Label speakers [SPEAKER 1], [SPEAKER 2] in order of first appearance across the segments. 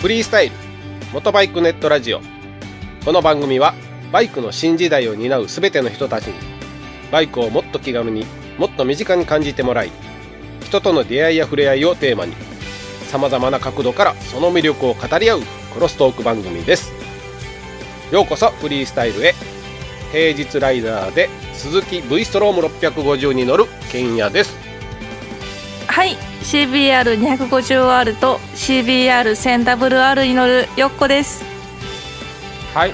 [SPEAKER 1] フリースタイル元バイクネットラジオこの番組はバイクの新時代を担うすべての人たちにバイクをもっと気軽にもっと身近に感じてもらい人との出会いや触れ合いをテーマにさまざまな角度からその魅力を語り合うクロストーク番組ですようこそフリースタイルへ平日ライダーで鈴木 V ストローム650に乗るけんやです
[SPEAKER 2] はい、CBR250R と CBR1000WR に乗るよっこです。
[SPEAKER 3] はい、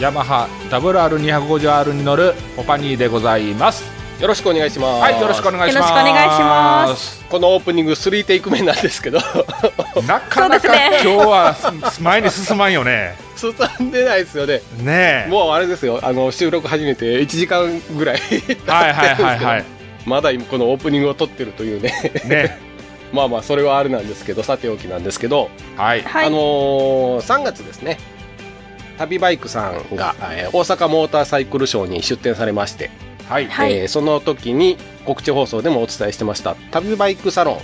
[SPEAKER 3] ヤマハ WR250R に乗るポパニーでございます。
[SPEAKER 1] よろしくお願いします
[SPEAKER 3] はい、よろしくお願いしま
[SPEAKER 2] よろ
[SPEAKER 3] す。
[SPEAKER 2] しくお願いします。
[SPEAKER 1] このオープニング3テイク目なんですけど
[SPEAKER 3] なかな
[SPEAKER 2] そうです
[SPEAKER 3] か、
[SPEAKER 2] ね
[SPEAKER 3] 今日はす前に進まんよね。
[SPEAKER 1] 進んでないですよね
[SPEAKER 3] ねえ。
[SPEAKER 1] もうあれですよあの収録始めて1時間ぐらい
[SPEAKER 3] はいはいはいはい。
[SPEAKER 1] まだ今このオープニングを撮ってるというね
[SPEAKER 3] ね。
[SPEAKER 1] まあまあそれはあれなんですけどさておきなんですけど、
[SPEAKER 3] はい。
[SPEAKER 2] はい、
[SPEAKER 1] あのー3月ですね旅バイクさんが、えー大阪モーターサイクルショーに出展されまして、
[SPEAKER 3] はい。
[SPEAKER 2] はい
[SPEAKER 1] えーその時に告知放送でもお伝えしてました旅バイクサロン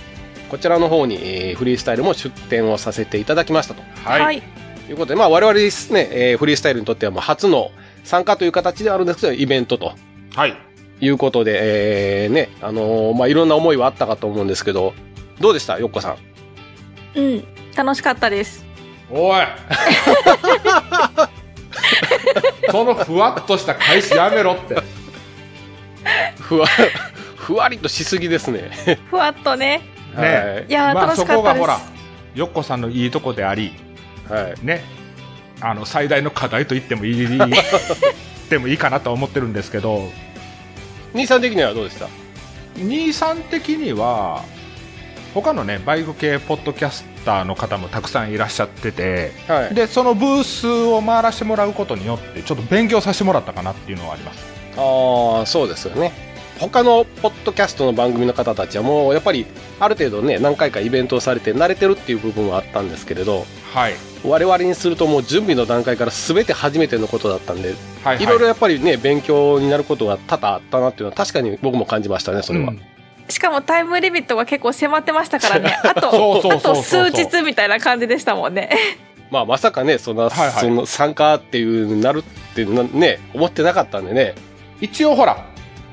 [SPEAKER 1] こちらの方に、えーフリースタイルも出展をさせていただきましたと
[SPEAKER 3] はい。
[SPEAKER 2] はい、
[SPEAKER 1] ということで、まあ、我々ですね、えーフリースタイルにとってはもう初の参加という形ではあるんですけど、イベントと
[SPEAKER 3] はい。
[SPEAKER 1] いうことで、えーね、あのーまあ、いろんな思いはあったかと思うんですけど、どうでしたよっこさん。
[SPEAKER 2] うん、楽しかったです。
[SPEAKER 3] おい。そのふわっとした開始やめろって。
[SPEAKER 1] ふわ、 ふわりとしすぎですね。
[SPEAKER 2] ふわっとね、
[SPEAKER 3] ね
[SPEAKER 2] いやー、
[SPEAKER 3] まあ
[SPEAKER 2] 楽し
[SPEAKER 3] そ
[SPEAKER 2] か
[SPEAKER 3] こ
[SPEAKER 2] っ
[SPEAKER 3] が
[SPEAKER 2] たで
[SPEAKER 3] ほら
[SPEAKER 2] す。、
[SPEAKER 3] よっこさんのいいとこであり、
[SPEAKER 1] はい。はい。
[SPEAKER 3] ね。あの最大の課題と言ってもい い、でもいいかなとは思ってるんですけど。
[SPEAKER 1] 兄さん的にはどうでした
[SPEAKER 3] 23的には他のねバイク系ポッドキャスターの方もたくさんいらっしゃってて
[SPEAKER 1] はい。
[SPEAKER 3] でそのブースを回らせてもらうことによってちょっと勉強させてもらったかなっていうのはあります
[SPEAKER 1] ああ、そうですよね。他のポッドキャストの番組の方たちはもうやっぱりある程度ね何回かイベントをされて慣れてるっていう部分はあったんですけれど
[SPEAKER 3] はい
[SPEAKER 1] 我々にするともう準備の段階から全て初めてのことだったんで
[SPEAKER 3] はいはい
[SPEAKER 1] いろいろやっぱりね勉強になることが多々あったなっていうのは確かに僕も感じましたねそれは、
[SPEAKER 3] うん
[SPEAKER 2] しかもタイムリミットが結構迫ってましたから ね。あと、
[SPEAKER 3] そうそう
[SPEAKER 2] あ
[SPEAKER 3] そ
[SPEAKER 2] と
[SPEAKER 3] うそう
[SPEAKER 2] 数日みたいな感じでしたもんね。
[SPEAKER 1] まあまさかねそんな、
[SPEAKER 3] はいはい
[SPEAKER 1] その参加っていうなるってなね思ってなかったんでね
[SPEAKER 3] 一応ほら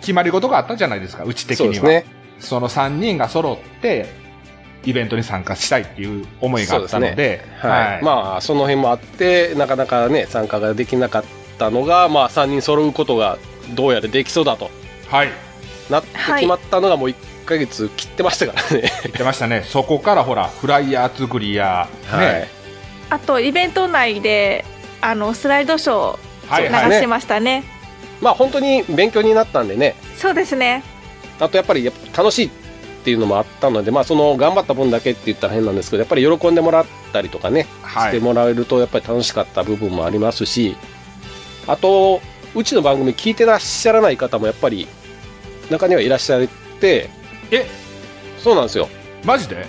[SPEAKER 3] 決まり事があったじゃないですかうち的
[SPEAKER 1] そう
[SPEAKER 3] には
[SPEAKER 1] ですね
[SPEAKER 3] その3人が揃ってイベントに参加したいっていう思いがあったので
[SPEAKER 1] そうはい、
[SPEAKER 3] ま
[SPEAKER 1] まあその辺もあってなかなかね参加ができなかったのがまあ3人揃うことがどうやらできそうだと
[SPEAKER 3] あはい
[SPEAKER 1] なって
[SPEAKER 2] はい
[SPEAKER 1] 決まったのがもう1ヶ月切ってましたからね
[SPEAKER 3] 言ってまし たねそこからほらフライヤー作りや、ね
[SPEAKER 2] あと、イベント内で、あの、スライドショ
[SPEAKER 3] は
[SPEAKER 2] ー
[SPEAKER 3] い
[SPEAKER 2] 流
[SPEAKER 3] はい
[SPEAKER 1] ね
[SPEAKER 2] してましたね。
[SPEAKER 1] まあ本当に勉強になったんでね
[SPEAKER 2] そうですね。
[SPEAKER 1] あとやっぱりやっぱ楽しいっていうのもあったので、まあ、その頑張った分だけって言ったら変なんですけどやっぱり喜んでもらったりとかね、
[SPEAKER 3] は
[SPEAKER 1] して
[SPEAKER 3] い
[SPEAKER 1] もらえるとやっぱり楽しかった部分もありますしあとうちの番組聞いてらっしゃらない方もやっぱり中にはいらっしゃって
[SPEAKER 3] え
[SPEAKER 1] そうなんですよ
[SPEAKER 3] マジで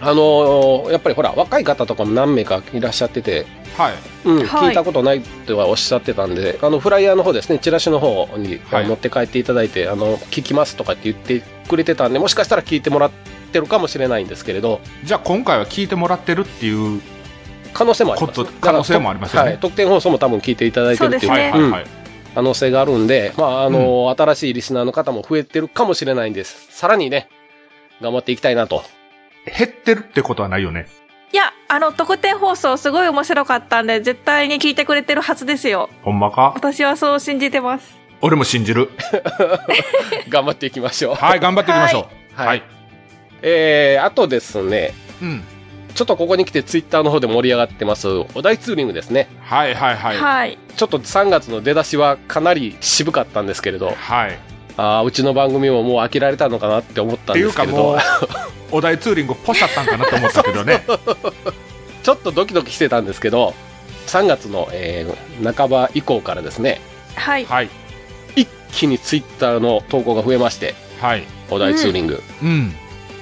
[SPEAKER 1] あのーやっぱりほら若い方とかも何名かいらっしゃってて、
[SPEAKER 3] はい
[SPEAKER 1] うん
[SPEAKER 2] はい
[SPEAKER 1] 聞いたことないとはおっしゃってたんであのフライヤーの方ですねチラシの方にあの
[SPEAKER 3] はい
[SPEAKER 1] 持って帰っていただいて、あの聞きますとかって言ってくれてたんでもしかしたら聞いてもらってるかもしれないんですけれど
[SPEAKER 3] じゃあ今回は聞いてもらってるっていう、
[SPEAKER 1] 可能性もあります
[SPEAKER 3] こと可能性もありますよね
[SPEAKER 1] はい、特典放送も多分聞いていただいてるっていう
[SPEAKER 2] そう
[SPEAKER 3] は
[SPEAKER 2] で
[SPEAKER 3] い
[SPEAKER 2] すね
[SPEAKER 3] はいはい、
[SPEAKER 1] 可能性があるんで、まああの新しいリスナーの方も増えてるかもしれないんですさらにね頑張っていきたいなと
[SPEAKER 3] 減ってるってことはないよね
[SPEAKER 2] いや、あの、特典放送すごい面白かったんで、絶対に聞いてくれてるはずですよ。
[SPEAKER 3] ほんまか
[SPEAKER 2] 私はそう信じてます。
[SPEAKER 3] 俺も信 じる
[SPEAKER 1] 頑張っていきましょう、
[SPEAKER 3] はい頑張っていきましょう
[SPEAKER 1] はいえー、あとですね
[SPEAKER 3] うん
[SPEAKER 1] ちょっとここに来てツイッターの方で盛り上がってますお題ツーリングですね
[SPEAKER 3] はいはいはいはい、
[SPEAKER 2] はい、
[SPEAKER 1] ちょっと3月の出だしはかなり渋かったんですけれどあーうちの番組ももう飽きられたのかなって思った
[SPEAKER 3] っ
[SPEAKER 1] ん
[SPEAKER 3] てい
[SPEAKER 1] で
[SPEAKER 3] う
[SPEAKER 1] すけ
[SPEAKER 3] か
[SPEAKER 1] れ
[SPEAKER 3] も
[SPEAKER 1] ど
[SPEAKER 3] うお題ツーリングポシャったんかなと思ったけどね
[SPEAKER 1] ちょっとドキドキしてたんですけど3月の、えー半ば以降からですね
[SPEAKER 2] はい、
[SPEAKER 3] はい
[SPEAKER 1] 一気にツイッターの投稿が増えまして
[SPEAKER 3] はい
[SPEAKER 1] お題ツーリング、
[SPEAKER 3] うん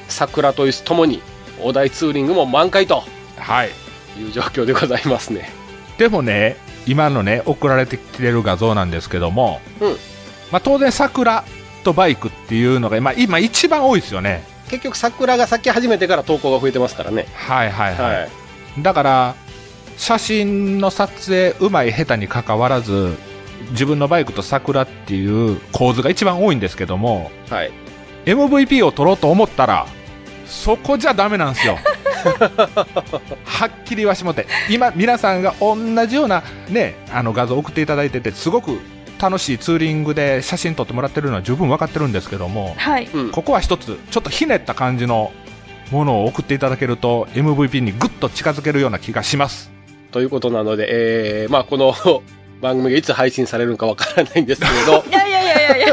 [SPEAKER 1] 桜と石ともにお題ツーリングも満開と
[SPEAKER 3] はい
[SPEAKER 1] いう状況でございますね
[SPEAKER 3] でもね今のね送られてきてる画像なんですけども、
[SPEAKER 1] うん
[SPEAKER 3] まあ、当然桜とバイクっていうのが、まあ、今一番多いですよね
[SPEAKER 1] 結局桜が咲き始めてから投稿が増えてますからね
[SPEAKER 3] はいはいはい、
[SPEAKER 1] はい
[SPEAKER 3] だから写真の撮影うまい下手にかかわらず自分のバイクと桜っていう構図が一番多いんですけども
[SPEAKER 1] はい
[SPEAKER 3] MVP を取ろうと思ったらそこじゃダメなんですよ はっきり言わしてもらって今皆さんが同じようなねあの画像送っていただいててすごく楽しいツーリングで写真撮ってもらってるのは十分分かってるんですけども
[SPEAKER 2] はい。
[SPEAKER 1] うん
[SPEAKER 3] ここは一つちょっとひねった感じのものを送っていただけると MVP にぐっと近づけるような気がします
[SPEAKER 1] ということなので、えー、まあこの 番組がいつ配信されるのかわからないんですけれど
[SPEAKER 2] いやいやいやいやいや。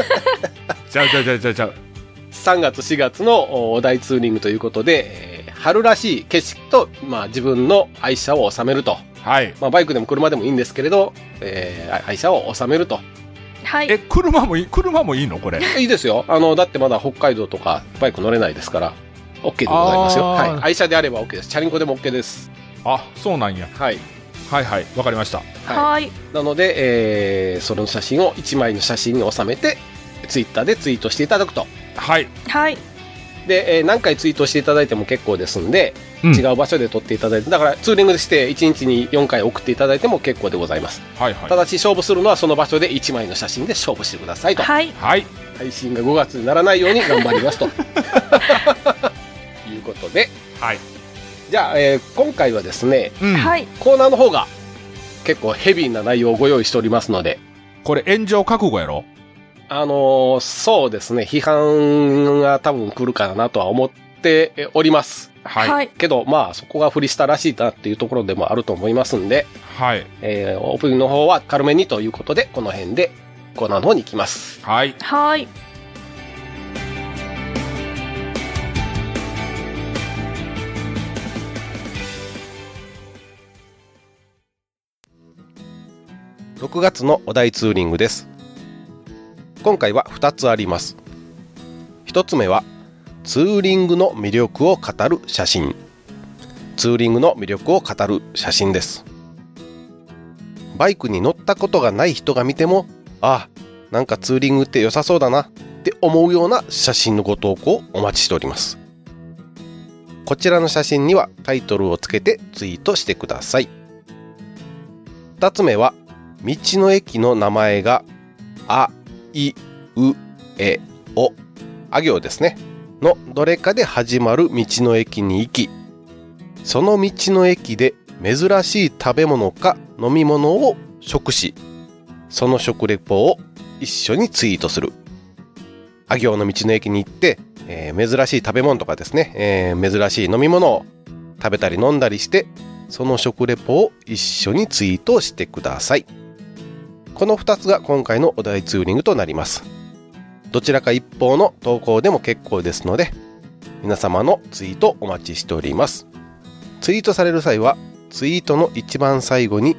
[SPEAKER 3] じゃあじゃあじゃあじゃあじゃあ
[SPEAKER 1] 3月4月のお題ツーリングということで、えー春らしい景色と、まあ、自分の愛車を収めると、
[SPEAKER 3] はい
[SPEAKER 1] まあ、バイクでも車でもいいんですけれど、えー愛車を収めると
[SPEAKER 2] はい。
[SPEAKER 3] え車もいい車もいいのこれ
[SPEAKER 1] いいですよあのだってまだ北海道とかバイク乗れないですから OK でございますよ、
[SPEAKER 3] あ
[SPEAKER 1] は
[SPEAKER 3] ー
[SPEAKER 1] い、愛車であれば OK ですチャリンコでも OK です
[SPEAKER 3] あそうなんや
[SPEAKER 1] はい
[SPEAKER 3] はいはいわかりました
[SPEAKER 2] はい。
[SPEAKER 1] なので、えーその写真を1枚の写真に収めてツイッターでツイートしていただくと
[SPEAKER 3] はい、
[SPEAKER 2] はい。
[SPEAKER 1] で、えー何回ツイートしていただいても結構ですんで、
[SPEAKER 3] うん
[SPEAKER 1] 違う場所で撮っていただいてだからツーリングして1日に4回送っていただいても結構でございます
[SPEAKER 3] はいはい
[SPEAKER 1] ただし勝負するのはその場所で1枚の写真で勝負してくださいと
[SPEAKER 2] はい。
[SPEAKER 3] はい
[SPEAKER 1] 配信が5月にならないように頑張ります ということで
[SPEAKER 3] はい
[SPEAKER 1] じゃあ、えー今回はですね
[SPEAKER 3] うん
[SPEAKER 2] はい。
[SPEAKER 1] コーナーの方が結構ヘビーな内容をご用意しておりますので
[SPEAKER 3] これ炎上覚悟やろ
[SPEAKER 1] あのーそうですね批判が多分来るかなとは思っております
[SPEAKER 3] は
[SPEAKER 2] はい。
[SPEAKER 1] けどまあそこがフリスタらしいなっていうところでもあると思いますんで
[SPEAKER 3] はい
[SPEAKER 1] えーオープニングの方は軽めにということで、この辺でコーナーの方に行きます。
[SPEAKER 3] はい
[SPEAKER 2] はい。
[SPEAKER 1] 6月のお題ツーリングです。今回は2つあります。1つ目は、ツーリングの魅力を語る写真。ツーリングの魅力を語る写真です。バイクに乗ったことがない人が見ても、ああ、なんかツーリングって良さそうだなって思うような写真のご投稿をお待ちしております。こちらの写真にはタイトルをつけてツイートしてください。2つ目は、道の駅の名前があいうえおあ行ですねのどれかで始まる道の駅に行きその道の駅で珍しい食べ物か飲み物を食しその食レポを一緒にツイートするあ行の道の駅に行って、えー珍しい食べ物とかですね、えー珍しい飲み物を食べたり飲んだりしてその食レポを一緒にツイートしてくださいこの2つが今回のお題ツーリングとなりますどちらか一方の投稿でも結構ですので皆様のツイートお待ちしておりますツイートされる際はツイートの一番最後に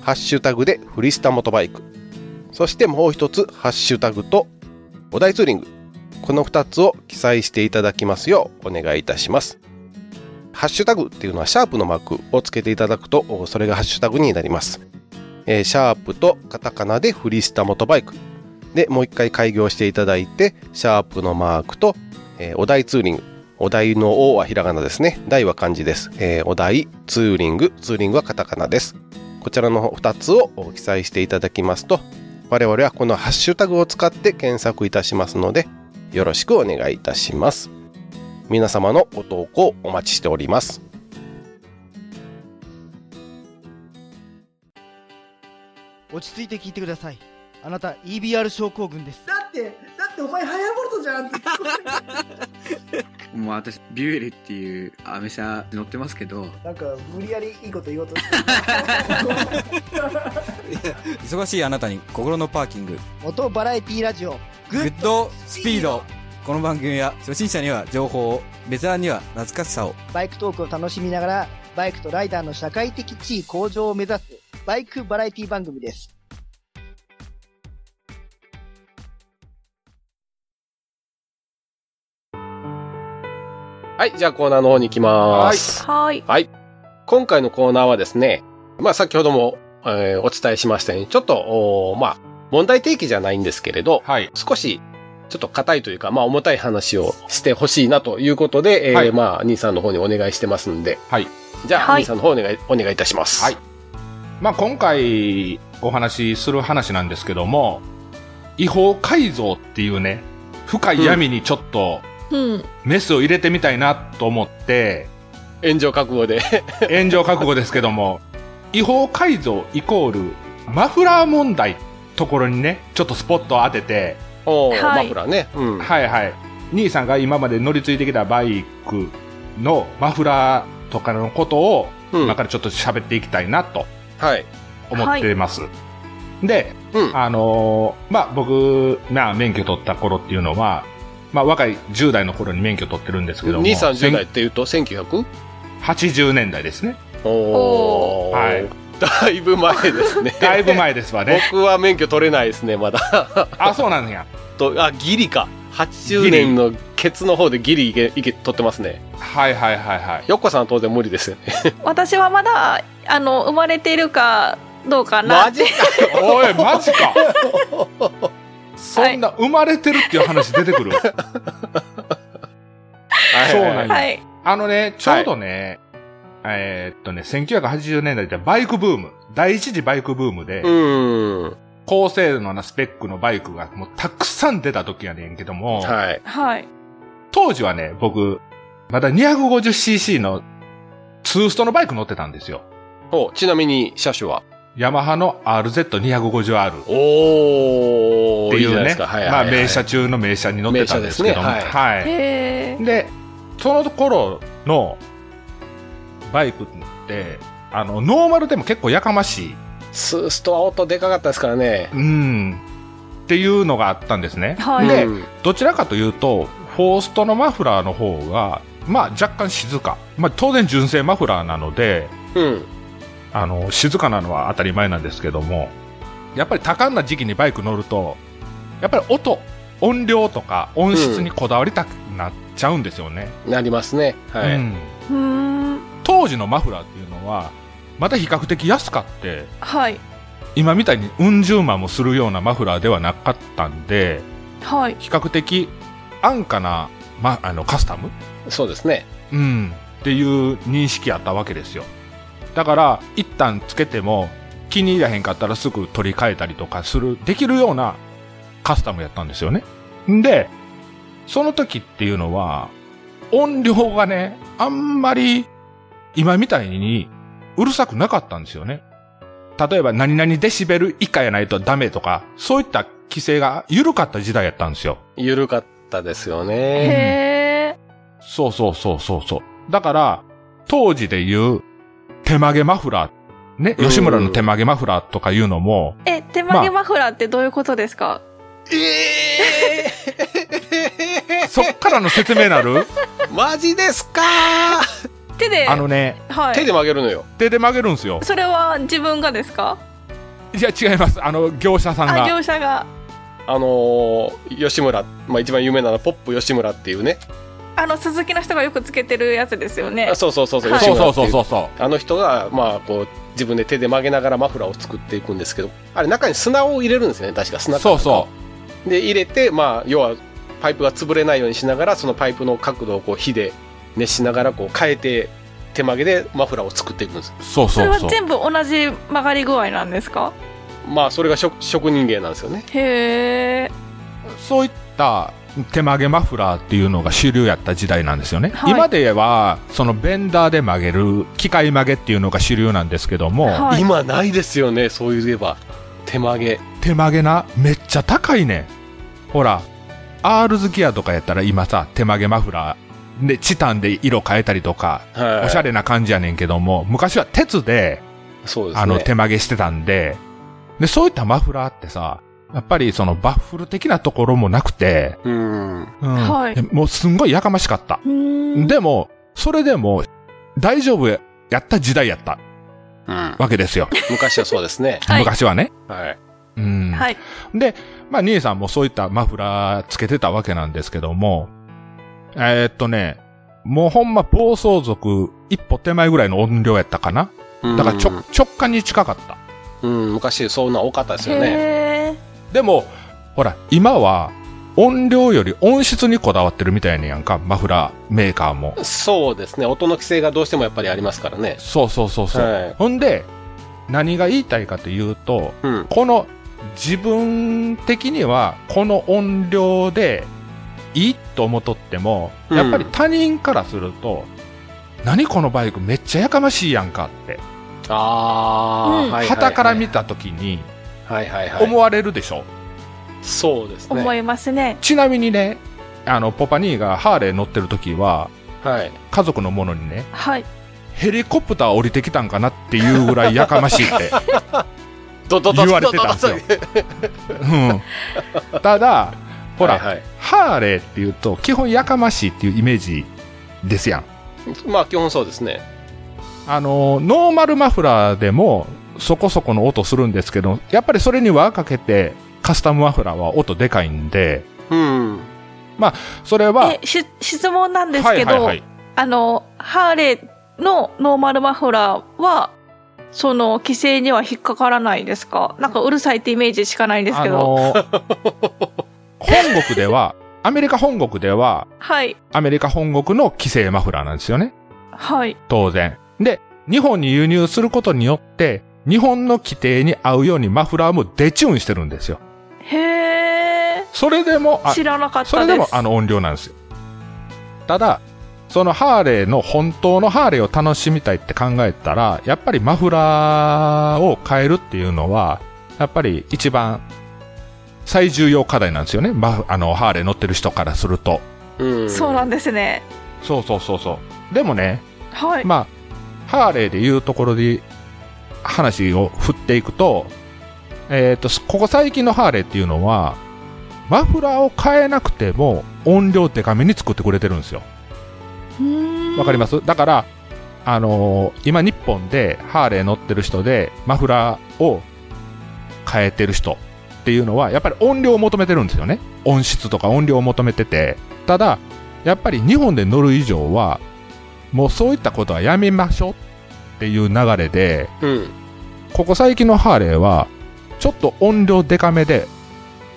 [SPEAKER 1] ハッシュタグでフリスタモトバイクそしてもう一つハッシュタグとお題ツーリングこの2つを記載していただきますようお願いいたしますハッシュタグっていうのはシャープのマークをつけていただくとおそれがハッシュタグになります、えーシャープとカタカナでフリスタモトバイクでもう一回開業していただいてシャープのマークと、えーお題ツーリングお題の O はひらがなですね題は漢字です、えーお題ツーリングツーリングはカタカナですこちらの2つをお記載していただきますと我々はこのハッシュタグを使って検索いたしますのでよろしくお願いいたします皆様のご投稿お待ちしております
[SPEAKER 4] 落ち着いて聞いてくださいあなた EBR 症候群です
[SPEAKER 5] だって、だってお前ハヤボルトじゃんって。
[SPEAKER 6] もう私、ビュエルっていうアメ車乗ってますけど、
[SPEAKER 5] なんか、無理やりいいこと言おうと
[SPEAKER 7] 忙しいあなたに心のパーキング
[SPEAKER 4] 元バラエティラジオグ
[SPEAKER 7] グ
[SPEAKER 4] ッ
[SPEAKER 7] ッドスピードこの番組は初心者には情報をベテランには懐かしさを
[SPEAKER 4] バイクトークを楽しみながらバイクとライダーの社会的地位向上を目指すバイクバラエティ番組です
[SPEAKER 1] はいじゃあコーナーの方に行きます、
[SPEAKER 2] はい。
[SPEAKER 1] 今回のコーナーはですねまあ先ほども、えーお伝えしましたようにちょっとおーまあ問題提起じゃないんですけれど
[SPEAKER 3] はい
[SPEAKER 1] 少しちょっと硬いというか、まあ重たい話をしてほしいなということで、えー
[SPEAKER 3] はい
[SPEAKER 1] まあ兄さんの方にお願いしてますんで。
[SPEAKER 3] はい。
[SPEAKER 1] じゃあ、
[SPEAKER 2] はい
[SPEAKER 1] 兄さんの方お願い、お願いいたします。
[SPEAKER 3] はいまあ、今回お話しする話なんですけども、違法改造っていうね、深い闇にちょっと
[SPEAKER 2] うん。
[SPEAKER 3] メスを入れてみたいなと 思って、
[SPEAKER 1] 炎上覚悟 で。
[SPEAKER 3] 炎上覚悟ですけども、違法改造イコールマフラー問題ところにね、ちょっとスポットを当てて、
[SPEAKER 1] おー、
[SPEAKER 2] はい
[SPEAKER 1] マフラーね。うん。
[SPEAKER 3] はいはい。兄さんが今まで乗り継いできたバイクのマフラーとかのことを、
[SPEAKER 1] うん
[SPEAKER 3] 今からちょっと喋っていきたいなと
[SPEAKER 1] はい。
[SPEAKER 3] 思ってます。で、
[SPEAKER 1] うん
[SPEAKER 3] あのーまあ、僕、まあ、免許取った頃っていうのは、まあ、若い10代の頃に免許取ってるんですけども、
[SPEAKER 1] 兄さん10代って言うと 1900?
[SPEAKER 3] 80年代ですね。
[SPEAKER 1] おー。
[SPEAKER 3] はい。
[SPEAKER 1] だいぶ前ですね
[SPEAKER 3] だいぶ前ですわね。
[SPEAKER 1] 僕は免許取れないですね、まだ。
[SPEAKER 3] あ、そうなんや。
[SPEAKER 1] とあ、ギリか。80年のケツの方でギリいけ、いけ、取ってますね。
[SPEAKER 3] はいはいはいはい。
[SPEAKER 1] よっこさんは当然無理ですよね。
[SPEAKER 2] 私はまだあの生まれているかどうかな
[SPEAKER 1] マジか
[SPEAKER 3] おい、マ ジか。そんな生まれてるっていう話出て くる。 そうなんや
[SPEAKER 2] はい。
[SPEAKER 3] あのね、ちょうどね、えーっとね、1980年代ってバイクブーム、第一次バイクブームで、
[SPEAKER 1] うーん。
[SPEAKER 3] 高性能なスペックのバイクがもうたくさん出た時やねんけども、
[SPEAKER 1] はい。
[SPEAKER 2] はい。
[SPEAKER 3] 当時はね、僕、まだ 250cc のツーストのバイク乗ってたんですよ。
[SPEAKER 1] おちなみに車種は
[SPEAKER 3] ヤマハの RZ250R っ
[SPEAKER 1] お
[SPEAKER 3] て
[SPEAKER 1] いいじ
[SPEAKER 3] い
[SPEAKER 1] ゃ
[SPEAKER 3] う
[SPEAKER 1] ないで
[SPEAKER 3] ね、
[SPEAKER 1] すか。はいはい
[SPEAKER 3] ま
[SPEAKER 1] は
[SPEAKER 3] あ
[SPEAKER 1] い
[SPEAKER 3] 名車中の名車に乗ってたんですけども、
[SPEAKER 1] 名車ですね
[SPEAKER 3] はい
[SPEAKER 2] へえ。
[SPEAKER 3] で、その頃のバイクって、あの、ノーマルでも結構やかましい、
[SPEAKER 1] スーストは音でかかったですからね。
[SPEAKER 3] うん、っていうのがあったんですね。
[SPEAKER 2] はい。
[SPEAKER 3] で
[SPEAKER 1] うん
[SPEAKER 3] どちらかというと、フォーストのマフラーの方が、まあ若干静か。まあ当然純正マフラーなので、
[SPEAKER 1] うん。
[SPEAKER 3] あの、静かなのは当たり前なんですけども、やっぱり多感な時期にバイク乗ると、やっぱり音、音量とか音質にこだわりたくなっちゃうんですよね。
[SPEAKER 1] なりますね。はい。
[SPEAKER 3] うん
[SPEAKER 2] うーん。
[SPEAKER 3] 当時のマフラーっていうのはまた比較的安かって
[SPEAKER 2] はい。
[SPEAKER 3] 今みたいにうん十万もするようなマフラーではなかったんで
[SPEAKER 2] はい。
[SPEAKER 3] 比較的安価な、ま、あのカスタム、
[SPEAKER 1] そうですね。
[SPEAKER 3] うん、っていう認識あったわけですよだから一旦つけても気に入らへんかったらすぐ取り替えたりとかするできるようなカスタムやったんですよねんでその時っていうのは音量がねあんまり今みたいにうるさくなかったんですよね例えば何々デシベル以下やないとダメとかそういった規制が緩かった時代やったんですよ
[SPEAKER 1] 緩かったですよ
[SPEAKER 2] へ
[SPEAKER 1] ね。
[SPEAKER 2] え。
[SPEAKER 3] そうそうそうそうそう。だから、当時で言う、手曲げマフラー。ね、
[SPEAKER 1] うん
[SPEAKER 3] 吉村の手曲げマフラーとかいう のも、
[SPEAKER 2] え、手曲げマフラーってどういうことですか。
[SPEAKER 1] え
[SPEAKER 3] そっからの説明な る
[SPEAKER 1] ー、マジですか
[SPEAKER 2] 手で。
[SPEAKER 3] あのね、
[SPEAKER 2] はい。
[SPEAKER 1] 手で曲げるのよ。
[SPEAKER 3] 手で曲げるんすよ。
[SPEAKER 2] それは自分がですか。
[SPEAKER 3] いや、違います。あの、業者さん
[SPEAKER 2] あ、
[SPEAKER 3] が。
[SPEAKER 2] 業者が。
[SPEAKER 1] あのー、吉村、まあ一番有名なのはポップ吉村っていうね。
[SPEAKER 2] あの鈴木の人がよくつけてるやつですよね
[SPEAKER 1] あ。そうそうそうそう、
[SPEAKER 2] はい
[SPEAKER 1] 吉
[SPEAKER 3] そう
[SPEAKER 1] 村
[SPEAKER 3] そう
[SPEAKER 1] って
[SPEAKER 3] そ
[SPEAKER 1] いう
[SPEAKER 3] そうそう。
[SPEAKER 1] あの人が、まあ、こう、自分で手で曲げながらマフラーを作っていくんですけど、あれ、中に砂を入れるんですよね、確か砂か
[SPEAKER 3] そうそ
[SPEAKER 1] で、入れて、まあ、要は、パイプが潰れないようにしながら、そのパイプの角度をこう、火で熱しながら、こう、変えて、手曲げでマフラーを作っていくんです。
[SPEAKER 3] う。そう
[SPEAKER 2] それ
[SPEAKER 3] そう
[SPEAKER 2] は
[SPEAKER 3] そう。
[SPEAKER 2] 全部同じ曲がり具合なんですか。
[SPEAKER 1] まあ、それが職職人芸なんですよね。
[SPEAKER 2] へえ。
[SPEAKER 3] そういった手曲げマフラーっていうのが主流やった時代なんですよね。
[SPEAKER 2] はい
[SPEAKER 3] 今では、そのベンダーで曲げる、機械曲げっていうのが主流なんですけども、
[SPEAKER 2] はい。
[SPEAKER 1] 今、ないですよね、そういえば。手曲げ。
[SPEAKER 3] 手曲げなめっちゃ高いねんほら R ズギアとかやったら今さ手曲げマフラーでチタンで色変えたりとか
[SPEAKER 1] はい。
[SPEAKER 3] おしゃれな感じやねんけども昔は鉄で
[SPEAKER 1] そうですね。
[SPEAKER 3] あの手曲げしてたんででそういったマフラーってさやっぱりそのバッフル的なところもなくて、
[SPEAKER 1] うん。
[SPEAKER 3] うん
[SPEAKER 2] はい
[SPEAKER 3] でもうすんごいやかましかった
[SPEAKER 2] うーん。
[SPEAKER 3] でもそれでも大丈夫やった時代やった
[SPEAKER 1] うん。
[SPEAKER 3] わけですよ、
[SPEAKER 1] 昔はそうですね。
[SPEAKER 2] はい
[SPEAKER 3] 昔はね
[SPEAKER 1] はい。
[SPEAKER 3] うん、
[SPEAKER 2] はい。
[SPEAKER 3] で、まあ、兄さんもそういったマフラーつけてたわけなんですけども、えーっとね、もうほんま暴走族一歩手前ぐらいの音量やったかなだからちょ、直感に近かった。
[SPEAKER 1] うん、うん、昔、そんな多かったですよね。
[SPEAKER 2] へえ。
[SPEAKER 3] でも、ほら、今は、音量より音質にこだわってるみたいねやんか、マフラーメーカーも。
[SPEAKER 1] そうですね。音の規制がどうしてもやっぱりありますからね。
[SPEAKER 3] そうそうそうそう。
[SPEAKER 1] はい。
[SPEAKER 3] ほんで、何が言いたいかというと、
[SPEAKER 1] うん。
[SPEAKER 3] この自分的にはこの音量でいいと思っとっても、
[SPEAKER 1] うん
[SPEAKER 3] やっぱり他人からすると、何このバイクめっちゃやかましいやんかって、
[SPEAKER 1] ああ、
[SPEAKER 2] うん
[SPEAKER 1] はいはいはい。
[SPEAKER 3] 旗から見た時に
[SPEAKER 1] はいはいはい。
[SPEAKER 3] 思われるでしょ、
[SPEAKER 1] そうですね。
[SPEAKER 2] 思いますね。
[SPEAKER 3] ちなみにね、あの、ポパニーがハーレー乗ってる時は、
[SPEAKER 1] はい。
[SPEAKER 3] 家族のものにね、
[SPEAKER 2] はい。
[SPEAKER 3] ヘリコプター降りてきたんかなっていうぐらいやかましい って。
[SPEAKER 1] どどど
[SPEAKER 3] 言われてたんですようんただ、ほら、
[SPEAKER 1] はいはい
[SPEAKER 3] ハーレーっていうと、基本やかましいっていうイメージですやん。
[SPEAKER 1] まあ基本そうですね。
[SPEAKER 3] あの、ノーマルマフラーでも、そこそこの音するんですけど、やっぱりそれに輪かけて、カスタムマフラーは音でかいんで、
[SPEAKER 1] うん。
[SPEAKER 3] それは、
[SPEAKER 2] え、し、質問なんですけど、
[SPEAKER 3] はいはいはい。
[SPEAKER 2] あの、ハーレーのノーマルマフラーは、その、規制には引っかからないですかなんかうるさいってイメージしかないんです
[SPEAKER 3] あ
[SPEAKER 2] けど。
[SPEAKER 3] のー本国では、アメリカ本国では、
[SPEAKER 2] はい。
[SPEAKER 3] アメリカ本国の規制マフラーなんですよね。
[SPEAKER 2] はい。
[SPEAKER 3] 当然。で、日本に輸入することによって、日本の規定に合うようにマフラーもデチューンしてるんですよ。
[SPEAKER 2] へえ。
[SPEAKER 3] それでも、あ
[SPEAKER 2] 知らなかったです。
[SPEAKER 3] それでもあの音量なんですよ。ただ、そのハーレーの本当のハーレーを楽しみたいって考えたら、やっぱりマフラーを変えるっていうのは、やっぱり一番最重要課題なんですよね。マフあの、ハーレー乗ってる人からすると。
[SPEAKER 1] うん。
[SPEAKER 2] そうなんんですね。
[SPEAKER 3] そうそうそうそう。でもね、
[SPEAKER 2] はい。
[SPEAKER 3] まあ、ハーレーでいうところで話を振っていくと、えっ、と、ここ最近のハーレーっていうのは、マフラーを変えなくても音量デカめに作ってくれてるんですよ。わ
[SPEAKER 2] わ
[SPEAKER 3] かりますだから、あのー今日本でハーレー乗ってる人でマフラーを変えてる人っていうのは、やっぱり音量を求めてるんですよね。音質とか音量を求めてて。ただ、やっぱり日本で乗る以上は、もうそういったことはやめましょうっていう流れで、
[SPEAKER 1] うん。
[SPEAKER 3] ここ最近のハーレーは、ちょっと音量デカめで、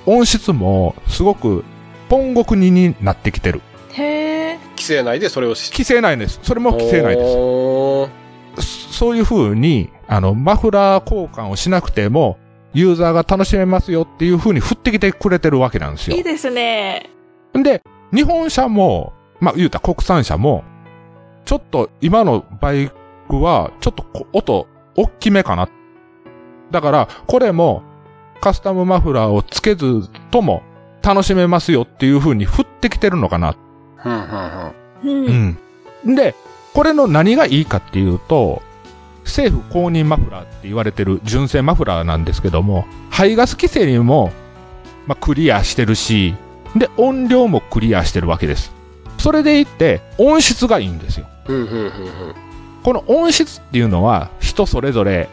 [SPEAKER 3] 音質もすごく、ポンゴ国になってきてる。
[SPEAKER 2] す。へえ。
[SPEAKER 1] 規制内でそれをし
[SPEAKER 3] 規制ないんです。それも規制ないです。
[SPEAKER 1] おー
[SPEAKER 3] そういう風に、あの、マフラー交換をしなくても、ユーザーが楽しめますよっていう風に振ってきてくれてるわけなんですよ
[SPEAKER 2] いい。ですね。
[SPEAKER 3] んで、日本車も、まあ、言うたら国産車も、ちょっと今のバイクは、ちょっとこ音、大きめかな。だから、これも、カスタムマフラーをつけずとも、楽しめますよっていう風に振ってきてるのかな
[SPEAKER 1] うんうんうん
[SPEAKER 2] うん。
[SPEAKER 3] うん。で、これの何がいいかっていうと、政府公認マフラーって言われてる純正マフラーなんですけども、排ガス規制にも、まあクリアしてるし、で、音量もクリアしてるわけです。それでいって、音質がいいんですよ。
[SPEAKER 1] うんうんうんうん
[SPEAKER 3] この音質っていうのは、人それぞれ、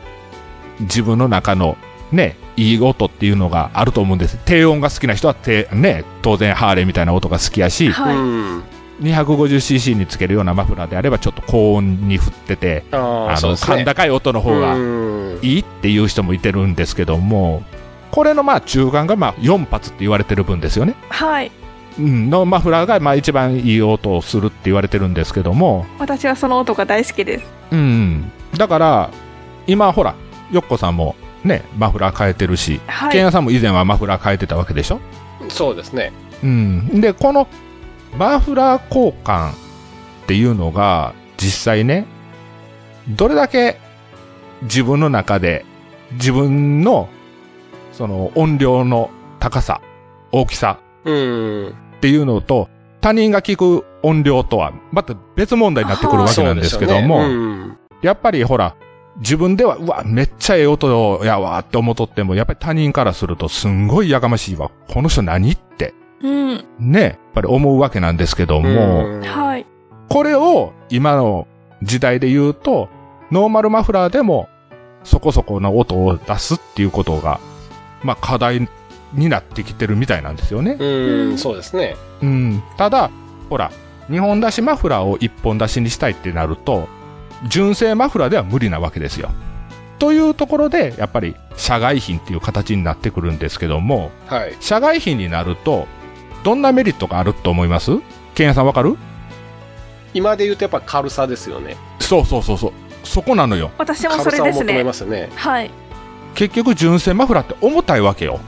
[SPEAKER 3] 自分の中の、ね、いい音っていうのがあると思うんです。低音が好きな人は低、ね、当然ハーレーみたいな音が好きやし、
[SPEAKER 1] う
[SPEAKER 2] はい。
[SPEAKER 1] ん
[SPEAKER 3] 250cc につけるようなマフラーであればちょっと高音に振ってて
[SPEAKER 1] あ
[SPEAKER 3] あ
[SPEAKER 1] あ、そう
[SPEAKER 3] の
[SPEAKER 1] ですね。
[SPEAKER 3] 甲高い音の方
[SPEAKER 1] う
[SPEAKER 3] が
[SPEAKER 1] ん
[SPEAKER 3] いいっていう人もいてるんですけどもこれのまあ中間がまあ4発って言われてる分ですよね、
[SPEAKER 2] はい。
[SPEAKER 3] うん、のマフラーがまあ一番いい音をするって言われてるんですけども、
[SPEAKER 2] 私はその音が大好きです。
[SPEAKER 3] うん、だから今ほらよっこさんもねマフラー変えてるし、
[SPEAKER 2] は
[SPEAKER 3] けん
[SPEAKER 2] い。
[SPEAKER 3] やさんも以前はマフラー変えてたわけでしょ
[SPEAKER 1] そうですね。
[SPEAKER 3] うん、でこのマフラー交換っていうのが実際ねどれだけ自分の中で自分のその音量の高さ大きさ
[SPEAKER 1] うん。
[SPEAKER 3] っていうのと他人が聞く音量とはまた別問題になってくるわけなんですけども、
[SPEAKER 1] そうでしょうね
[SPEAKER 3] やっぱりほら自分ではうわめっちゃええ音やわって思っとってもやっぱり他人からするとすんごいやかましいわこの人何って
[SPEAKER 2] うん。
[SPEAKER 3] ね、やっぱり思うわけなんですけど
[SPEAKER 1] うん
[SPEAKER 3] も、
[SPEAKER 1] うん
[SPEAKER 2] はい。
[SPEAKER 3] これを今の時代で言うと、ノーマルマフラーでもそこそこの音を出すっていうことが、まあ課題になってきてるみたいなんですよね。
[SPEAKER 1] うん、そうですね。
[SPEAKER 3] うん。ただ、ほら、日本出しマフラーを一本出しにしたいってなると、純正マフラーでは無理なわけですよ。というところで、やっぱり、社外品っていう形になってくるんですけども、
[SPEAKER 1] はい。
[SPEAKER 3] 社外品になると、どんなメリットがあると思いますケンヤさんわかる
[SPEAKER 1] 今で言うとやっぱ軽さですよね
[SPEAKER 3] そうそうそうそうそこなのよ
[SPEAKER 2] 私もそ
[SPEAKER 1] 軽
[SPEAKER 2] れ
[SPEAKER 1] さ
[SPEAKER 2] で
[SPEAKER 1] を
[SPEAKER 2] す
[SPEAKER 1] 求め
[SPEAKER 2] ね
[SPEAKER 1] ますね
[SPEAKER 2] はい、
[SPEAKER 3] 結局純正マフラーって重たいわけよ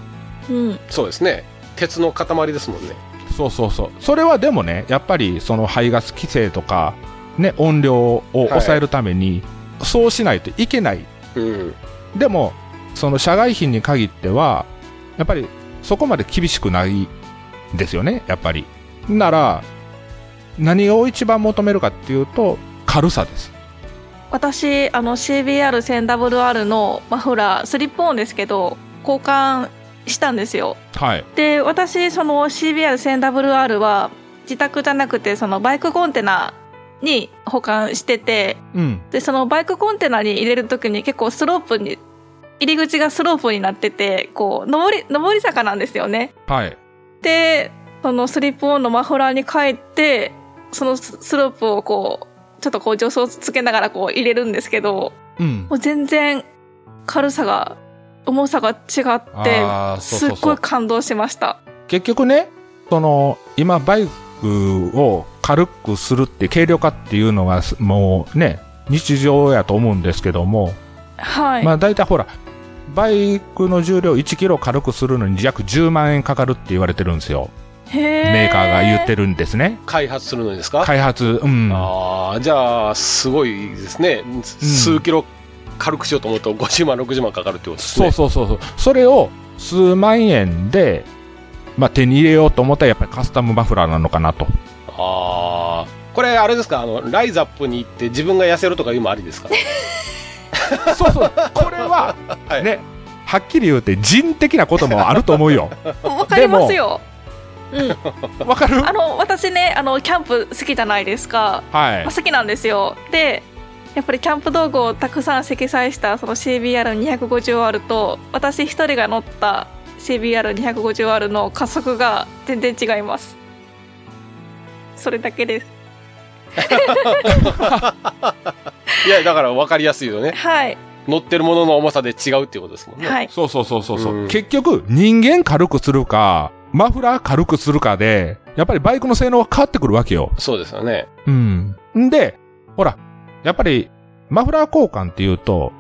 [SPEAKER 2] うん、
[SPEAKER 1] そうですね鉄の塊ですもんね
[SPEAKER 3] そうそうそうそれはでもねやっぱりその排ガス規制とか、ね、音量を抑えるために、そうしないといけない
[SPEAKER 1] うん
[SPEAKER 3] でもその社外品に限ってはやっぱりそこまで厳しくないですよねやっぱりなら何を一番求めるかっていうと軽さです
[SPEAKER 2] 私あの CBR1000WR のマフラースリップオンですけど交換したんですよ
[SPEAKER 3] はい
[SPEAKER 2] で私その CBR1000WR は自宅じゃなくてそのバイクコンテナに保管してて
[SPEAKER 3] うん
[SPEAKER 2] でそのバイクコンテナに入れる時に結構スロープに入り口がスロープになっててこう上り上り坂なんですよね
[SPEAKER 3] はい
[SPEAKER 2] でそのスリップオンのマフラーに変えてそのススロープをこうちょっとこう助走つけながらこう入れるんですけど
[SPEAKER 3] うん
[SPEAKER 2] もう全然軽さが重さが違って
[SPEAKER 3] あーそう
[SPEAKER 2] すっ
[SPEAKER 3] そうそ
[SPEAKER 2] ご
[SPEAKER 3] う
[SPEAKER 2] い感動しました
[SPEAKER 3] 結局ねその今バイクを軽くするって軽量化っていうのがすもうね日常やと思うんですけども、
[SPEAKER 2] はい、
[SPEAKER 3] まあ大体ほらバイクの重量1キロ軽くするのに約10万円かかるって言われてるんですよメ
[SPEAKER 2] メ
[SPEAKER 3] ーカーが言って
[SPEAKER 2] る
[SPEAKER 3] るんですね
[SPEAKER 1] 開発するのにですか、
[SPEAKER 3] 開発うん
[SPEAKER 1] ああじゃあすごいですね、数キロ軽くしようと思うと50万60万かかるってことです
[SPEAKER 3] そ
[SPEAKER 1] ね
[SPEAKER 3] うそうそうそうそれを数万円で、まあ、手に入れようと思ったらやっぱりカスタムマフラーなのかなと
[SPEAKER 1] ああこれあれですかあのライザップに行って自分が痩せるとかいうのもあり ですか
[SPEAKER 3] そう そうこれは、
[SPEAKER 1] はい
[SPEAKER 3] ねはっきり言うて人的なこともあると思うよ
[SPEAKER 2] わかりますようん、
[SPEAKER 3] わかる
[SPEAKER 2] あの私ねあのキャンプ好きじゃないですか
[SPEAKER 3] はい
[SPEAKER 2] まあ好きなんですよでやっぱりキャンプ道具をたくさん積載したその CBR250R と私一人が乗った CBR250R の加速が全然違いますそれだけです
[SPEAKER 1] いやだから分かりやすいよね
[SPEAKER 2] はい
[SPEAKER 1] 乗ってるものの重さで違うっていうことですもんね、
[SPEAKER 2] はい
[SPEAKER 3] そうそうそうそうそう、
[SPEAKER 1] うん
[SPEAKER 3] 結局人間軽くするかマフラー軽くするかでやっぱりバイクの性能は変わってくるわけよ
[SPEAKER 1] そうですよね
[SPEAKER 3] うん。んで、ほら、やっぱり、マフラー交換っていうと、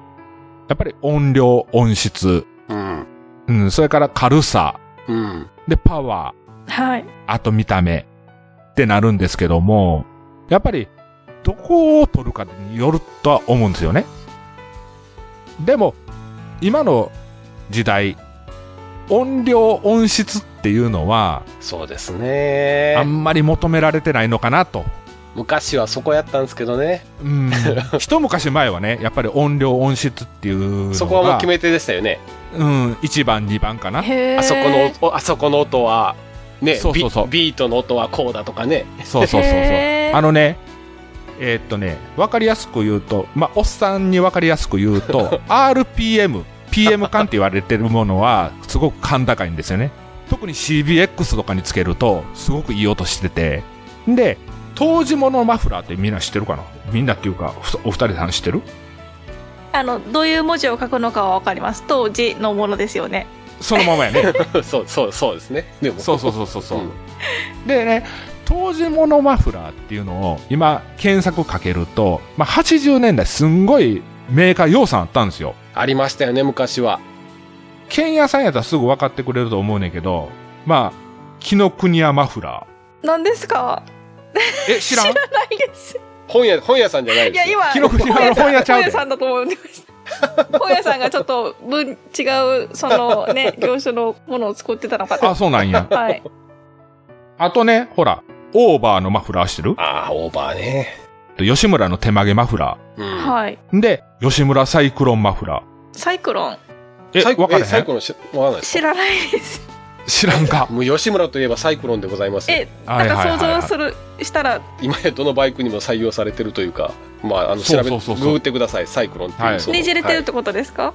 [SPEAKER 3] やっぱり音量、音質、
[SPEAKER 1] うん
[SPEAKER 3] うん、それから軽さ、
[SPEAKER 1] うん
[SPEAKER 3] で、パワ
[SPEAKER 2] はい
[SPEAKER 3] ー、あと見た目ってなるんですけども、やっぱり、どこを取るかによるとは思うんですよね。でも、今の時代、音量、音質っていうのは、
[SPEAKER 1] そうです
[SPEAKER 3] あ
[SPEAKER 1] ね
[SPEAKER 3] んまり求められてないのかなと。
[SPEAKER 1] 昔はそこやったんですけどね
[SPEAKER 3] うん 一昔前はねやっぱり音量音質っていうのが
[SPEAKER 1] そこはもう決め手でしたよね
[SPEAKER 3] うん、1番2番かな
[SPEAKER 2] へー
[SPEAKER 1] あそこの音あそこの音はね
[SPEAKER 3] そうそうそう
[SPEAKER 1] ビビートの音はこうだとかね
[SPEAKER 3] そうそうそうそう
[SPEAKER 2] へー
[SPEAKER 3] あのねえーっとね分かりやすく言うとまあおっさんに分かりやすく言うと RPM PM 感って言われてるものはすごく感高いんですよね特に CBX とかにつけるとすごくいい音しててで当時ものマフラーってみんな知ってるかなみんなっていうかおお二人さん知ってる
[SPEAKER 2] あのどういう文字を書くのかは分かります当時のものですよね
[SPEAKER 3] そのままや ね
[SPEAKER 1] そうそうそうですねでも
[SPEAKER 3] そうそうそうそうそう、
[SPEAKER 1] うん
[SPEAKER 3] でね当時物マフラーっていうのを今検索かけると、まあ、80年代すんごいメーカー要産あったんですよ
[SPEAKER 1] ありましたよね昔は
[SPEAKER 3] 剣屋さんやったらすぐ分かってくれると思うねんけどまあ紀ノ国屋マフラ
[SPEAKER 2] 何ですか
[SPEAKER 3] ーえ知らん
[SPEAKER 2] ないです
[SPEAKER 1] 本屋本屋さんじゃない
[SPEAKER 2] い
[SPEAKER 1] です
[SPEAKER 2] や
[SPEAKER 1] よ
[SPEAKER 2] 今
[SPEAKER 3] 記録
[SPEAKER 2] 本屋さん
[SPEAKER 3] 本屋ちゃ
[SPEAKER 2] 本
[SPEAKER 3] うで
[SPEAKER 2] 屋さんだと思ってました本屋さんがちょっと分違うその ね業種のものを作ってたのか
[SPEAKER 3] あ
[SPEAKER 2] と
[SPEAKER 3] そうなんや
[SPEAKER 2] はい
[SPEAKER 3] あとねほらオーバーのマフラーしてる
[SPEAKER 1] ああオーバーね
[SPEAKER 3] 吉村の手曲げマフラ
[SPEAKER 1] うん
[SPEAKER 2] はい
[SPEAKER 3] ーで吉村サイクロンマフラ
[SPEAKER 2] サイクロン
[SPEAKER 3] ーえ
[SPEAKER 1] サイ
[SPEAKER 3] 分かれ
[SPEAKER 1] えサ
[SPEAKER 3] へ
[SPEAKER 1] イク
[SPEAKER 3] ん
[SPEAKER 1] ロンしわかんないです
[SPEAKER 2] 知らないです
[SPEAKER 3] 知らんか
[SPEAKER 1] もう吉村といえばサイクロンでございますよ
[SPEAKER 2] え
[SPEAKER 3] は
[SPEAKER 2] ないん
[SPEAKER 3] はい
[SPEAKER 2] か
[SPEAKER 3] はいはい
[SPEAKER 2] 想像するしたら
[SPEAKER 1] 今やどのバイクにも採用されてるというかまああの
[SPEAKER 3] そ
[SPEAKER 1] 調
[SPEAKER 3] う
[SPEAKER 1] べ
[SPEAKER 3] そうそうそう
[SPEAKER 1] ググってくださいサイクロンっていう、
[SPEAKER 3] はい
[SPEAKER 1] その
[SPEAKER 2] ねじれてるっ
[SPEAKER 1] はい
[SPEAKER 2] てことですか、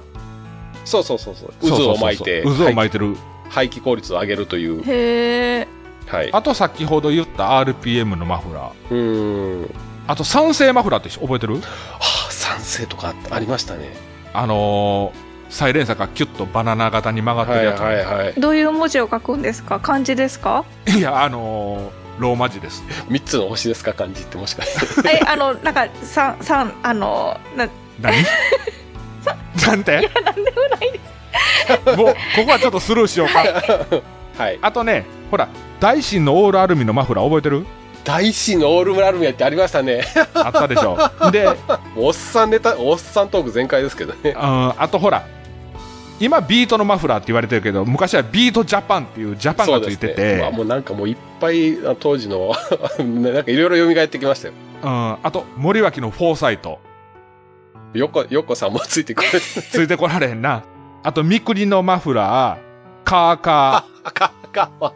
[SPEAKER 1] そうそうそうそう渦を巻いて
[SPEAKER 3] そうそうそうそう渦を巻いてる
[SPEAKER 1] 排気効率を上げるという
[SPEAKER 2] へえ
[SPEAKER 1] はい
[SPEAKER 3] あと先ほど言った RPM のマフラー
[SPEAKER 1] うーん
[SPEAKER 3] あと酸性マフラーって覚えてる
[SPEAKER 1] はあ賛成とかあったありましたね
[SPEAKER 3] あのーサイレンサがキュッとバナナ型に曲がって
[SPEAKER 1] は
[SPEAKER 3] る
[SPEAKER 1] い
[SPEAKER 3] やつ、
[SPEAKER 1] はいはい
[SPEAKER 2] どういう文字を書くんですか漢字ですか
[SPEAKER 3] いやあのーローマ字です
[SPEAKER 1] 3つの星ですか感じってもしかして
[SPEAKER 2] えあのなんかさんさんあのな
[SPEAKER 3] 何 なんて
[SPEAKER 2] なんでもないです
[SPEAKER 3] もうここはちょっとスルーしようか、
[SPEAKER 1] はい
[SPEAKER 3] あとねほら大臣のオールアルミのマフラー覚 えてる
[SPEAKER 1] 大師のオールムラルミアってありましたね
[SPEAKER 3] あったでしょで
[SPEAKER 1] もうおっさんネタおっさんトーク全開ですけど ね
[SPEAKER 3] うんあとほら今ビートのマフラーって言われてるけど昔はビートジャパンっていうジャパン
[SPEAKER 1] そう
[SPEAKER 3] が
[SPEAKER 1] で
[SPEAKER 3] つ
[SPEAKER 1] す
[SPEAKER 3] いてて
[SPEAKER 1] ねうわもうなんかもういっぱいあ当時の なんかいろいろ蘇ってきましたよ
[SPEAKER 3] うん、あと森脇のフォーサイト
[SPEAKER 1] よこよこさんもついて くる
[SPEAKER 3] ついてこられへんな あとみくりのマフラーカー
[SPEAKER 1] あ
[SPEAKER 3] カ
[SPEAKER 1] かかわ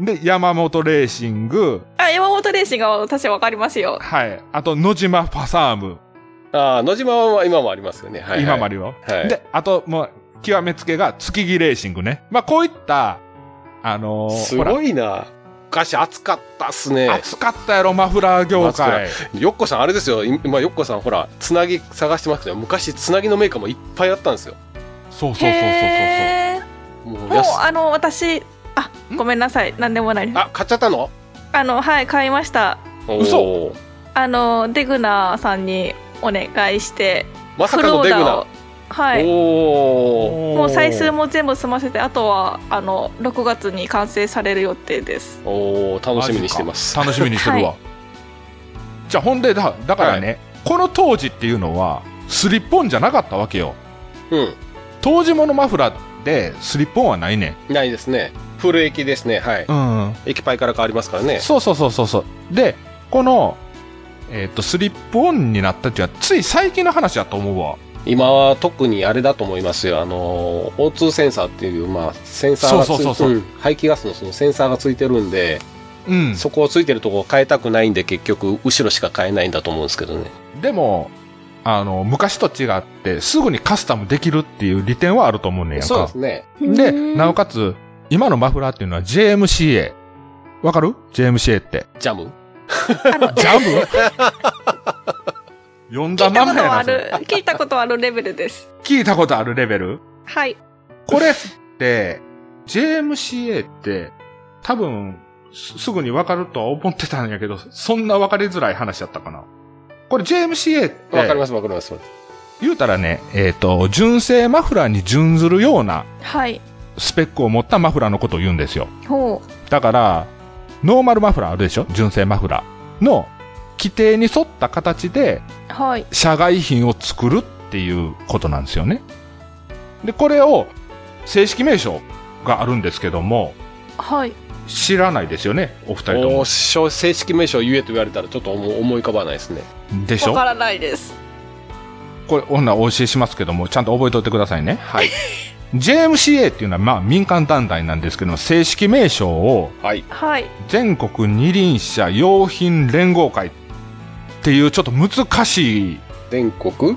[SPEAKER 3] ーで山本レーシング
[SPEAKER 2] あ山本レーシングは私わかりますよ
[SPEAKER 3] はいあと野島ファサーム、
[SPEAKER 1] あー野島は今もありますよね、はいはい、
[SPEAKER 3] 今まで
[SPEAKER 1] り
[SPEAKER 3] よ、
[SPEAKER 1] はい
[SPEAKER 3] であともう極めつけが月木レーシングねまあこういったあのー
[SPEAKER 1] す
[SPEAKER 3] ほ
[SPEAKER 1] ごいな昔暑かったっすね
[SPEAKER 3] ら熱かったやろマフラー業界
[SPEAKER 1] よっこさんあれですよ今よっこさんほらつなぎ探してますけど昔つなぎのメーカーもいっぱいあったんですよ
[SPEAKER 3] そうそうそうそうそうそう
[SPEAKER 2] へ
[SPEAKER 1] も
[SPEAKER 2] ー
[SPEAKER 1] う
[SPEAKER 2] もう
[SPEAKER 1] 安
[SPEAKER 2] あの私あごめんなさいなんでもないです
[SPEAKER 1] あ買っちゃったの
[SPEAKER 2] あのはい買いました
[SPEAKER 1] 嘘
[SPEAKER 2] あのデグナーさんにお願いして
[SPEAKER 1] まさかのデグナ
[SPEAKER 2] はい
[SPEAKER 1] おお
[SPEAKER 3] も
[SPEAKER 2] もう採数も全部済ませてあとはあの6月に完成される予定です
[SPEAKER 1] おー楽しみにしてます
[SPEAKER 3] 楽しみにしてるわ、じゃあほんでだだからね、この当時っていうのはスリッポンじゃなかったわけよ
[SPEAKER 1] うん
[SPEAKER 3] 当時ものマフラーでスリッポンはないね
[SPEAKER 1] ないですねフル駅ですねはい
[SPEAKER 3] うん
[SPEAKER 1] 駅パイから変わりますからね
[SPEAKER 3] そうそうそうそうそうでこのえっとスリップオンになったっていうのはつい最近の話だと思うわ
[SPEAKER 1] 今は特にあれだと思いますよあのー O2 センサーっていうまあセンサーがつい
[SPEAKER 3] そうそうそうそうん
[SPEAKER 1] 排気ガスのそのセンサーがついてるんで
[SPEAKER 3] うん
[SPEAKER 1] そこをついてるとこを変えたくないんで結局後ろしか変えないんだと思うんですけどね
[SPEAKER 3] でもあの昔と違ってすぐにカスタムできるっていう利点はあると思うねんやん
[SPEAKER 1] そう
[SPEAKER 3] か
[SPEAKER 1] ですね
[SPEAKER 3] でなおかつ今のマフラーっていうのは JMCA わかる ?JMCA って
[SPEAKER 1] ジャム
[SPEAKER 2] あの
[SPEAKER 3] ジャ ム呼ん
[SPEAKER 2] 聞
[SPEAKER 3] だ
[SPEAKER 2] い
[SPEAKER 3] ま
[SPEAKER 2] た
[SPEAKER 3] んま
[SPEAKER 2] こ
[SPEAKER 3] や
[SPEAKER 2] と
[SPEAKER 3] な
[SPEAKER 2] あ
[SPEAKER 3] それ
[SPEAKER 2] る聞いたことあるレベルです
[SPEAKER 3] 聞いたことあるレベル
[SPEAKER 2] はい
[SPEAKER 3] これって、JMCA って、多分、すすぐに分かるとは思ってたんやけど、そんな分かりづらい話だったかな。これ JMCA っ
[SPEAKER 1] わかり
[SPEAKER 3] て、
[SPEAKER 1] ますわかります
[SPEAKER 3] 言うたらね、えっ、と、純正マフラーに準ずるような
[SPEAKER 2] はい
[SPEAKER 3] スペックを持ったマフラーのことを言うんですよ。
[SPEAKER 2] ほ
[SPEAKER 3] だから、ノーマルマフラーあるでしょ純正マフラーの規定に沿った形で、
[SPEAKER 2] うはい
[SPEAKER 3] 社外品を作るっていうことなんですよね。で、これを正式名称があるんですけども、
[SPEAKER 2] はい
[SPEAKER 3] 知らないですよね、お二人と
[SPEAKER 1] お
[SPEAKER 3] も
[SPEAKER 1] ー。しょ正式名称言えと言われたらちょっと思い思い浮かばないですね
[SPEAKER 3] でし
[SPEAKER 2] わ
[SPEAKER 3] ょ
[SPEAKER 2] からないです
[SPEAKER 3] これ、女お教えしますけども、ちゃんと覚えておいてください ね。
[SPEAKER 1] はい
[SPEAKER 3] JMCA っていうのは、まあ、民間団体なんですけども、正式名称を
[SPEAKER 1] はい
[SPEAKER 2] はい
[SPEAKER 3] 全国二輪車用品連合会っていう、ちょっと難しい、
[SPEAKER 1] 全国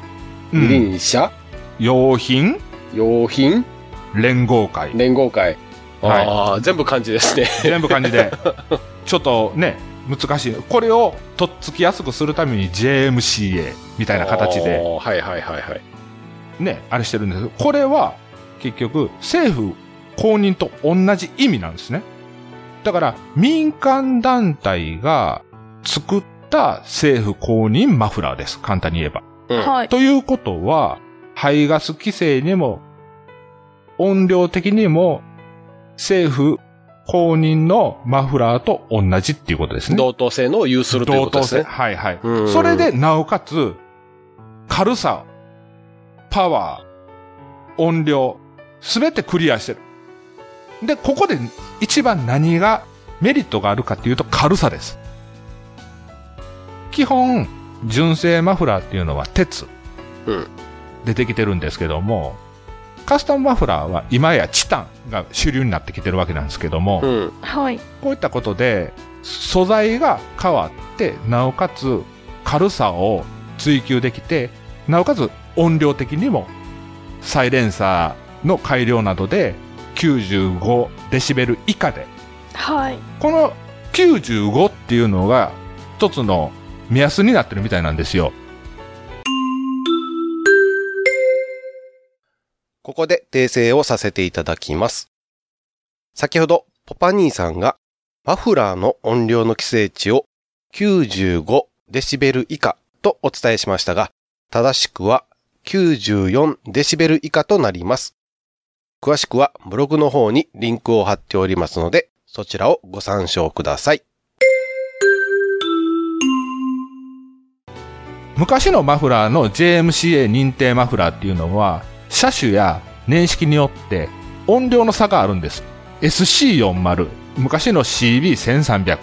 [SPEAKER 3] うん
[SPEAKER 1] 輪車
[SPEAKER 3] 用品
[SPEAKER 1] 用品
[SPEAKER 3] 連合会。
[SPEAKER 1] 連合会
[SPEAKER 3] はい
[SPEAKER 1] ああ全部漢字ですね
[SPEAKER 3] 全部漢字でちょっとね難しいこれをとっつきやすくするために JMCA みたいな形で
[SPEAKER 1] おーはいはいはいはい
[SPEAKER 3] ねあれしてるんですけどこれは結局政府公認と同じ意味なんですねだから民間団体が作った政府公認マフラーです簡単に言えば
[SPEAKER 1] うん
[SPEAKER 2] はい
[SPEAKER 3] ということは排ガス規制にも音量的にも政府公認のマフラーと同じっていうことですね
[SPEAKER 1] 同等性のを有するということですね
[SPEAKER 3] 同等性はいはい
[SPEAKER 1] うん。
[SPEAKER 3] それで、なおかつ、軽さ、パワー、音量、すべてクリアしてる。で、ここで一番何がメリットがあるかっていうと軽さです。基本、純正マフラーっていうのは鉄
[SPEAKER 1] うん
[SPEAKER 3] でできてるんですけども、カスタムマフラーは今やチタンが主流になってきてるわけなんですけども、
[SPEAKER 1] うん
[SPEAKER 2] はい
[SPEAKER 3] こういったことで素材が変わってなおかつ軽さを追求できてなおかつ音量的にもサイレンサーの改良などで95デシベル以下で
[SPEAKER 2] はい
[SPEAKER 3] この95っていうのが一つの目安になってるみたいなんですよ
[SPEAKER 1] ここで訂正をさせていただきます。先ほど、ポパ兄さんが、マフラーの音量の規制値を95デシベル以下とお伝えしましたが、正しくは94デシベル以下となります。詳しくはブログの方にリンクを貼っておりますので、そちらをご参照ください。
[SPEAKER 3] 昔のマフラーの JMCA 認定マフラーっていうのは車種や年式によって音量の差があるんです SC40 昔の CB1300 っ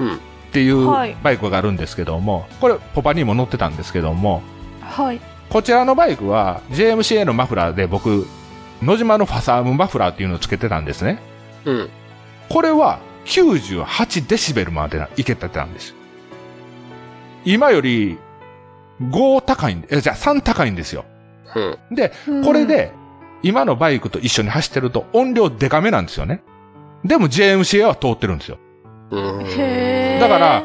[SPEAKER 1] うん
[SPEAKER 3] ていう
[SPEAKER 2] はい
[SPEAKER 3] バイクがあるんですけども、これポパにも乗ってたんですけども
[SPEAKER 2] はい
[SPEAKER 3] こちらのバイクは JMCA のマフラーで僕野島のファサームマフラーっていうのをつけてたんですね
[SPEAKER 1] うん。
[SPEAKER 3] これは98デシベルまでいけてたんです。今より5高いんで、えじゃあ3高いんですよ。
[SPEAKER 1] うん。
[SPEAKER 3] で、これで今のバイクと一緒に走ってると音量デカめなんですよね。でも JMCA は通ってるんですよ。
[SPEAKER 1] う
[SPEAKER 2] うん
[SPEAKER 1] ん
[SPEAKER 2] へー
[SPEAKER 3] だから、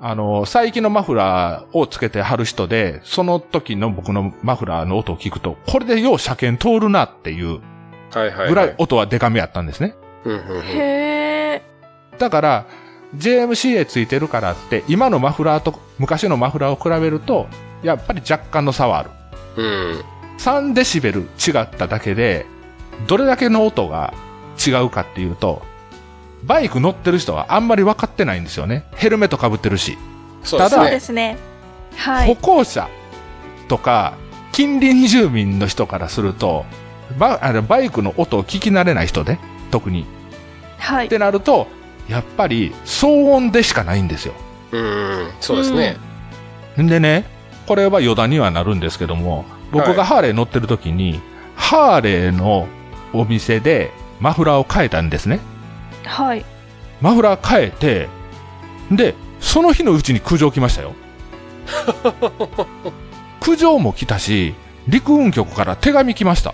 [SPEAKER 3] あの、最近のマフラーをつけて貼る人で、その時の僕のマフラーの音を聞くと、これでよう車検通るなっていう
[SPEAKER 1] はいはいはい。
[SPEAKER 3] ぐらい音はデカめやったんですね。
[SPEAKER 1] うんうんうん
[SPEAKER 2] へえ
[SPEAKER 3] だから、JMCA ついてるからって、今のマフラーと昔のマフラーを比べると、やっぱり若干の差はある。
[SPEAKER 1] うん。
[SPEAKER 3] 3デシベル違っただけで、どれだけの音が違うかっていうと、バイク乗ってる人はあんまり分かってないんですよね。ヘルメット被ってるし。
[SPEAKER 1] そうです
[SPEAKER 2] そう
[SPEAKER 1] ね
[SPEAKER 2] で。すねはい
[SPEAKER 3] 歩行者とか、近隣住民の人からすると、バあのバイクの音を聞き慣れない人で、特に。
[SPEAKER 2] は
[SPEAKER 3] っ
[SPEAKER 2] い
[SPEAKER 3] てなると、やっぱり騒音でしかないんですよ。
[SPEAKER 1] うん。そうですね。
[SPEAKER 3] でね、これは余談にはなるんですけども、僕がハーレー乗ってる時に、ハーレーのお店でマフラーを変えたんですね。
[SPEAKER 2] はい
[SPEAKER 3] マフラー変えて、で、その日のうちに苦情来ました よ。苦情も来たし、陸運局から手紙来ました。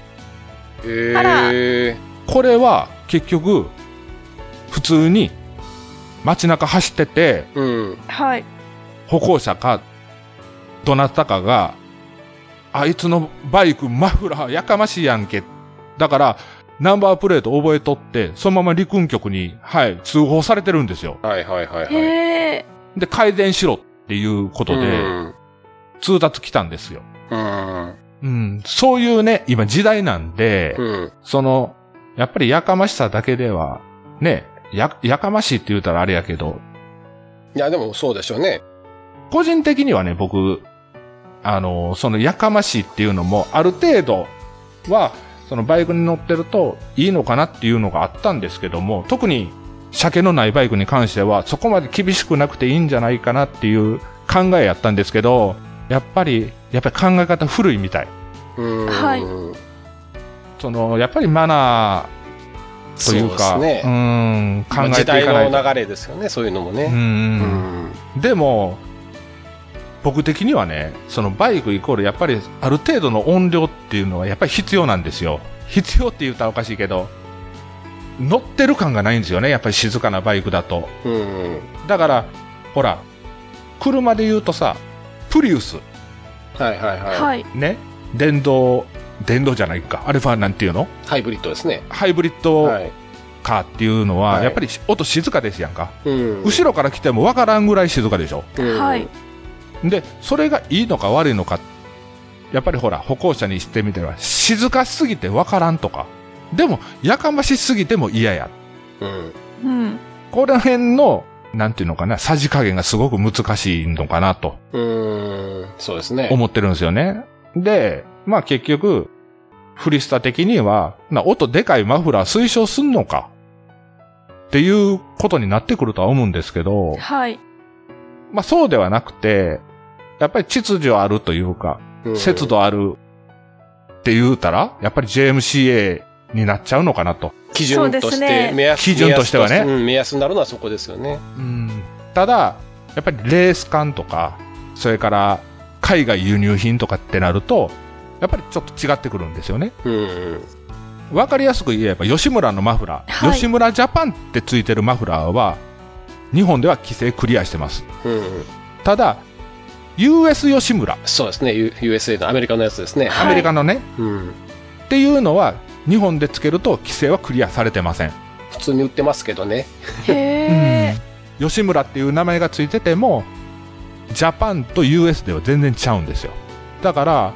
[SPEAKER 2] あら
[SPEAKER 1] へえ。
[SPEAKER 3] これは結局、普通に街中走ってて、
[SPEAKER 1] うん。
[SPEAKER 2] はい
[SPEAKER 3] 歩行者か、どなたかが、あいつのバイクマフラーやかましいやんけ。だから、ナンバープレート覚えとって、そのまま陸運局に、はい、通報されてるんですよ。
[SPEAKER 1] はいはいはいはい。
[SPEAKER 2] へえ
[SPEAKER 3] で、改善しろっていうこと
[SPEAKER 1] う
[SPEAKER 3] で、
[SPEAKER 1] ん
[SPEAKER 3] 通達来たんですよ。
[SPEAKER 1] うん。
[SPEAKER 3] うん、そういうね、今時代なんで、
[SPEAKER 1] うん。
[SPEAKER 3] その、やっぱりやかましさだけでは、ね、や、やかましいって言うたらあれやけど、
[SPEAKER 1] いや、でもそうでしょうね。
[SPEAKER 3] 個人的にはね、僕、あの、そのやかましいっていうのも、ある程度は、そのバイクに乗ってるといいのかなっていうのがあったんですけども、特に車検のないバイクに関しては、そこまで厳しくなくていいんじゃないかなっていう考えやったんですけど、やっぱり、やっぱり考え方古いみたい。
[SPEAKER 1] うん。
[SPEAKER 2] はい
[SPEAKER 3] その、やっぱりマナーというか、
[SPEAKER 1] そうです
[SPEAKER 3] う
[SPEAKER 1] ね。
[SPEAKER 3] ん、考えてい
[SPEAKER 1] 時
[SPEAKER 3] かない
[SPEAKER 1] 代
[SPEAKER 3] と。
[SPEAKER 1] の流れですよね、そういうのも
[SPEAKER 3] う
[SPEAKER 1] ね。うんん。
[SPEAKER 3] でも、僕的にはね、そのバイクイコールやっぱりある程度の音量っていうのはやっぱり必要なんですよ。必要って言ったらおかしいけど、乗ってる感がないんですよね、やっぱり静かなバイクだと。
[SPEAKER 1] うん。
[SPEAKER 3] だから、ほら、車で言うとさ、プリウス、
[SPEAKER 1] はいはいは
[SPEAKER 2] はい
[SPEAKER 3] ね、電動、電動じゃないか、アルファなんていうの
[SPEAKER 1] い。ハイブリッドですね。
[SPEAKER 3] ハイブリッド
[SPEAKER 1] はい。
[SPEAKER 3] カーっていうのは、
[SPEAKER 1] はい
[SPEAKER 3] やっぱり音静かですやんか。
[SPEAKER 1] うん。
[SPEAKER 3] 後ろから来てもわからんぐらい静かでしょ。
[SPEAKER 1] うん
[SPEAKER 2] はい。
[SPEAKER 3] でそれがいいのか悪いのかやっぱりほら歩行者にしてみては静かすぎてわからんとかでもやかましすぎても嫌や
[SPEAKER 1] うん。
[SPEAKER 2] うん
[SPEAKER 3] この辺のなんていうのかなさじ加減がすごく難しいのかなと
[SPEAKER 1] うん。そうですね。
[SPEAKER 3] 思ってるんですよねでまあ結局フリスタ的にはな音でかいマフラー推奨すんのかっていうことになってくるとは思うんですけど
[SPEAKER 2] はい
[SPEAKER 3] まあそうではなくてやっぱり秩序あるというか
[SPEAKER 1] うん
[SPEAKER 3] 節。度あるって言うたら、やっぱり JMCA になっちゃうのかなと。
[SPEAKER 1] 基準と
[SPEAKER 2] そうで
[SPEAKER 1] し
[SPEAKER 2] す
[SPEAKER 1] て
[SPEAKER 2] ね、
[SPEAKER 1] 目安
[SPEAKER 3] 基準としては
[SPEAKER 1] 目
[SPEAKER 3] ね
[SPEAKER 1] 安うん目安になるのはそこですよね。
[SPEAKER 3] ただ、やっぱりレース感とか、それから海外輸入品とかってなると、やっぱりちょっと違ってくるんですよね。
[SPEAKER 1] うん。
[SPEAKER 3] わかりやすく言えば、吉村のマフラー、
[SPEAKER 2] はい
[SPEAKER 3] 吉村ジャパンってついてるマフラーは、日本では規制クリアしてます。
[SPEAKER 1] うん。
[SPEAKER 3] ただ、US 吉村、
[SPEAKER 1] そうですね。U- USA のアメリカのやつですね。
[SPEAKER 2] はい
[SPEAKER 3] アメリカのね、
[SPEAKER 1] うん。
[SPEAKER 3] っていうのは日本でつけると規制はクリアされてません、
[SPEAKER 1] 普通に売ってますけどね
[SPEAKER 2] へえ、
[SPEAKER 3] うん、吉村っていう名前がついててもジャパンと US では全然ちゃうんですよだから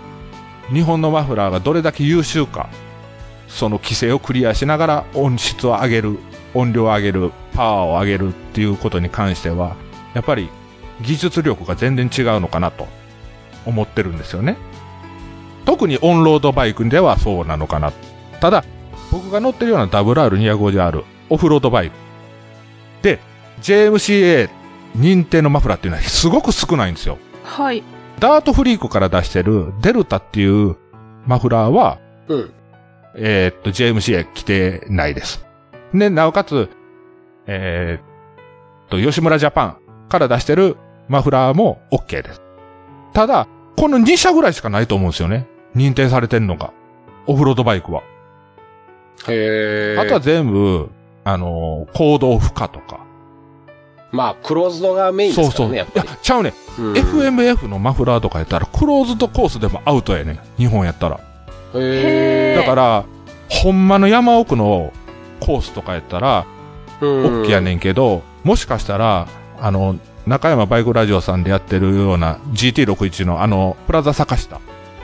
[SPEAKER 3] 日本のマフラーがどれだけ優秀かその規制をクリアしながら音質を上げる音量を上げるパワーを上げるっていうことに関してはやっぱり技術力が全然違うのかなと思ってるんですよね特にオンロードバイクではそうなのかなただ僕が乗ってるような WR250R オフロードバイクで JMCA 認定のマフラーっていうのはすごく少ないんですよ
[SPEAKER 2] はい
[SPEAKER 3] ダートフリークから出してるデルタっていうマフラーは、
[SPEAKER 1] うん
[SPEAKER 3] えーっと、JMCA 規定ないです。で、なおかつ、えーっと、吉村ジャパンから出してるマフラーも OK です。ただ、この2社ぐらいしかないと思うんですよね。認定されてんのが。オフロードバイクは。
[SPEAKER 1] へえ
[SPEAKER 3] あとは全部、あのー行動負荷とか。
[SPEAKER 1] まあクローズドがメインで
[SPEAKER 3] そ
[SPEAKER 1] す
[SPEAKER 3] う
[SPEAKER 1] か
[SPEAKER 3] そ
[SPEAKER 1] ら
[SPEAKER 3] う。い
[SPEAKER 1] ね
[SPEAKER 3] や
[SPEAKER 1] やっぱり、
[SPEAKER 3] ちゃうねん。
[SPEAKER 1] うん
[SPEAKER 3] FMF のマフラーとかやったら、クローズドコースでもアウトやねん。日本やったら。
[SPEAKER 1] へえ
[SPEAKER 3] だから、ほんまの山奥のコースとかやったら、オッケーやねんけど、もしかしたら、あの、中山バイクラジオさんでやってるような GT61 のあの、プラザ坂下、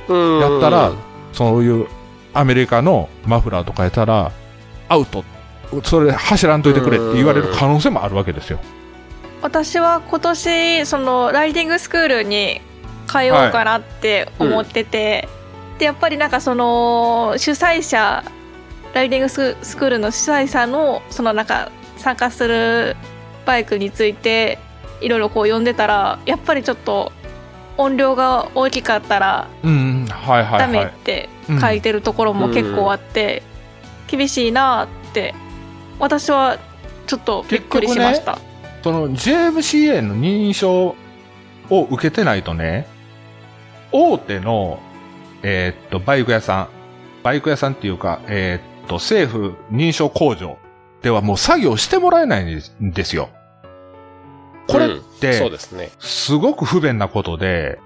[SPEAKER 1] うん
[SPEAKER 3] やったらそういうアメリカのマフラーとかやったら、アウト、それ走らんといてくれって言われる可能性もあるわけですよ。
[SPEAKER 2] 私は今年そのライディングスクールに通おうかなって思ってて、でやっぱりなんかその主催者ライディングススクールの主催者のそのなんか参加するバイクについていろいろこう読んでたらやっぱりちょっと音量が大きかったら
[SPEAKER 3] うん、はいは
[SPEAKER 2] ダ
[SPEAKER 3] いは
[SPEAKER 2] メっ
[SPEAKER 3] い。
[SPEAKER 2] て書いてるところも結構あって、厳しいなって私はちょっとびっくりしました。
[SPEAKER 3] その JMCA の認証を受けてないとね、大手の、えーっと、バイク屋さん、バイク屋さんっていうか、えーっと、政府認証工場ではもう作業してもらえないんですんですよ。これっ
[SPEAKER 1] うんそう
[SPEAKER 3] て、
[SPEAKER 1] ですね
[SPEAKER 3] すごく不便なことで、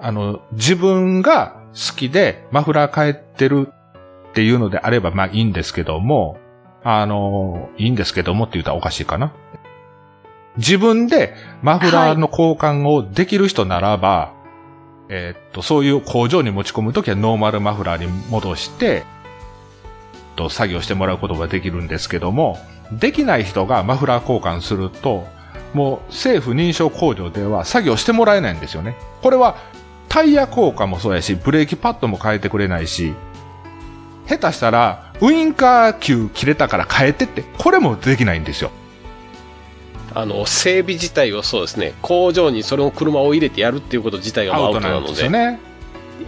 [SPEAKER 3] あの、自分が好きでマフラー変えてるっていうのであれば、まあいいんですけども、あの、いいんですけどもって言ったらおかしいかな。自分でマフラーの交換をできる人ならば、えーっと、そういう工場に持ち込むときはノーマルマフラーに戻して、と作業してもらうことができるんですけども、できない人がマフラー交換すると、もう政府認証工場では作業してもらえないんですよね。これはタイヤ交換もそうやし、ブレーキパッドも変えてくれないし、下手したらウインカー球切れたから変えてって、これもできないんですよ。
[SPEAKER 1] あの整備自体をそうですね工場にそれを車を入れてやるっていうこと自体がもうアウトな
[SPEAKER 3] アウト
[SPEAKER 1] の
[SPEAKER 3] です
[SPEAKER 1] で
[SPEAKER 3] よね。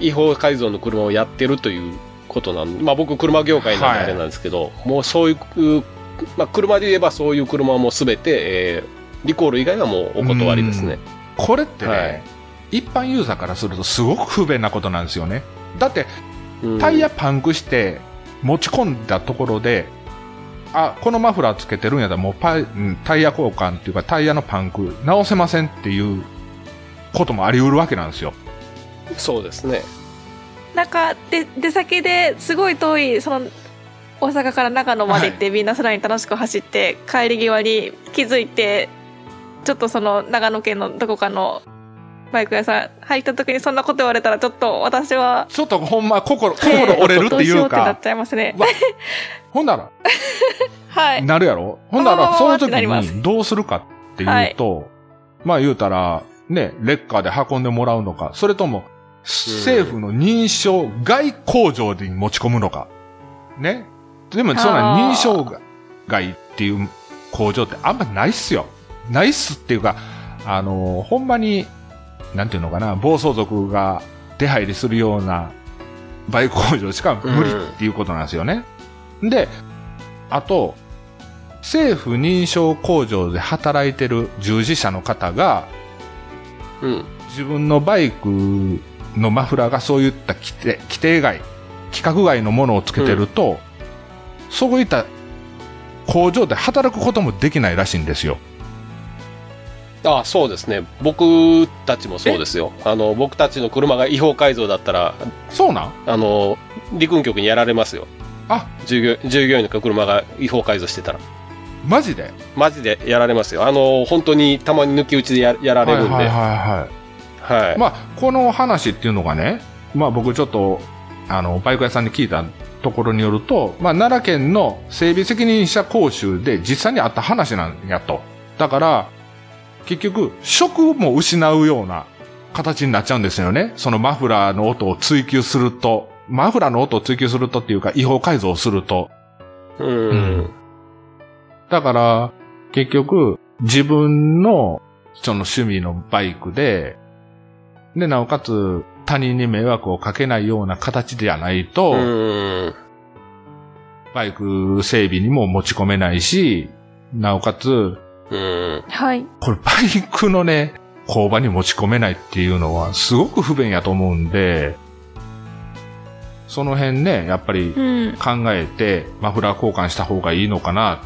[SPEAKER 1] 違法改造の車をやってるということなんで、まあ、僕車業界なんであれなんですけど、もうそういう、まあ、車で言えばそういう車はもう全て、えーリコール以外はもうお断りですね
[SPEAKER 3] これってね、
[SPEAKER 1] はい
[SPEAKER 3] 一般ユーザーからするとすごく不便なことなんですよね。だって
[SPEAKER 1] うん
[SPEAKER 3] タイヤパンクして持ち込んだところで、あ、このマフラーつけてるんやったらもうパイうんタイヤ交換っていうかタイヤのパンク直せませんっていうこともあり得るわけなんですよ。
[SPEAKER 1] そうですね
[SPEAKER 2] なんかで出先ですごい遠いその大阪から長野まで行って、みんなさらに楽しく走って帰り際に気づいてちょっとその長野県のどこかのバイク屋さん入った時にそんなこと言われたらちょっと私は
[SPEAKER 3] ちょっとほんま心、 心折れるっ
[SPEAKER 2] ど
[SPEAKER 3] て
[SPEAKER 2] うし
[SPEAKER 3] い
[SPEAKER 2] よう
[SPEAKER 3] う
[SPEAKER 2] ってなっ
[SPEAKER 3] か、
[SPEAKER 2] ちゃいますね
[SPEAKER 3] わほんなら、
[SPEAKER 2] はい
[SPEAKER 3] なるやろほんなら、
[SPEAKER 2] わ
[SPEAKER 3] そ
[SPEAKER 2] わわわ
[SPEAKER 3] の
[SPEAKER 2] って
[SPEAKER 3] 時
[SPEAKER 2] なります
[SPEAKER 3] にどうするかっていうと、まあ言うたら、ね、レッカーで運んでもらうのか、それとも、政府の認証外工場に持ち込むのか。ね。でも、そんな認証外っていう工場ってあんまないっすよ。ないっすっていうか、あの、ほんまに、なんていうのかな、暴走族が出入りするようなバイク工場しか無理っていうことなんですよね。で、あと、政府認証工場で働いてる従事者の方が、
[SPEAKER 1] うん
[SPEAKER 3] 自分のバイクのマフラーがそういった規定規定外、規格外のものをつけてると、そういった工場で働くこともできないらしいんですよ。
[SPEAKER 1] あそうですね僕たちもそうですよあの僕たちの車が違法改造だったら
[SPEAKER 3] そうなん
[SPEAKER 1] あの陸運局にやられますよ
[SPEAKER 3] あ
[SPEAKER 1] 従業従業員の車が違法改造してたら
[SPEAKER 3] マジで
[SPEAKER 1] マジでやられますよあの本当にたまに抜き打ちでややられるんで
[SPEAKER 3] は
[SPEAKER 1] はい
[SPEAKER 3] はい
[SPEAKER 1] い、
[SPEAKER 3] はいはいまあ、この話っていうのがね、まあ僕ちょっと、あの、バイク屋さんに聞いたところによると、まあ奈良県の整備責任者講習で実際にあった話なんやと。だから、結局、職も失うような形になっちゃうんですよね。そのマフラーの音を追求すると、マフラーの音を追求するとっていうか、違法改造をすると。
[SPEAKER 1] うん、
[SPEAKER 3] うんだから、結局、自分の、その趣味のバイクで、で、なおかつ、他人に迷惑をかけないような形ではないと、
[SPEAKER 1] うん
[SPEAKER 3] バイク整備にも持ち込めないし、なおかつ、
[SPEAKER 1] うん
[SPEAKER 2] はい
[SPEAKER 3] これバイクのね、工場に持ち込めないっていうのは、すごく不便やと思うんで、その辺ね、やっぱり
[SPEAKER 2] うん
[SPEAKER 3] 考えて、マフラー交換した方がいいのかな、
[SPEAKER 1] う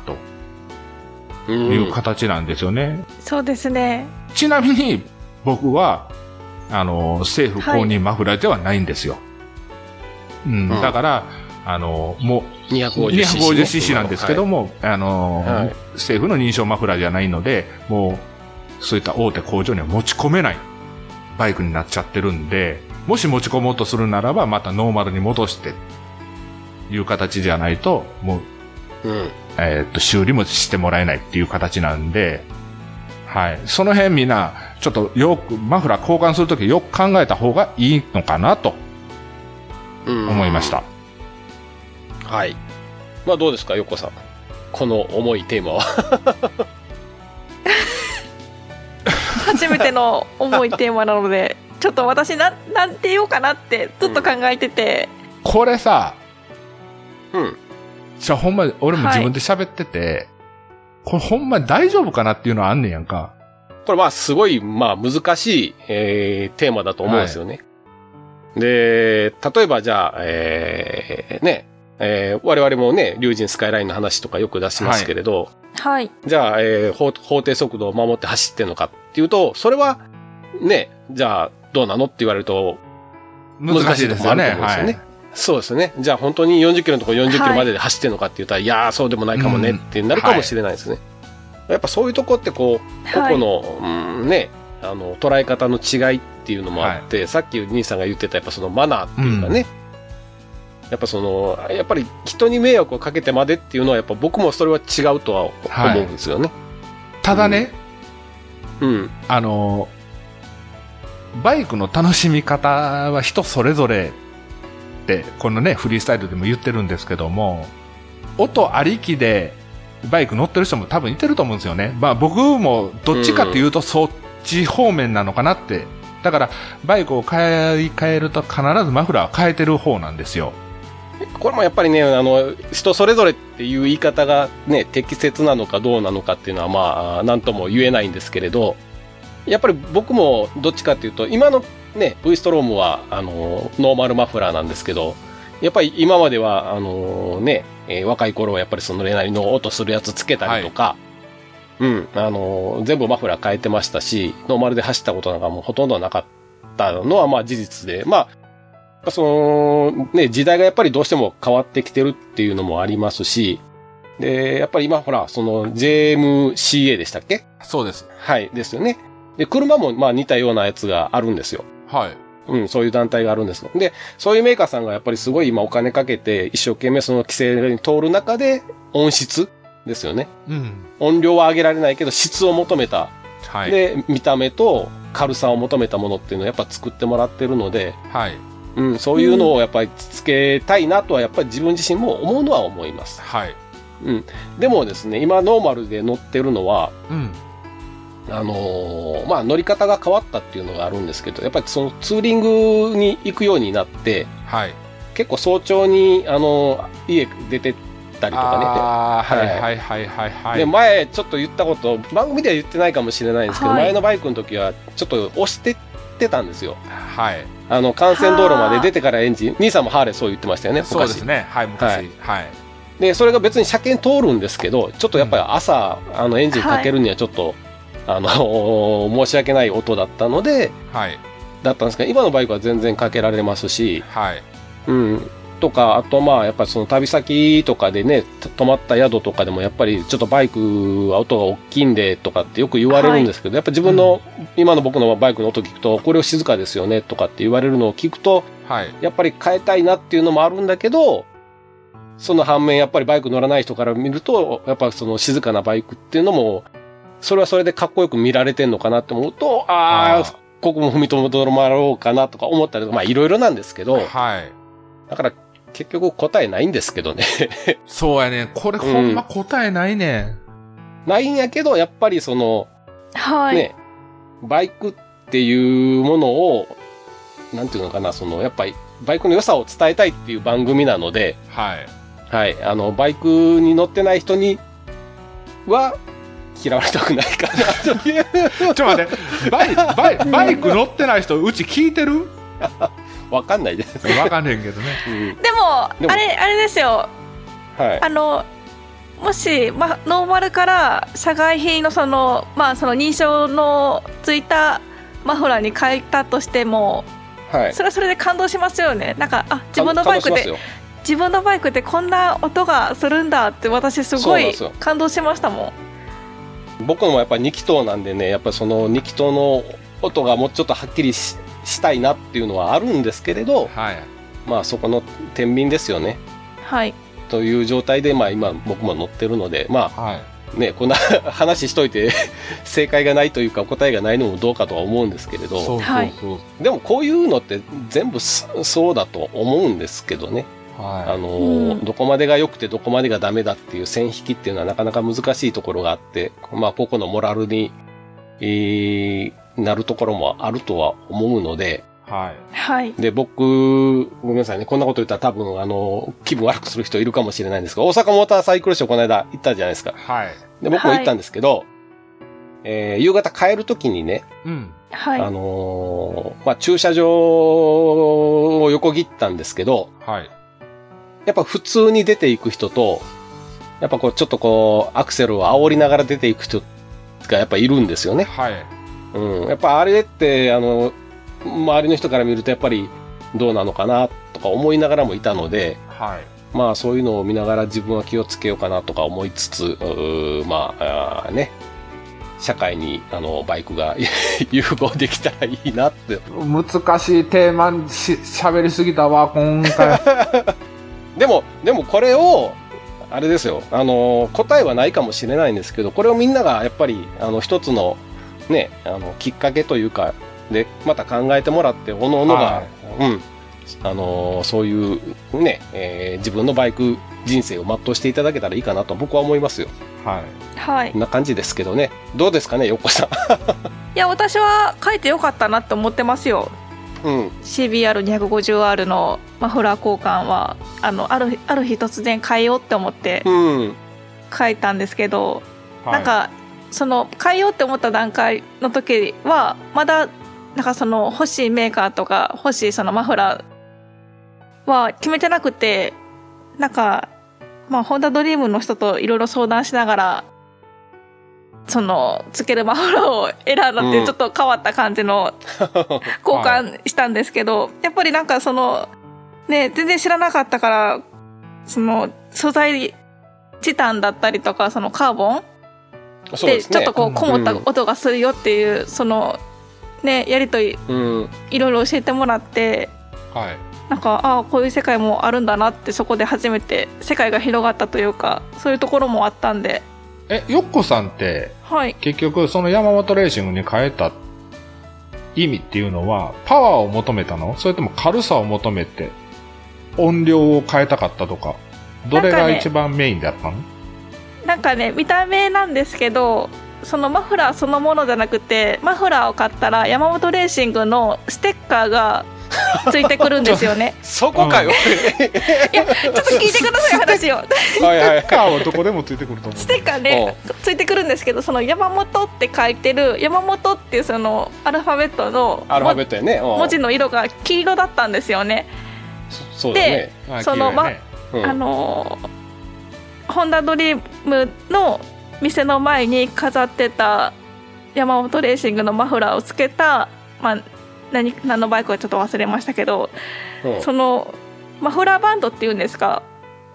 [SPEAKER 3] というん形なんですよね。
[SPEAKER 2] そうですね
[SPEAKER 3] ちなみに僕はあの政府公認マフラーではないんですよ、うん、
[SPEAKER 1] うん
[SPEAKER 3] だからあのもう
[SPEAKER 1] 250cc の
[SPEAKER 3] 250cc なんですけども、あの
[SPEAKER 1] はい
[SPEAKER 3] 政府の認証マフラーじゃないのでもうそういった大手工場には持ち込めないバイクになっちゃってるんでもし持ち込もうとするならばまたノーマルに戻していう形じゃないともう
[SPEAKER 1] うん
[SPEAKER 3] えーっと、修理もしてもらえないっていう形なんで、はい。その辺みんな、ちょっとよく、マフラー交換するときよく考えた方がいいのかなと
[SPEAKER 1] うん
[SPEAKER 3] 思いました。
[SPEAKER 1] はいまあどうですか横さんこの重いテーマは
[SPEAKER 2] 初めての重いテーマなので ちょっと私なんなんて言おうかなってずっと考えてて、
[SPEAKER 3] これさ、
[SPEAKER 1] うん
[SPEAKER 3] じゃあほんま、俺も自分で喋ってて、これほんま大丈夫かなっていうのはあんねんやんか。
[SPEAKER 1] これまあすごいまあ難しい、えーテーマだと思うんですよね。で、例えばじゃあ、えーね、えー我々もね、竜神スカイラインの話とかよく出しますけれど、
[SPEAKER 2] はい
[SPEAKER 1] じゃあ、えー法、法定速度を守って走ってんのかっていうと、それはね、じゃあどうなのって言われると、
[SPEAKER 3] 難しいですよ
[SPEAKER 1] 難しい
[SPEAKER 3] ね。
[SPEAKER 1] とこもあると
[SPEAKER 3] は
[SPEAKER 1] 思うんですよね
[SPEAKER 3] い。
[SPEAKER 1] そうですね。じゃあ本当に40キロのとこ40キロ
[SPEAKER 2] はい
[SPEAKER 1] までで走ってんのかって言ったら、い、やーそうでもないかもねってなるかもしれないですね。やっぱそういうとこってこう、個
[SPEAKER 2] は
[SPEAKER 1] 々
[SPEAKER 2] い
[SPEAKER 1] の、うんねあの捉え方の違いっていうのもあって、さっき兄さんが言ってたやっぱそのマナーっていうかね、やっぱそのやっぱり人に迷惑をかけてまでっていうのはやっぱ僕もそれは違うとは
[SPEAKER 3] はい
[SPEAKER 1] 思うんですよね。
[SPEAKER 3] ただね、
[SPEAKER 1] うん
[SPEAKER 3] あの、バイクの楽しみ方は人それぞれって、このね、フリースタイルでも言ってるんですけども、音ありきでバイク乗ってる人も多分いてると思うんですよね。まあ僕もどっちかっていうとそっち方面なのかなって。だから、バイクを買い替えると必ずマフラーは変えてる方なんですよ。
[SPEAKER 1] これもやっぱりねあの人それぞれっていう言い方が、ね、適切なのかどうなのかっていうのはまあ何とも言えないんですけれどやっぱり僕もどっちかっていうと今の、ね、V ストロームはあのノーマルマフラーなんですけどやっぱり今まではあの、ねえー若い頃はやっぱりそのれなりの音するやつつけたりとか、うんあの全部マフラー変えてましたしノーマルで走ったことなんかもうほとんどなかったのはまあ事実でまあやっぱその、ね、時代がやっぱりどうしても変わってきてるっていうのもありますし、で、やっぱり今ほら、その JMCA でしたっけ
[SPEAKER 3] そうです。
[SPEAKER 1] はい、ですよね。で、車もまあ似たようなやつがあるんですよ。
[SPEAKER 3] はい。
[SPEAKER 1] うん、そういう団体があるんですよ。で、そういうメーカーさんがやっぱりすごい今お金かけて、一生懸命その規制に通る中で、音質ですよね。
[SPEAKER 3] うん。
[SPEAKER 1] 音量は上げられないけど、質を求めた。
[SPEAKER 3] は。
[SPEAKER 1] で、見た目と軽さを求めたものっていうのをやっぱ作ってもらってるので、
[SPEAKER 3] はい。
[SPEAKER 1] うん、そういうのをやっぱりつけたいなとはやっぱり自分自身も思うのは思います。
[SPEAKER 3] はい。
[SPEAKER 1] でもですね、今ノーマルで乗ってるのは、
[SPEAKER 3] うん。
[SPEAKER 1] あのーまあ乗り方が変わったっていうのがあるんですけど、やっぱりそのツーリングに行くようになって、
[SPEAKER 3] はい。
[SPEAKER 1] 結構早朝に、あのー家出てったりとか
[SPEAKER 3] あー
[SPEAKER 1] はい
[SPEAKER 3] いはいはいは
[SPEAKER 1] ね。で、前ちょっと言ったこと、番組では言ってないかもしれないんですけど、
[SPEAKER 2] はい
[SPEAKER 1] 前のバイクの時はちょっと押してってたんですよ。
[SPEAKER 3] はい。
[SPEAKER 1] あの、幹線道路まで出てからエンジン、兄さんもハーレーそう言ってましたよね、昔。
[SPEAKER 3] そうですね。はい、
[SPEAKER 1] は
[SPEAKER 3] 昔
[SPEAKER 1] い。
[SPEAKER 3] はい。
[SPEAKER 1] でそれが別に車検通るんですけどちょっとやっぱり朝、あのエンジンかけるにはちょっとあの、 申し訳ない音だったので、
[SPEAKER 3] はい
[SPEAKER 1] だったんですけど、今のバイクは全然かけられますし、
[SPEAKER 3] はい
[SPEAKER 1] うん。とか、あとまあ、やっぱりその旅先とかでね、と泊まった宿とかでも、やっぱりちょっとバイクは音が大きいんでとかってよく言われるんですけど、やっぱ自分の、今の僕のバイクの音聞くと、これを静かですよねとかって言われるのを聞くと、
[SPEAKER 3] はい
[SPEAKER 1] やっぱり変えたいなっていうのもあるんだけど、その反面、やっぱりバイク乗らない人から見ると、やっぱその静かなバイクっていうのも、それはそれでかっこよく見られてんのかなって思うと、ああ、ここも踏みとどまろうかなとか思ったりとか、まあいろいろなんですけど、
[SPEAKER 3] はい
[SPEAKER 1] だから結局答えないんですけどね。
[SPEAKER 3] そうやねこれほんま答えないね、
[SPEAKER 1] ないんやけど、やっぱりその、
[SPEAKER 2] はい、
[SPEAKER 1] ね、バイクっていうものを、なんていうのかな、その、やっぱりバイクの良さを伝えたいっていう番組なので、
[SPEAKER 3] はい
[SPEAKER 1] はい、あの、バイクに乗ってない人には、嫌われたくないかな という。
[SPEAKER 3] ちょっと待ってバイバイバイク乗ってない人うち聞いてる
[SPEAKER 1] わかんないです。
[SPEAKER 3] わかんねんけ どね
[SPEAKER 1] うん
[SPEAKER 2] でも
[SPEAKER 1] でも
[SPEAKER 2] あれあれですよ
[SPEAKER 1] はい。
[SPEAKER 2] あのもし、まあ、ノーマルから社外品のその,、まあ、その認証のついたマフラーに変えたとしても
[SPEAKER 1] はい。
[SPEAKER 2] それはそれで感動しますよねなんかあ自分のバイ
[SPEAKER 1] 感
[SPEAKER 2] ク
[SPEAKER 1] 動
[SPEAKER 2] で
[SPEAKER 1] しますよ
[SPEAKER 2] 自分のバイクってこんな音がするんだって私す
[SPEAKER 1] そう
[SPEAKER 2] ご
[SPEAKER 1] なん
[SPEAKER 2] い
[SPEAKER 1] ですよ
[SPEAKER 2] 感動しましたもん
[SPEAKER 1] 僕もやっぱり2気筒なんでね、やっぱりその2気筒の音がもうちょっとはっきりししたいなっていうのはあるんですけれど、
[SPEAKER 3] はい
[SPEAKER 1] まあそこの天秤ですよね。
[SPEAKER 2] はい
[SPEAKER 1] という状態で、まあ今僕も乗ってるので、ま
[SPEAKER 3] はい
[SPEAKER 1] あね、こんな 話しといて 正解がないというか答えがないのもどうかとは思うんですけれど。
[SPEAKER 3] そうそう
[SPEAKER 2] はい
[SPEAKER 3] そう
[SPEAKER 1] でもこういうのって全部そそうだと思うんですけどね。あ
[SPEAKER 3] は
[SPEAKER 1] の、
[SPEAKER 2] うん
[SPEAKER 1] どこまでが良くてどこまでがダメだっていう線引きっていうのはなかなか難しいところがあって、まあ、個々のモラルに、えーなるところもあるとは思うので、
[SPEAKER 3] いはい
[SPEAKER 2] はい
[SPEAKER 1] で、僕、ごめんなさいね、こんなこと言ったら多分、あの、気分悪くする人いるかもしれないんですが、大阪モーターサイクルショーこの間行ったじゃないですか。
[SPEAKER 3] はい
[SPEAKER 1] で、僕も行ったんですけど、えー夕方帰るときにね、
[SPEAKER 3] うん
[SPEAKER 2] はい
[SPEAKER 1] あのーまあ、駐車場を横切ったんですけど、
[SPEAKER 3] はい
[SPEAKER 1] やっぱ普通に出ていく人と、やっぱこうちょっとこうアクセルを煽りながら出ていく人がやっぱいるんですよね。
[SPEAKER 3] はい
[SPEAKER 1] うん。やっぱあれって、あの、周りの人から見るとやっぱりどうなのかなとか思いながらもいたので、
[SPEAKER 3] はい
[SPEAKER 1] まあそういうのを見ながら自分は気をつけようかなとか思いつつ、うーまああーね、社会にあのバイクが 融合できたらいいなって
[SPEAKER 3] 難しいテーマにしゃべりすぎたわ今回
[SPEAKER 1] でも、でもこれを、あれですよ、あの、答えはないかもしれないんですけど、これをみんながやっぱり、あの、一つの、ね、あの、きっかけというか、で、また考えてもらって、おのおのが、
[SPEAKER 3] は
[SPEAKER 1] うん、あの、そういう、ね、えー自分のバイク人生を全うしていただけたらいいかなと僕は思いますよ。
[SPEAKER 3] はい
[SPEAKER 2] はい
[SPEAKER 1] こんな感じですけどね。どうですかね、横さ
[SPEAKER 2] いや私は書いてよかったなって思ってますよ
[SPEAKER 1] ん。うん。
[SPEAKER 2] CBR250R のマフラー交換はあのある日ある日突然変えようって思って
[SPEAKER 1] うん。
[SPEAKER 2] 書いたんですけど、
[SPEAKER 3] はい
[SPEAKER 2] なんかその変えようって思った段階の時はまだなんかその欲しいメーカーとか欲しいそのマフラーは決めてなくてなんかまあホンダドリームの人といろいろ相談しながらそのつけるマフラーを選んだってい
[SPEAKER 1] うん
[SPEAKER 2] うちょっと変わった感じの交換したんですけど、やっぱりなんかそのね全然知らなかったからその素材チタンだったりとかそのカーボン
[SPEAKER 1] そう
[SPEAKER 2] で
[SPEAKER 1] です
[SPEAKER 2] ちょっ
[SPEAKER 1] ね
[SPEAKER 2] と。こうこもった音がするよっていう、そのねやりとり
[SPEAKER 1] うん。
[SPEAKER 2] いろいろ教えてもらって
[SPEAKER 3] はい
[SPEAKER 2] なんかああこういう世界もあるんだなってそこで初めて世界が広がったというかそういうところもあったんで
[SPEAKER 3] えよっこさんって
[SPEAKER 2] はい
[SPEAKER 3] 結局その山本レーシングに変えた意味っていうのはパワーを求めたのそれとも軽さを求めて音量を変えたかったとかど
[SPEAKER 2] なん
[SPEAKER 3] れが
[SPEAKER 2] かね
[SPEAKER 3] 一番メインだったの、
[SPEAKER 2] なんかね見た目なんですけどそのマフラーそのものじゃなくてマフラーを買ったら山本レーシングのステッカーがついてくるんで すよね
[SPEAKER 1] そこかよ。
[SPEAKER 2] いやちょっと聞いてください話を
[SPEAKER 1] はいはい
[SPEAKER 3] ステッカーはどこでもついてくると思
[SPEAKER 2] ステッカーねついてくるんですけどその山本って書いてる山本っていうそのアルファベットの
[SPEAKER 1] アルファベットやね。
[SPEAKER 2] も
[SPEAKER 1] 文
[SPEAKER 2] 文字の色が黄色だったんですよね、
[SPEAKER 1] そうだね。
[SPEAKER 3] う、まあ
[SPEAKER 2] その
[SPEAKER 3] 綺麗ね
[SPEAKER 1] うん
[SPEAKER 2] あのーホンダドリームの店の前に飾ってた山本レーシングのマフラーをつけた、まあ、何何のバイクかちょっと忘れましたけど
[SPEAKER 1] うん
[SPEAKER 2] そのマフラーバンドっていうんですか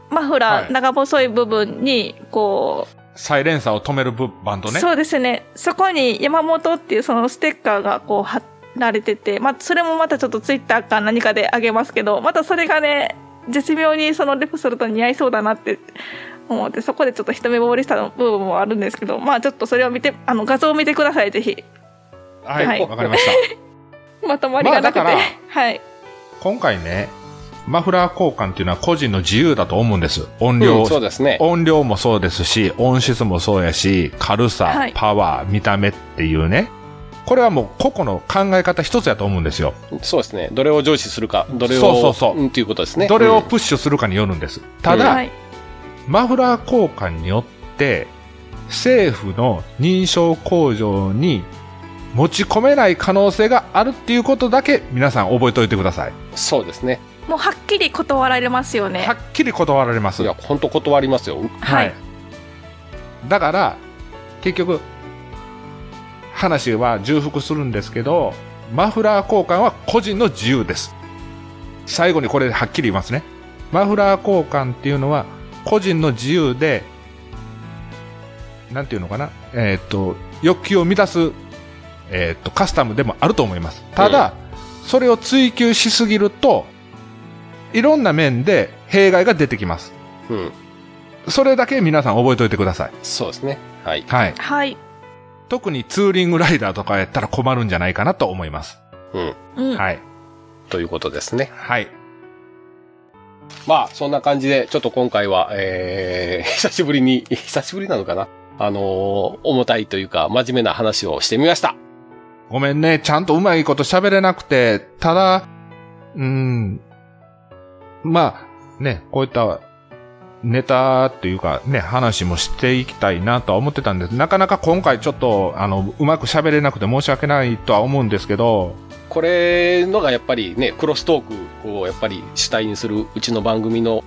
[SPEAKER 2] マフラー、
[SPEAKER 3] はい
[SPEAKER 2] 長細い部分にこう
[SPEAKER 3] サイレンサーを止める部バンドね。
[SPEAKER 2] そうですねそこに山本っていうそのステッカーがこう貼られてて、まあ、それもまたちょっとツイッターか何かであげますけどまたそれがね絶妙にそのレプソルと似合いそうだなって思ってそこでちょっと一目ぼれした部分もあるんですけどまあちょっとそれを見てあの画像を見てくださいぜひ
[SPEAKER 3] はい、
[SPEAKER 2] はい
[SPEAKER 3] わかりました。
[SPEAKER 2] まとまりがなくて、
[SPEAKER 3] まあだから
[SPEAKER 2] はい
[SPEAKER 3] 今回ね、マフラー交換っていうのは個人の自由だと思うんです。音量、
[SPEAKER 1] うんそうですね。
[SPEAKER 3] 音量もそうですし、音質もそうやし、軽さ、
[SPEAKER 2] はい
[SPEAKER 3] パワー、見た目っていうね。これはもう個々の考え方一つやと思うんですよ。
[SPEAKER 1] そうですね。どれを上司するか、どれを、
[SPEAKER 3] そうそうそうん
[SPEAKER 1] っていうことですね。
[SPEAKER 3] どれ
[SPEAKER 1] う
[SPEAKER 3] を
[SPEAKER 1] ん
[SPEAKER 3] プッシュするかによるんです。ただ、
[SPEAKER 2] はい
[SPEAKER 3] マフラー交換によって、政府の認証工場に持ち込めない可能性があるっていうことだけ皆さん覚えておいてください。
[SPEAKER 1] そうですね。
[SPEAKER 2] もうはっきり断られますよね
[SPEAKER 3] はっきり断られます。
[SPEAKER 1] いや、本当断りますよ。
[SPEAKER 2] はい、
[SPEAKER 3] だから、結局、話は重複するんですけど、マフラー交換は個人の自由です。最後にこれはっきり言いますね。マフラー交換っていうのは、個人の自由で、なんていうのかな、えーっと、欲求を満たす、えーっと、カスタムでもあると思います。ただ、それを追求しすぎると、いろんな面で弊害が出てきます。
[SPEAKER 1] うん。
[SPEAKER 3] それだけ皆さん覚えておいてください。
[SPEAKER 1] そうですね。はい。
[SPEAKER 3] はい。
[SPEAKER 2] はい
[SPEAKER 3] 特にツーリングライダーとかやったら困るんじゃないかなと思います。
[SPEAKER 1] うん。
[SPEAKER 2] うん
[SPEAKER 3] はい。
[SPEAKER 1] ということですね。
[SPEAKER 3] はい。
[SPEAKER 1] まあ、そんな感じで、ちょっと今回は、えー、久しぶりに、久しぶりなのかなあのー重たいというか、真面目な話をしてみました。
[SPEAKER 3] ごめんね。ちゃんとうまいこと喋れなくて、ただ、うーん。まあ、ね、こういったネタっていうかね、話もしていきたいなとは思ってたんです。なかなか今回ちょっと、あの、うまく喋れなくて申し訳ないとは思うんですけど、
[SPEAKER 1] これのがやっぱりね、クロストークをやっぱり主体にするうちの番組の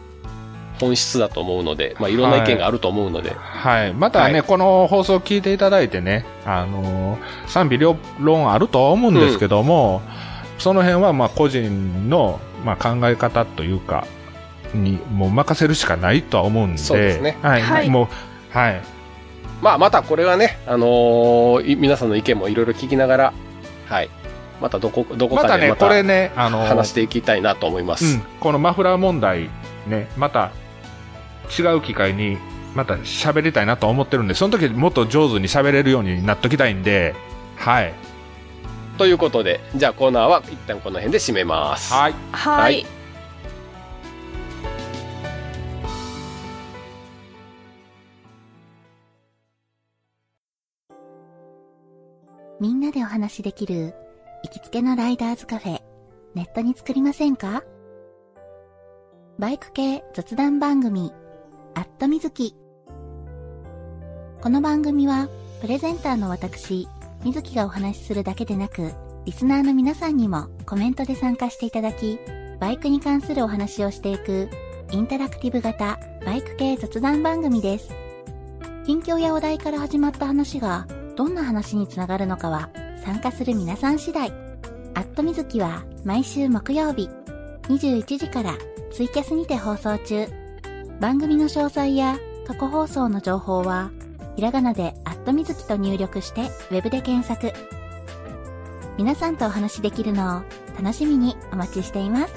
[SPEAKER 1] 本質だと思うので、まあ、いろんな意見があると思うので、
[SPEAKER 3] はい。またね、
[SPEAKER 1] は
[SPEAKER 3] この放送を聞いていただいてね、あのー賛否両論あるとは思うんですけども、その辺はまあ個人の、まあ、考え方というか、にもう任せるしかないとは思うんで、
[SPEAKER 1] そうですね
[SPEAKER 3] はい。
[SPEAKER 2] はい
[SPEAKER 3] もう、はい。
[SPEAKER 1] まあ、またこれはね、あのーい皆さんの意見もいろいろ聞きながら、はい。またどこ、どこ
[SPEAKER 3] ま
[SPEAKER 1] か
[SPEAKER 3] た
[SPEAKER 1] で
[SPEAKER 3] ね、
[SPEAKER 1] ま
[SPEAKER 3] これ
[SPEAKER 1] た
[SPEAKER 3] ね、あのー
[SPEAKER 1] 話していきたいなと思います。
[SPEAKER 3] うん、このマフラー問題、ね、また違う機会に、また喋りたいなと思ってるんで、その時もっと上手に喋れるようになっときたいんで、はい。
[SPEAKER 1] ということで、じゃあコーナーは一旦この辺で締めます。
[SPEAKER 3] はい。
[SPEAKER 2] は
[SPEAKER 1] はいい
[SPEAKER 8] みんなでお話しできる行きつけのライダーズカフェネットに作りませんかバイク系雑談番組アットみずきこの番組はプレゼンターの私みずきがお話しするだけでなくリスナーの皆さんにもコメントで参加していただきバイクに関するお話をしていくインタラクティブ型バイク系雑談番組です近況やお題から始まった話がどんな話につながるのかは参加する皆さん次第。アットみずきは毎週木曜日21時からツイキャスにて放送中。番組の詳細や過去放送の情報はひらがなでアットみずきと入力してウェブで検索。皆さんとお話しできるのを楽しみにお待ちしています。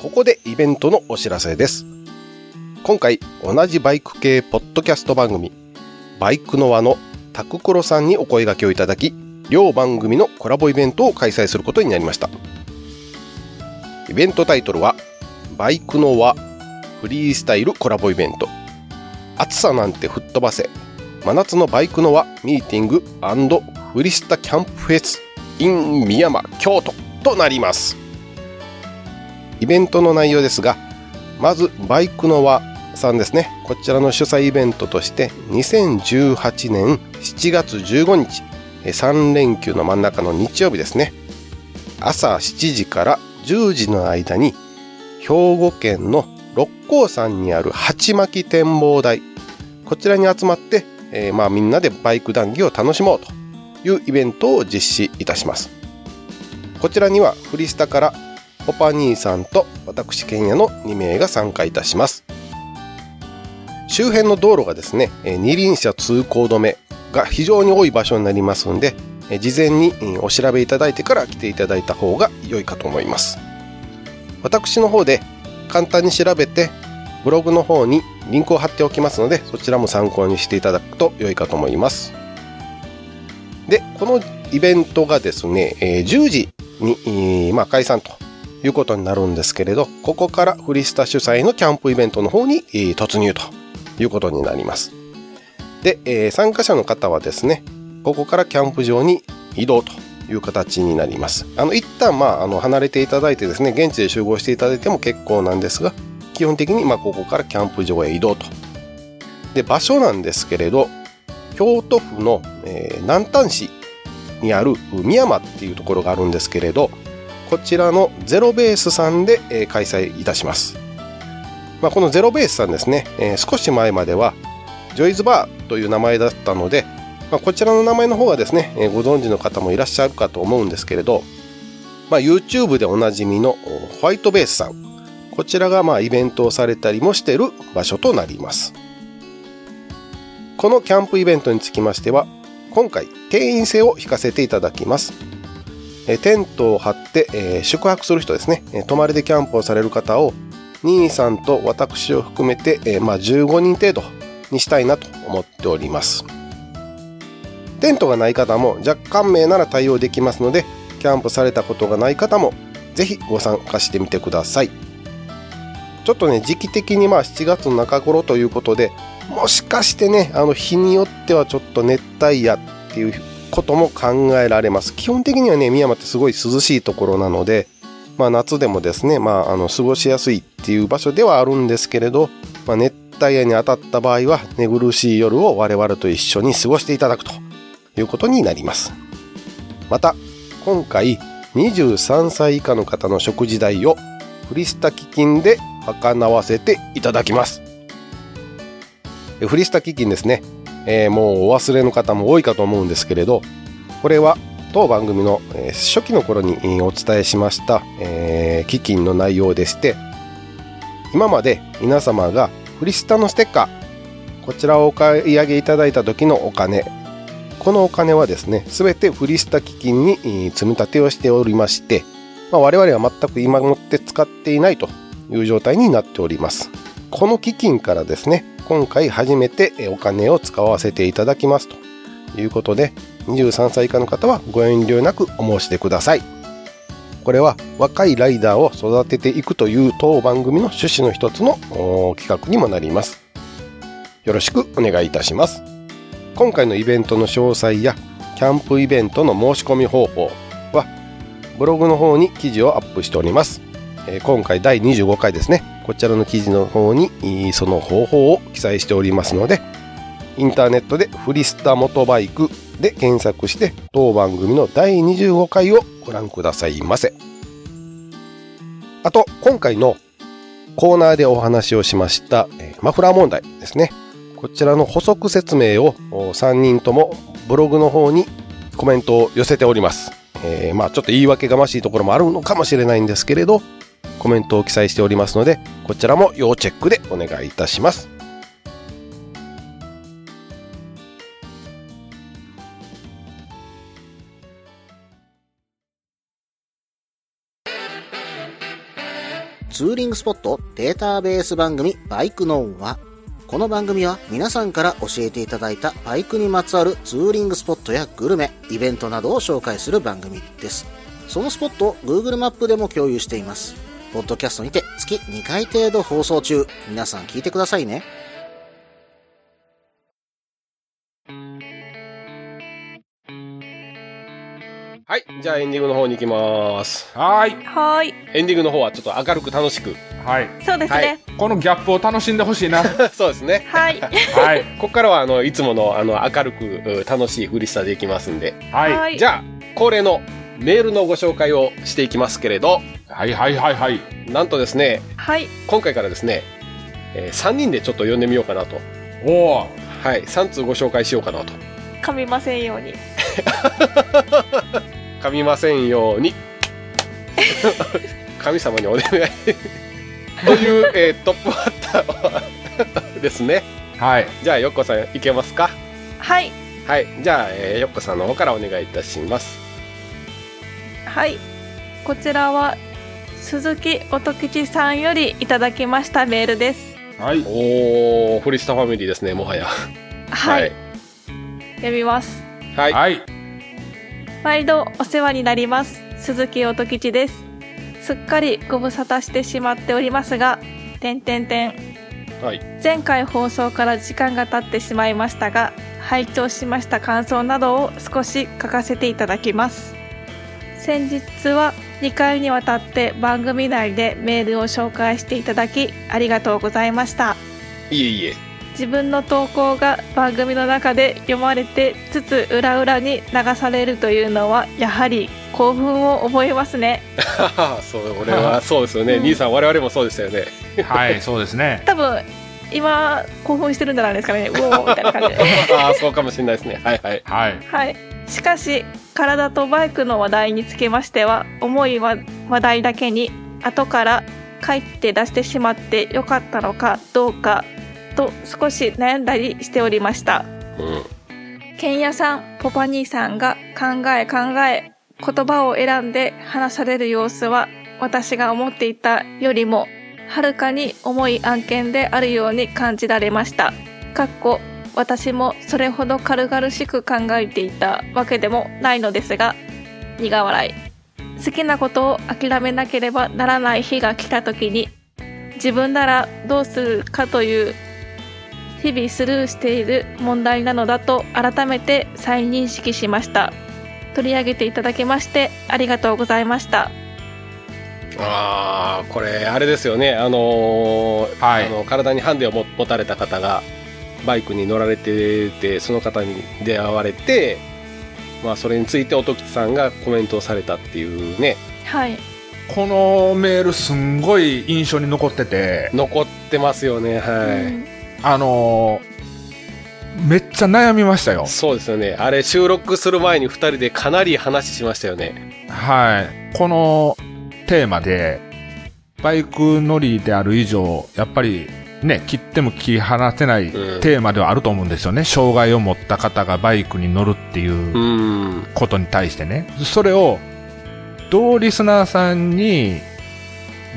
[SPEAKER 1] ここでイベントのお知らせです。今回、同じバイク系ポッドキャスト番組、バイクの輪のタククロさんにお声掛けをいただき、両番組のコラボイベントを開催することになりました。イベントタイトルは、バイクの輪フリースタイルコラボイベント。暑さなんて吹っ飛ばせ。真夏のバイクの輪ミーティングフリスタキャンプフェス in 宮山京都となります。イベントの内容ですがまずバイクの輪さんですねこちらの主催イベントとして2018年7月15日3連休の真ん中の日曜日ですね朝7時から10時の間に兵庫県の六甲山にある鉢巻展望台こちらに集まって、えーまあみんなでバイク談義を楽しもうというイベントを実施いたしますこちらにはフリスタからポパ兄さんと私賢也の2名が参加いたします周辺の道路がですね、えー二輪車通行止めが非常に多い場所になりますんで、えー事前にえーお調べいただいてから来ていただいた方が良いかと思います私の方で簡単に調べてブログの方にリンクを貼っておきますのでそちらも参考にしていただくと良いかと思いますでこのイベントがですね、えー10時に、えーまあ、解散ということになるんですけれどここからフリスタ主催のキャンプイベントの方に、えー突入ということになりますで、えー参加者の方はですねここからキャンプ場に移動という形になりますあの一旦まああの離れていただいてですね現地で集合していただいても結構なんですが基本的にまあここからキャンプ場へ移動とで場所なんですけれど京都府の、えー南丹市にある宮山っていうところがあるんですけれどこちらのゼロベースさんで、えー開催いたします、まあ、このゼロベースさんですね、えー少し前まではジョイズバーという名前だったので、まあ、こちらの名前の方はですね、えーご存知の方もいらっしゃるかと思うんですけれど、まあ、YouTube でおなじみのおホワイトベースさんこちらがまあイベントをされたりもしている場所となりますこのキャンプイベントにつきましては今回定員制を引かせていただきますえーテントを張って、えー宿泊する人ですね、えー泊まりでキャンプをされる方を兄さんと私を含めて、えーまあ、15人程度にしたいなと思っておりますテントがない方も若干名なら対応できますのでキャンプされたことがない方もぜひご参加してみてくださいちょっとね時期的にまあ7月の中頃ということでもしかしてねあの日によってはちょっと熱帯夜っていうことも考えられます基本的にはね宮山ってすごい涼しいところなので、まあ、夏でもですね、まあ、あの過ごしやすいっていう場所ではあるんですけれど、まあ、熱帯夜に当たった場合は寝苦しい夜を我々と一緒に過ごしていただくということになりますまた今回23歳以下の方の食事代をフリスタ基金で賄わせていただきますえフリスタ基金ですねえーもうお忘れの方も多いかと思うんですけれどこれは当番組の、えー初期の頃にえーお伝えしました、えー基金の内容でして今まで皆様がフリスタのステッカーこちらをお買い上げいただいた時のお金このお金はですね全てフリスタ基金にえー積み立てをしておりまして、まあ、我々は全く今もって使っていないという状態になっておりますこの基金からですね、今回初めてえお金を使わせていただきますということで、23歳以下の方はご遠慮なくお申し出ください。これは若いライダーを育てていくという当番組の趣旨の一つのお企画にもなります。よろしくお願いいたします。今回のイベントの詳細やキャンプイベントの申し込み方法はブログの方に記事をアップしております。えー今回第25回ですねこちらの記事の方にえーその方法を記載しておりますのでインターネットで「フリスタモトバイク」で検索して当番組の第25回をご覧くださいませあと今回のコーナーでお話をしました、えーマフラー問題ですねこちらの補足説明を3人ともブログの方にコメントを寄せております、えーまあちょっと言い訳がましいところもあるのかもしれないんですけれどコメントを記載しておりますのでこちらも要チェックでお願いいたします
[SPEAKER 9] ツーリングスポットデータベース番組バイクノンは、この番組は皆さんから教えていただいたバイクにまつわるツーリングスポットやグルメ、イベントなどを紹介する番組です。そのスポットを Google マップでも共有しています。ポッドキャストにて月2回程度放送中。皆さん聞いてくださいね。
[SPEAKER 1] はいじゃあエンディングの方に行きます
[SPEAKER 3] はーい
[SPEAKER 2] はーい
[SPEAKER 1] エンディングの方はちょっと明るく楽しく
[SPEAKER 3] はい
[SPEAKER 2] そうですね
[SPEAKER 3] このギャップを楽しんでほしいなは
[SPEAKER 1] そうですね
[SPEAKER 2] はい
[SPEAKER 3] い
[SPEAKER 1] ここからはあのいつものあの明るくう楽しいフリスタでいきますんで
[SPEAKER 3] はい
[SPEAKER 2] い
[SPEAKER 1] じゃあ恒例のメールのご紹介をしていきますけれど
[SPEAKER 3] はいはいはいはい。
[SPEAKER 1] なんとですね
[SPEAKER 2] はい
[SPEAKER 1] 今回からですね、え3人でちょっと読んでみようかなと
[SPEAKER 3] おお。
[SPEAKER 1] はい3通ご紹介しようかなと
[SPEAKER 2] 噛みませんように
[SPEAKER 1] 噛みませんよう に神様にお願いという、えートップバッターはですね
[SPEAKER 3] はい。
[SPEAKER 1] じゃあよっこさんいけますか
[SPEAKER 2] はい
[SPEAKER 1] はいじゃあ、えーよっこさんの方からお願いいたします
[SPEAKER 2] はいこちらは鈴木音吉さんよりいただきましたメールです
[SPEAKER 3] はい。
[SPEAKER 1] おお堀下ファミリーですねもはや
[SPEAKER 2] はい、読みます
[SPEAKER 1] はいはい
[SPEAKER 3] はい。
[SPEAKER 2] 毎度お世話になります鈴木音吉ですすっかりご無沙汰してしまっておりますが点点点
[SPEAKER 1] はい
[SPEAKER 2] 前回放送から時間が経ってしまいましたが拝聴しました感想などを少し書かせていただきます先日は2回にわたって番組内でメールを紹介していただきありがとうございました
[SPEAKER 1] いえい え
[SPEAKER 2] 自分の投稿が番組の中で読まれてつつ裏裏に流されるというのはやはり興奮を覚えますね
[SPEAKER 1] ははそう俺はそうですよね、
[SPEAKER 2] うん
[SPEAKER 1] 兄さん我々もそうでしたよね
[SPEAKER 3] はい、そうですね。
[SPEAKER 2] 多分今興奮してるんじゃないですかねうおーみたいな感じで
[SPEAKER 1] ああそうかもしれないですねはいはい
[SPEAKER 3] はい。
[SPEAKER 2] はい。しかし、体とバイクの話題につきましては、重いわ話題だけに、後から帰って出してしまってよかったのかどうか、と少し悩んだりしておりました。
[SPEAKER 1] うん
[SPEAKER 2] ケンヤさん、ポパ兄さんが考え考え、言葉を選んで話される様子は、私が思っていたよりも、はるかに重い案件であるように感じられました。かっこ、私もそれほど軽々しく考えていたわけでもないのですが、苦笑い。好きなことを諦めなければならない日が来た時に、自分ならどうするかという日々スルーしている問題なのだと改めて再認識しました取り上げていただきましてありがとうございました
[SPEAKER 1] ああこれあれですよねあのー
[SPEAKER 3] はい
[SPEAKER 1] あの体にハンデをも持たれた方がバイクに乗られててその方に出会われて、まあ、それについて音吉さんがコメントをされたっていうね
[SPEAKER 2] はい
[SPEAKER 3] このメールすんごい印象に残ってて、
[SPEAKER 1] 残ってますよねは
[SPEAKER 3] あのーめっちゃ悩みましたよ
[SPEAKER 1] い。そうですよねあれ収録する前に2人でかなり話しましたよね
[SPEAKER 3] はい。このテーマで、バイク乗りである以上、やっぱりね、切っても切り離せない
[SPEAKER 1] うん
[SPEAKER 3] テーマではあると思うんですよね。障害を持った方がバイクに乗るっていう。
[SPEAKER 1] うん
[SPEAKER 3] ことに対してね。それを、どうリスナーさんに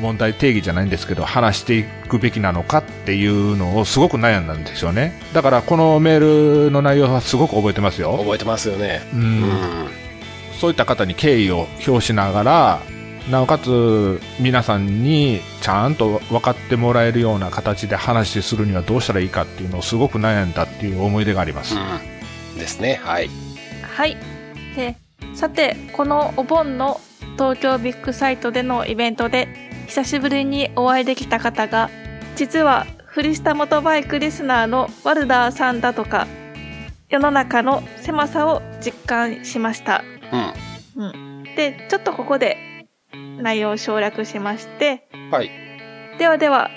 [SPEAKER 3] 問題定義じゃないんですけど、話していくべきなのかっていうのをすごく悩んだんですよね。だからこのメールの内容はすごく覚えてますよ。
[SPEAKER 1] 覚えてますよね
[SPEAKER 3] う
[SPEAKER 1] うん
[SPEAKER 3] ん。そういった方に敬意を表しながら、なおかつ皆さんにちゃんと分かってもらえるような形で話するにはどうしたらいいかっていうのをすごく悩んだっていう思い出があります。
[SPEAKER 1] うんですねはい
[SPEAKER 2] はいでさてこのお盆の東京ビッグサイトでのイベントで久しぶりにお会いできた方が実はフリスタモトバイクリスナーのワルダーさんだとか世の中の狭さを実感しました
[SPEAKER 1] う
[SPEAKER 2] でちょっとここで内容を省略しまして
[SPEAKER 1] んはい
[SPEAKER 2] ではでは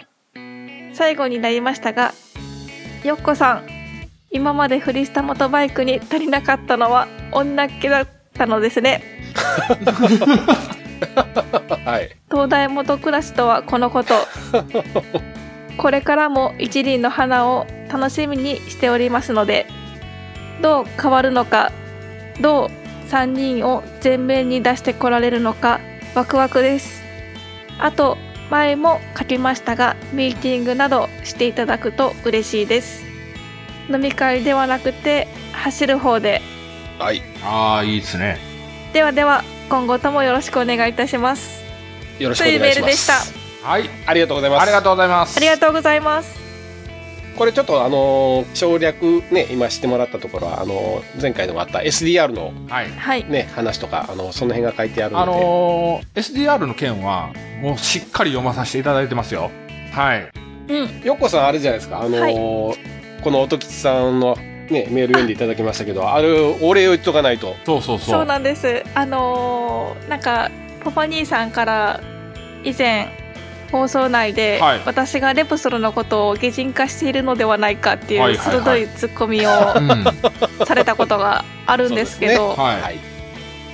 [SPEAKER 2] 最後になりましたがよっこさん今までフリスタモトバイクに足りなかったのは女っ気だったのですね
[SPEAKER 1] はい
[SPEAKER 2] 東大元暮らしとはこのことこれからも一輪の花を楽しみにしておりますのでどう変わるのかどう3人を前面に出してこられるのかワクワクですあと前も書きましたがミーティングなどしていただくと嬉しいです飲み会ではなくて走る方で
[SPEAKER 1] はい
[SPEAKER 3] ああ、いいですね。
[SPEAKER 2] ではでは今後ともよろしくお願いいたします
[SPEAKER 1] よろしくお願いします
[SPEAKER 2] というメールでした
[SPEAKER 3] はい。
[SPEAKER 1] ありがとうございます
[SPEAKER 3] ありがとうございます。
[SPEAKER 2] ありがとうございます
[SPEAKER 1] これちょっとあのー省略ね今してもらったところはあのー前回でもあった SDR の
[SPEAKER 3] はい。
[SPEAKER 2] はい
[SPEAKER 1] ね話とかあのーその辺が書いてある
[SPEAKER 3] あ
[SPEAKER 1] ので、
[SPEAKER 3] のー SDR の件は、もうしっかり読まさせていただいてますよ。はい。
[SPEAKER 2] うん
[SPEAKER 1] よっこさんあれじゃないですかあのーこの音吉さんのね、メール読んでいただきました けど、あれ、お礼を言っとかないと。
[SPEAKER 3] そうそう
[SPEAKER 2] そ
[SPEAKER 3] そうう。
[SPEAKER 2] なんですあのーなんかポパ兄さんから以前放送内で、
[SPEAKER 3] はい
[SPEAKER 2] 私がレプソルのことを擬人化しているのではないかって
[SPEAKER 3] はいいうはいは
[SPEAKER 2] 鋭
[SPEAKER 3] い
[SPEAKER 2] いツッコミ
[SPEAKER 3] う
[SPEAKER 2] を
[SPEAKER 3] んは
[SPEAKER 2] されたことがあるんですけ
[SPEAKER 1] そ
[SPEAKER 2] ど、
[SPEAKER 3] い。
[SPEAKER 1] はい。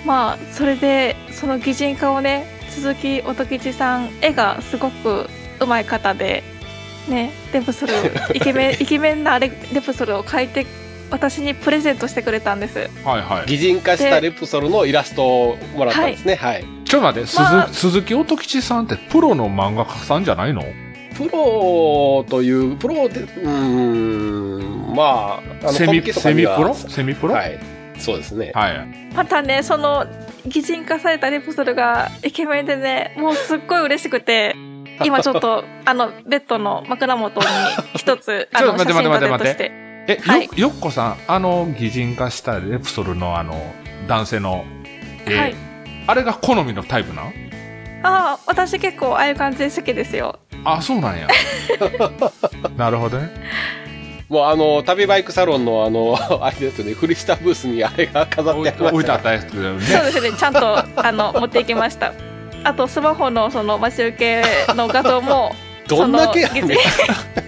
[SPEAKER 2] まあそれでその擬人化をね鈴木音吉さん絵がすごくうまい方でねレプソルイケメンイケメンなレレプソルを描いて私にプレゼントしてくれたんです。
[SPEAKER 3] はいはい。
[SPEAKER 1] 擬人化したレプソルのイラストをもらったんですね。はい。
[SPEAKER 3] ちょっと待って、鈴
[SPEAKER 2] まあ
[SPEAKER 3] 鈴木音吉さんってプロの漫画家さんじゃないの
[SPEAKER 1] プロという、プロで、うーん、まあ、あ
[SPEAKER 3] セ
[SPEAKER 1] コミ
[SPEAKER 3] ミ
[SPEAKER 1] ケとか
[SPEAKER 3] セ
[SPEAKER 1] に
[SPEAKER 3] ミ
[SPEAKER 1] は
[SPEAKER 3] プロセミプロは。
[SPEAKER 1] はいい。そうですね。
[SPEAKER 2] またねその擬人化されたレプソルがイケメンでねもうすっごい嬉しく て今ちょっとあのベッドの枕元に一つあ
[SPEAKER 3] ちょっ
[SPEAKER 2] の写
[SPEAKER 3] と待って
[SPEAKER 2] 真がデ
[SPEAKER 3] 待って
[SPEAKER 2] ート
[SPEAKER 3] 待って
[SPEAKER 2] して
[SPEAKER 3] え、
[SPEAKER 2] はい
[SPEAKER 3] よよっこさん、あの擬人化したレプソルのあの男性の絵、
[SPEAKER 2] はい
[SPEAKER 3] あれが好みのタイプなん
[SPEAKER 2] ああ私結構ああいう感じで好きですよ
[SPEAKER 3] あ、そう なんや。なるほどね。
[SPEAKER 1] もうあの、旅バイクサロンのあの、 あれですよね、フリスタブースにあれが飾っ
[SPEAKER 3] 置
[SPEAKER 1] て
[SPEAKER 3] い
[SPEAKER 1] ありま
[SPEAKER 3] 置
[SPEAKER 1] し
[SPEAKER 3] いてあ
[SPEAKER 1] た
[SPEAKER 3] ったやつだよね。
[SPEAKER 2] そうですねちゃんとあの持っていきましたあとスマホのその待ち受けの画像 も
[SPEAKER 1] どんだけや
[SPEAKER 2] その
[SPEAKER 1] ね
[SPEAKER 2] 擬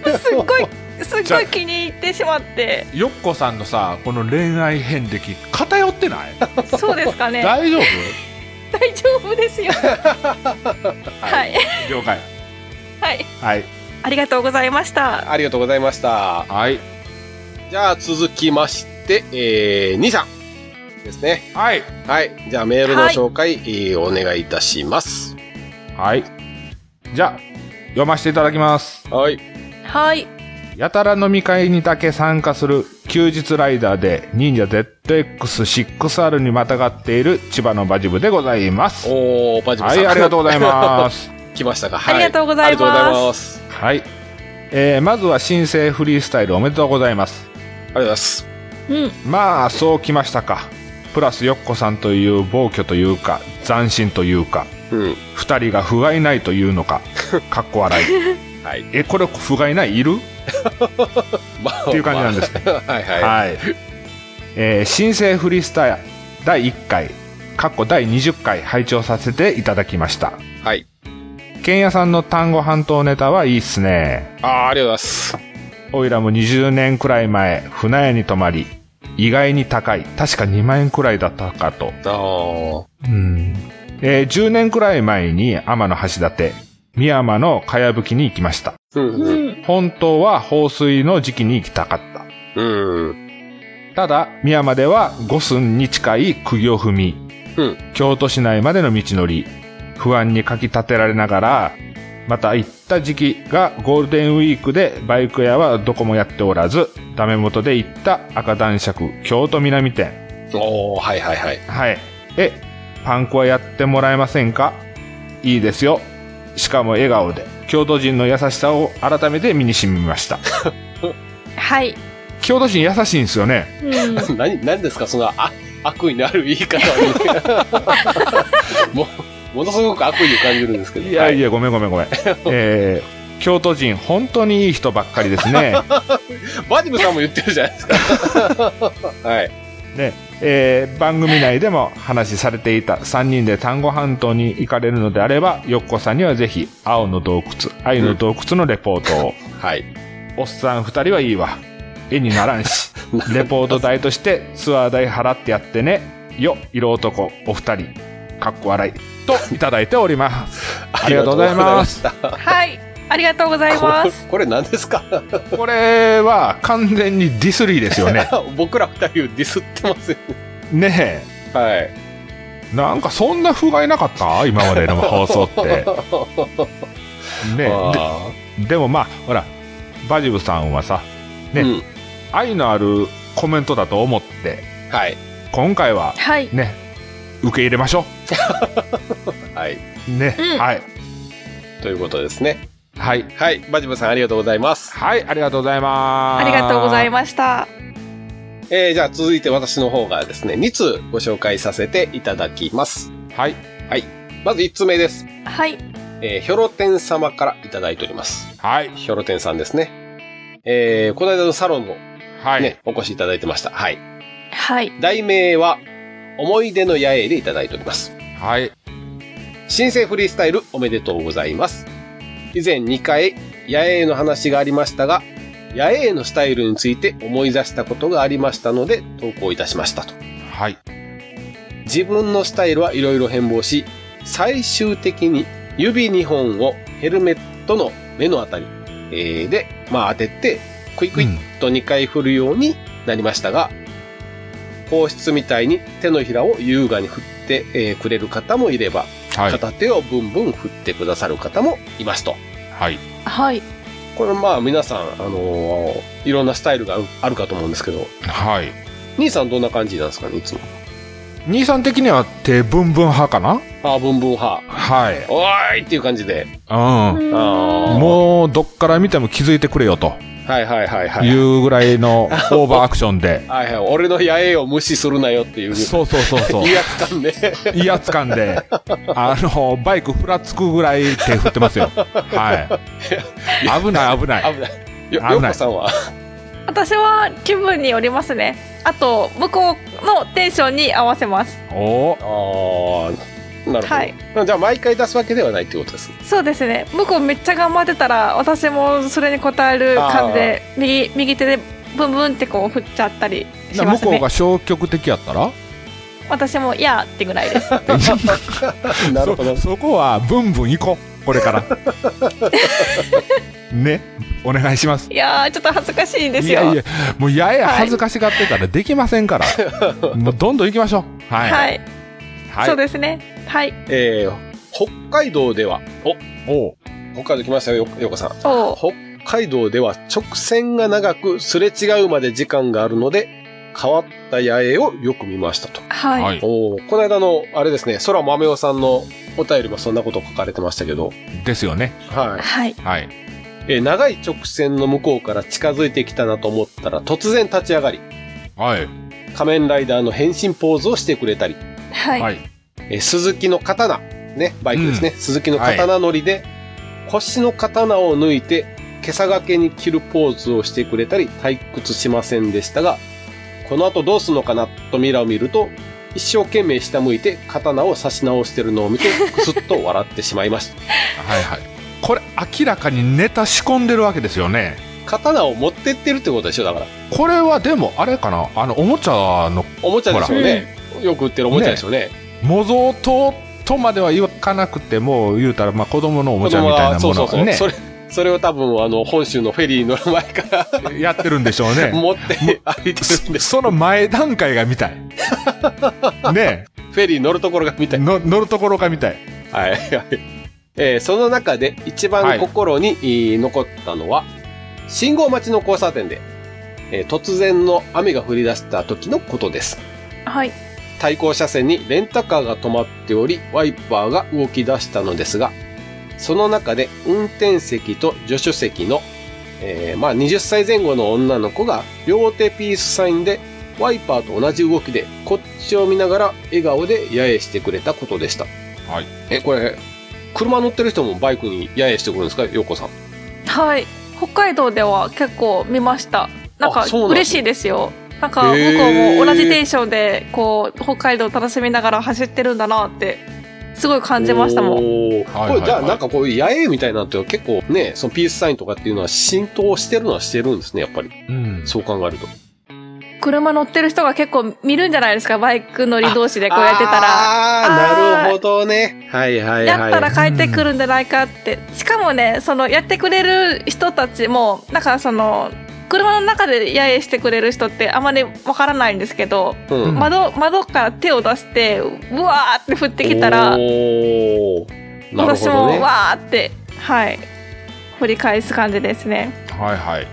[SPEAKER 2] 人すっごいすっごい気に入ってしま って
[SPEAKER 3] よっこさんのさ、この恋愛遍歴、偏ってない
[SPEAKER 2] そうですかね
[SPEAKER 3] 大丈夫
[SPEAKER 2] 大丈夫です よはい
[SPEAKER 3] 了解。
[SPEAKER 2] はい
[SPEAKER 3] はい。
[SPEAKER 2] ありがとうございました
[SPEAKER 1] ありがとうございました。
[SPEAKER 3] はい。
[SPEAKER 1] じゃあ続きまして、えー、2さんですね。
[SPEAKER 3] はい。
[SPEAKER 1] はい。じゃあメールの紹介、えーお願いいたします。
[SPEAKER 3] はい。じゃあ、読ませていただきます。
[SPEAKER 1] はい。
[SPEAKER 2] はい
[SPEAKER 3] やたら飲み会にだけ参加する休日ライダーで忍者 ZX6R にまたがっている千葉のバジブでございます。
[SPEAKER 1] おー、バジブ
[SPEAKER 3] は
[SPEAKER 1] さん。。
[SPEAKER 3] い、ありがとうございますす。
[SPEAKER 1] 来ましたか。はい。
[SPEAKER 2] ありがとうございます
[SPEAKER 1] ありがとうございます。
[SPEAKER 3] はい。えー、まずは新生フリースタイルおめでとうございます。
[SPEAKER 1] ありがとうございます。
[SPEAKER 2] うん
[SPEAKER 3] まあ、そうきましたか。プラスよっこさんという暴挙というか、斬新というか、
[SPEAKER 1] うん。
[SPEAKER 3] 二人が不甲斐ないという のか、かっこ笑い。
[SPEAKER 1] はい。
[SPEAKER 3] え、これ不甲斐ないいる
[SPEAKER 1] まあ、
[SPEAKER 3] っていう感じなんです
[SPEAKER 1] まあ はいはい。
[SPEAKER 3] はい。えー新生フリースタイル第1回、過去第20回拝聴させていただきました。
[SPEAKER 1] はい。
[SPEAKER 3] ケンヤさんの単語半島ネタはいいっすね。
[SPEAKER 1] ああ、ありがとうございます。
[SPEAKER 3] オイラも20年くらい前、船屋に泊まり、意外に高い。確か2万円くらいだったかと。
[SPEAKER 1] あー
[SPEAKER 3] うん。えー10年くらい前に天の橋立、三山のかやぶきに行きました。
[SPEAKER 1] うんうん。
[SPEAKER 3] 本当は放水の時期に行きたかった。
[SPEAKER 1] うん。
[SPEAKER 3] ただ、宮までは五寸に近い釘を踏み、
[SPEAKER 1] うん
[SPEAKER 3] 京都市内までの道のり、不安にかき立てられながら、また行った時期がゴールデンウィークでバイク屋はどこもやっておらず、ダメ元で行った赤男爵京都南店。
[SPEAKER 1] おー、はいはいはい。
[SPEAKER 3] はい。え、パンクはやってもらえませんかいいですよ。しかも笑顔で、京都人の優しさを改めて身に染みました。
[SPEAKER 2] はい
[SPEAKER 3] 京都人優しいんですよね。
[SPEAKER 2] う ん
[SPEAKER 1] 何、何ですか、その、あ、悪意のある言い方は、 もう、ものすごく悪意を感じるんですけど。
[SPEAKER 3] いやい
[SPEAKER 1] や、
[SPEAKER 3] や、ごめんごめんご めん。えー京都人、本当にいい人ばっかりです ね。
[SPEAKER 1] バジブさんも言ってるじゃないですか。 はい。
[SPEAKER 3] えー番組内でも話しされていた3人で丹後半島に行かれるのであれば、よっこさんにはぜひ、青の洞窟、愛の洞窟のレポートを。
[SPEAKER 1] はい。
[SPEAKER 3] おっさん2人はいいわ。絵にならんし。レポート代としてツアー代払ってやってね。よ、色男、お二人。かっこ笑い。と、いただいております。ありがとうございます
[SPEAKER 1] ありがとうございました。
[SPEAKER 2] はいありがとうございます
[SPEAKER 1] ここれ何ですか
[SPEAKER 3] これは完全にディスリーですよ ね。
[SPEAKER 1] 僕ら二人をディスってますよね。
[SPEAKER 3] ねえ。
[SPEAKER 1] はい。
[SPEAKER 3] なんかそんな不甲斐なかった今までの 放送 って。ね
[SPEAKER 1] あ
[SPEAKER 3] ででもまあ、ほら、バジブさんはさ、
[SPEAKER 1] ー
[SPEAKER 3] ね
[SPEAKER 1] うん
[SPEAKER 3] 愛のあるコメントだと思って、
[SPEAKER 1] はい。
[SPEAKER 3] 今回は
[SPEAKER 2] はい
[SPEAKER 3] ね、受け入れましょ
[SPEAKER 1] はい。
[SPEAKER 3] う。ね、
[SPEAKER 2] うん
[SPEAKER 3] はい。
[SPEAKER 1] ということですね。
[SPEAKER 3] はい。
[SPEAKER 1] はい。バジブさんありがとうございます。
[SPEAKER 3] はい、ありがとうございます。
[SPEAKER 2] ありがとうござい
[SPEAKER 3] ま
[SPEAKER 2] ました
[SPEAKER 1] えー、じゃあ続いて私の方がですね、2通ご紹介させていただきます。
[SPEAKER 3] す。はい。
[SPEAKER 1] まず1通目です。
[SPEAKER 2] はい
[SPEAKER 1] えー、ヒョロテン様からいただいております。
[SPEAKER 3] はい。
[SPEAKER 1] ヒョロテンさんですね。えー、この間のサロンの
[SPEAKER 3] はい。
[SPEAKER 1] ね、お越しいただいてました。はい。
[SPEAKER 2] はい。
[SPEAKER 1] 題名は、思い出の八重でいただいております。
[SPEAKER 3] はい。
[SPEAKER 1] 新生フリースタイルおめでとうございます。以前2回、八重の話がありましたが、八重のスタイルについて思い出したことがありましたので、投稿いたしましたと。
[SPEAKER 3] はい。
[SPEAKER 1] 自分のスタイルはいろいろ変貌し、最終的に指2本をヘルメットの目のあたり、えーで、まあ当てて、クイクイ
[SPEAKER 3] うん
[SPEAKER 1] ちょっと2回振るようになりましたが、皇室みたいに手のひらを優雅に振って、えーくれる方もいれば、
[SPEAKER 3] はい。
[SPEAKER 1] 片手をブンブン振ってくださる方もいますと。
[SPEAKER 3] はい。
[SPEAKER 2] はい。
[SPEAKER 1] これまあ皆さん、あのーいろんなスタイルがあるかと思うんですけど、
[SPEAKER 3] はい。
[SPEAKER 1] 兄さんどんな感じなんですかね、いつも。
[SPEAKER 3] 兄さん的には手ブンブン派かな
[SPEAKER 1] あーブンブン派。
[SPEAKER 3] はい。
[SPEAKER 1] おーいっていう感じで。
[SPEAKER 3] う
[SPEAKER 1] あー
[SPEAKER 3] ん。もう、どっから見ても気づいてくれよと
[SPEAKER 1] はいはいはいはい。。
[SPEAKER 3] いうぐらい のオーバーアクションで
[SPEAKER 1] はいはい。俺の八重を無視するなよっていう。
[SPEAKER 3] そうそうそうそう。
[SPEAKER 1] 威圧感で。
[SPEAKER 3] 威圧感で、あの、バイクふらつくぐらい手振ってますよ。はい。危ない危ない。
[SPEAKER 1] 危ない。よ、
[SPEAKER 3] 危ない
[SPEAKER 1] ようこさんは。
[SPEAKER 2] 私は気分によりますね。あと、向こうのテンションに合わせます。
[SPEAKER 3] お
[SPEAKER 1] ああ、なるほど。
[SPEAKER 2] はい
[SPEAKER 1] じゃあ、毎回出すわけではないってことです。
[SPEAKER 2] そうですね。向こうめっちゃ頑張ってたら、私もそれに応える感じで、右、右手でブンブンってこう振っちゃったりし
[SPEAKER 3] な
[SPEAKER 2] ま
[SPEAKER 3] 向
[SPEAKER 2] す
[SPEAKER 3] こう
[SPEAKER 2] ね
[SPEAKER 3] が。消極的やったら
[SPEAKER 2] 私も、いやーってぐらいです。
[SPEAKER 1] なるほど
[SPEAKER 3] そ。そこはブンブン行こう。これ から。ね。お願いします。
[SPEAKER 2] いやー、ちょっと恥ずかしいんです
[SPEAKER 3] い
[SPEAKER 2] よ。
[SPEAKER 3] やいや、もうやや
[SPEAKER 2] はい
[SPEAKER 3] 恥ずかしがってたらできませ んから。もうどんどん行きましょう。はい。
[SPEAKER 2] はい、
[SPEAKER 3] はい
[SPEAKER 2] そうですね。はい。
[SPEAKER 1] えー、北海道では、お、
[SPEAKER 3] おう
[SPEAKER 1] 北海道来ましたよ、よようこさん。
[SPEAKER 2] おう
[SPEAKER 1] 北海道では直線が長く、すれ違うまで時間があるので、変わった八重をよく見ましたと。
[SPEAKER 2] はい。
[SPEAKER 3] はい。
[SPEAKER 1] おーこの間の、あれですね、空豆夫さんのお便りもそんなこと書かれてましたけど、
[SPEAKER 3] ですよね。
[SPEAKER 1] はい。
[SPEAKER 2] はい。
[SPEAKER 3] はい。
[SPEAKER 1] えー長い直線の向こうから近づいてきたなと思ったら、突然立ち上がり、
[SPEAKER 3] はい。
[SPEAKER 1] 仮面ライダーの変身ポーズをしてくれたり、
[SPEAKER 2] はい。
[SPEAKER 3] はい。
[SPEAKER 1] えー鈴木の刀、ね、バイクですね、鈴木の刀乗りで、腰の刀を抜いて、袈裟掛けに着るポーズをしてくれたり、退屈しませんでしたが、この後どうするのかなとミラーを見ると、一生懸命下向いて刀を差し直してるのを見て、くすっと笑ってしまいました。
[SPEAKER 3] はいはい。これ明らかにネタ仕込んでるわけですよね。
[SPEAKER 1] 刀を持ってってるってことでしょ、だから。
[SPEAKER 3] これはでもあれかなあのおもちゃの
[SPEAKER 1] おもちゃでしょうね。よく売ってるおもちゃでしょうね。
[SPEAKER 3] 模造刀とまでは言わなくても言うたらまあ子供のおもちゃみたいな
[SPEAKER 1] そう
[SPEAKER 3] も
[SPEAKER 1] そ
[SPEAKER 3] の
[SPEAKER 1] うそう。
[SPEAKER 3] をね
[SPEAKER 1] それ、それを多分、あの、本州のフェリーの前 から
[SPEAKER 3] やってるんでしょう ね。
[SPEAKER 1] 持って歩いてるんで
[SPEAKER 3] そ その前段階が見 たい。ね
[SPEAKER 1] フェリー乗るところが見たい。
[SPEAKER 3] の乗るところが見たい。
[SPEAKER 1] はいはい。えーその中で一
[SPEAKER 3] は
[SPEAKER 1] 番
[SPEAKER 3] い
[SPEAKER 1] 心に、えー残ったのは、信号待ちの交差点で、えー突然の雨が降り出した時のことです。
[SPEAKER 2] はい。
[SPEAKER 1] 対向車線にレンタカーが止まっており、ワイパーが動き出したのですが、その中で運転席と助手席の、えーまあ20歳前後の女の子が両手ピースサインで、ワイパーと同じ動きで、こっちを見ながら笑顔で八重してくれたことでした。
[SPEAKER 3] はい。
[SPEAKER 1] え、これ、車乗ってる人もバイクに八重してくるんですかようこさん。
[SPEAKER 2] はい。北海道では結構見ました。なん
[SPEAKER 1] あ
[SPEAKER 2] か
[SPEAKER 1] そうなんだ
[SPEAKER 2] 嬉しいですよ。なんか
[SPEAKER 1] へー
[SPEAKER 2] 向こうも同じテンションでこう北海道を楽しみながら走ってるんだなってすごい感じましたもん。
[SPEAKER 1] ん
[SPEAKER 3] はい
[SPEAKER 1] これ、じゃ
[SPEAKER 3] はいは
[SPEAKER 1] あ
[SPEAKER 3] い
[SPEAKER 1] なんかこういう八重みたいなのって結構ね、そのピースサインとかっていうのは浸透してるのはしてるんですね、やっぱり。
[SPEAKER 3] うん
[SPEAKER 1] そう考えると。
[SPEAKER 2] 車乗ってる人が結構見るんじゃないですかバイク乗り同士でこうやってたら。
[SPEAKER 1] あー
[SPEAKER 2] あー
[SPEAKER 1] なるほどね。はいはい
[SPEAKER 2] や
[SPEAKER 1] は
[SPEAKER 2] っ
[SPEAKER 1] い。
[SPEAKER 2] たら帰ってくるんじゃないかって、しかもねそのやってくれる人たちもなんかその車の中でやえしてくれる人ってあまりわからないんですけど、
[SPEAKER 1] うん
[SPEAKER 2] 窓窓から手を出してうわーって降ってきたら、
[SPEAKER 1] おーなる
[SPEAKER 2] 私
[SPEAKER 1] ほど
[SPEAKER 2] も
[SPEAKER 1] ね。
[SPEAKER 2] わーってはい振り返す感じですね
[SPEAKER 3] はいはい。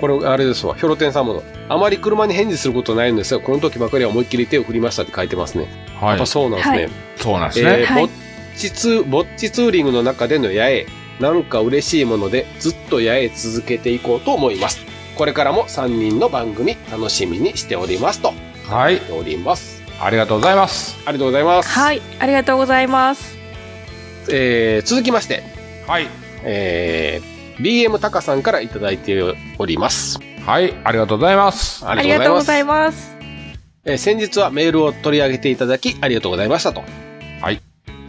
[SPEAKER 1] これあれですわ。ヒョロテンさんもあまり車に返事することないんですが、この時ばかりは思いっきり手を振りましたって書いてますね。
[SPEAKER 3] は
[SPEAKER 1] やっぱ
[SPEAKER 3] い。
[SPEAKER 1] そうなんですね。
[SPEAKER 2] はい
[SPEAKER 3] そうなんです
[SPEAKER 1] え
[SPEAKER 3] ね。
[SPEAKER 1] ー
[SPEAKER 2] はい
[SPEAKER 1] ぼっちツぼっちツーリングの中での八重なんか嬉しいものでずっと八重続けていこうと思いますこれからも3人の番組楽しみにしておりますと
[SPEAKER 3] はい
[SPEAKER 1] 言っ。ております
[SPEAKER 3] ありがとうございます。
[SPEAKER 1] ありがとうございます、
[SPEAKER 2] はいありがとうございます
[SPEAKER 1] えー続きまして、
[SPEAKER 3] はい。
[SPEAKER 1] えー BM タカさんからいただいております
[SPEAKER 3] はい、ありがとうございます。
[SPEAKER 2] ありがとうございます。
[SPEAKER 1] えー先日はメールを取り上げていただきありがとうございましたと。
[SPEAKER 3] はい。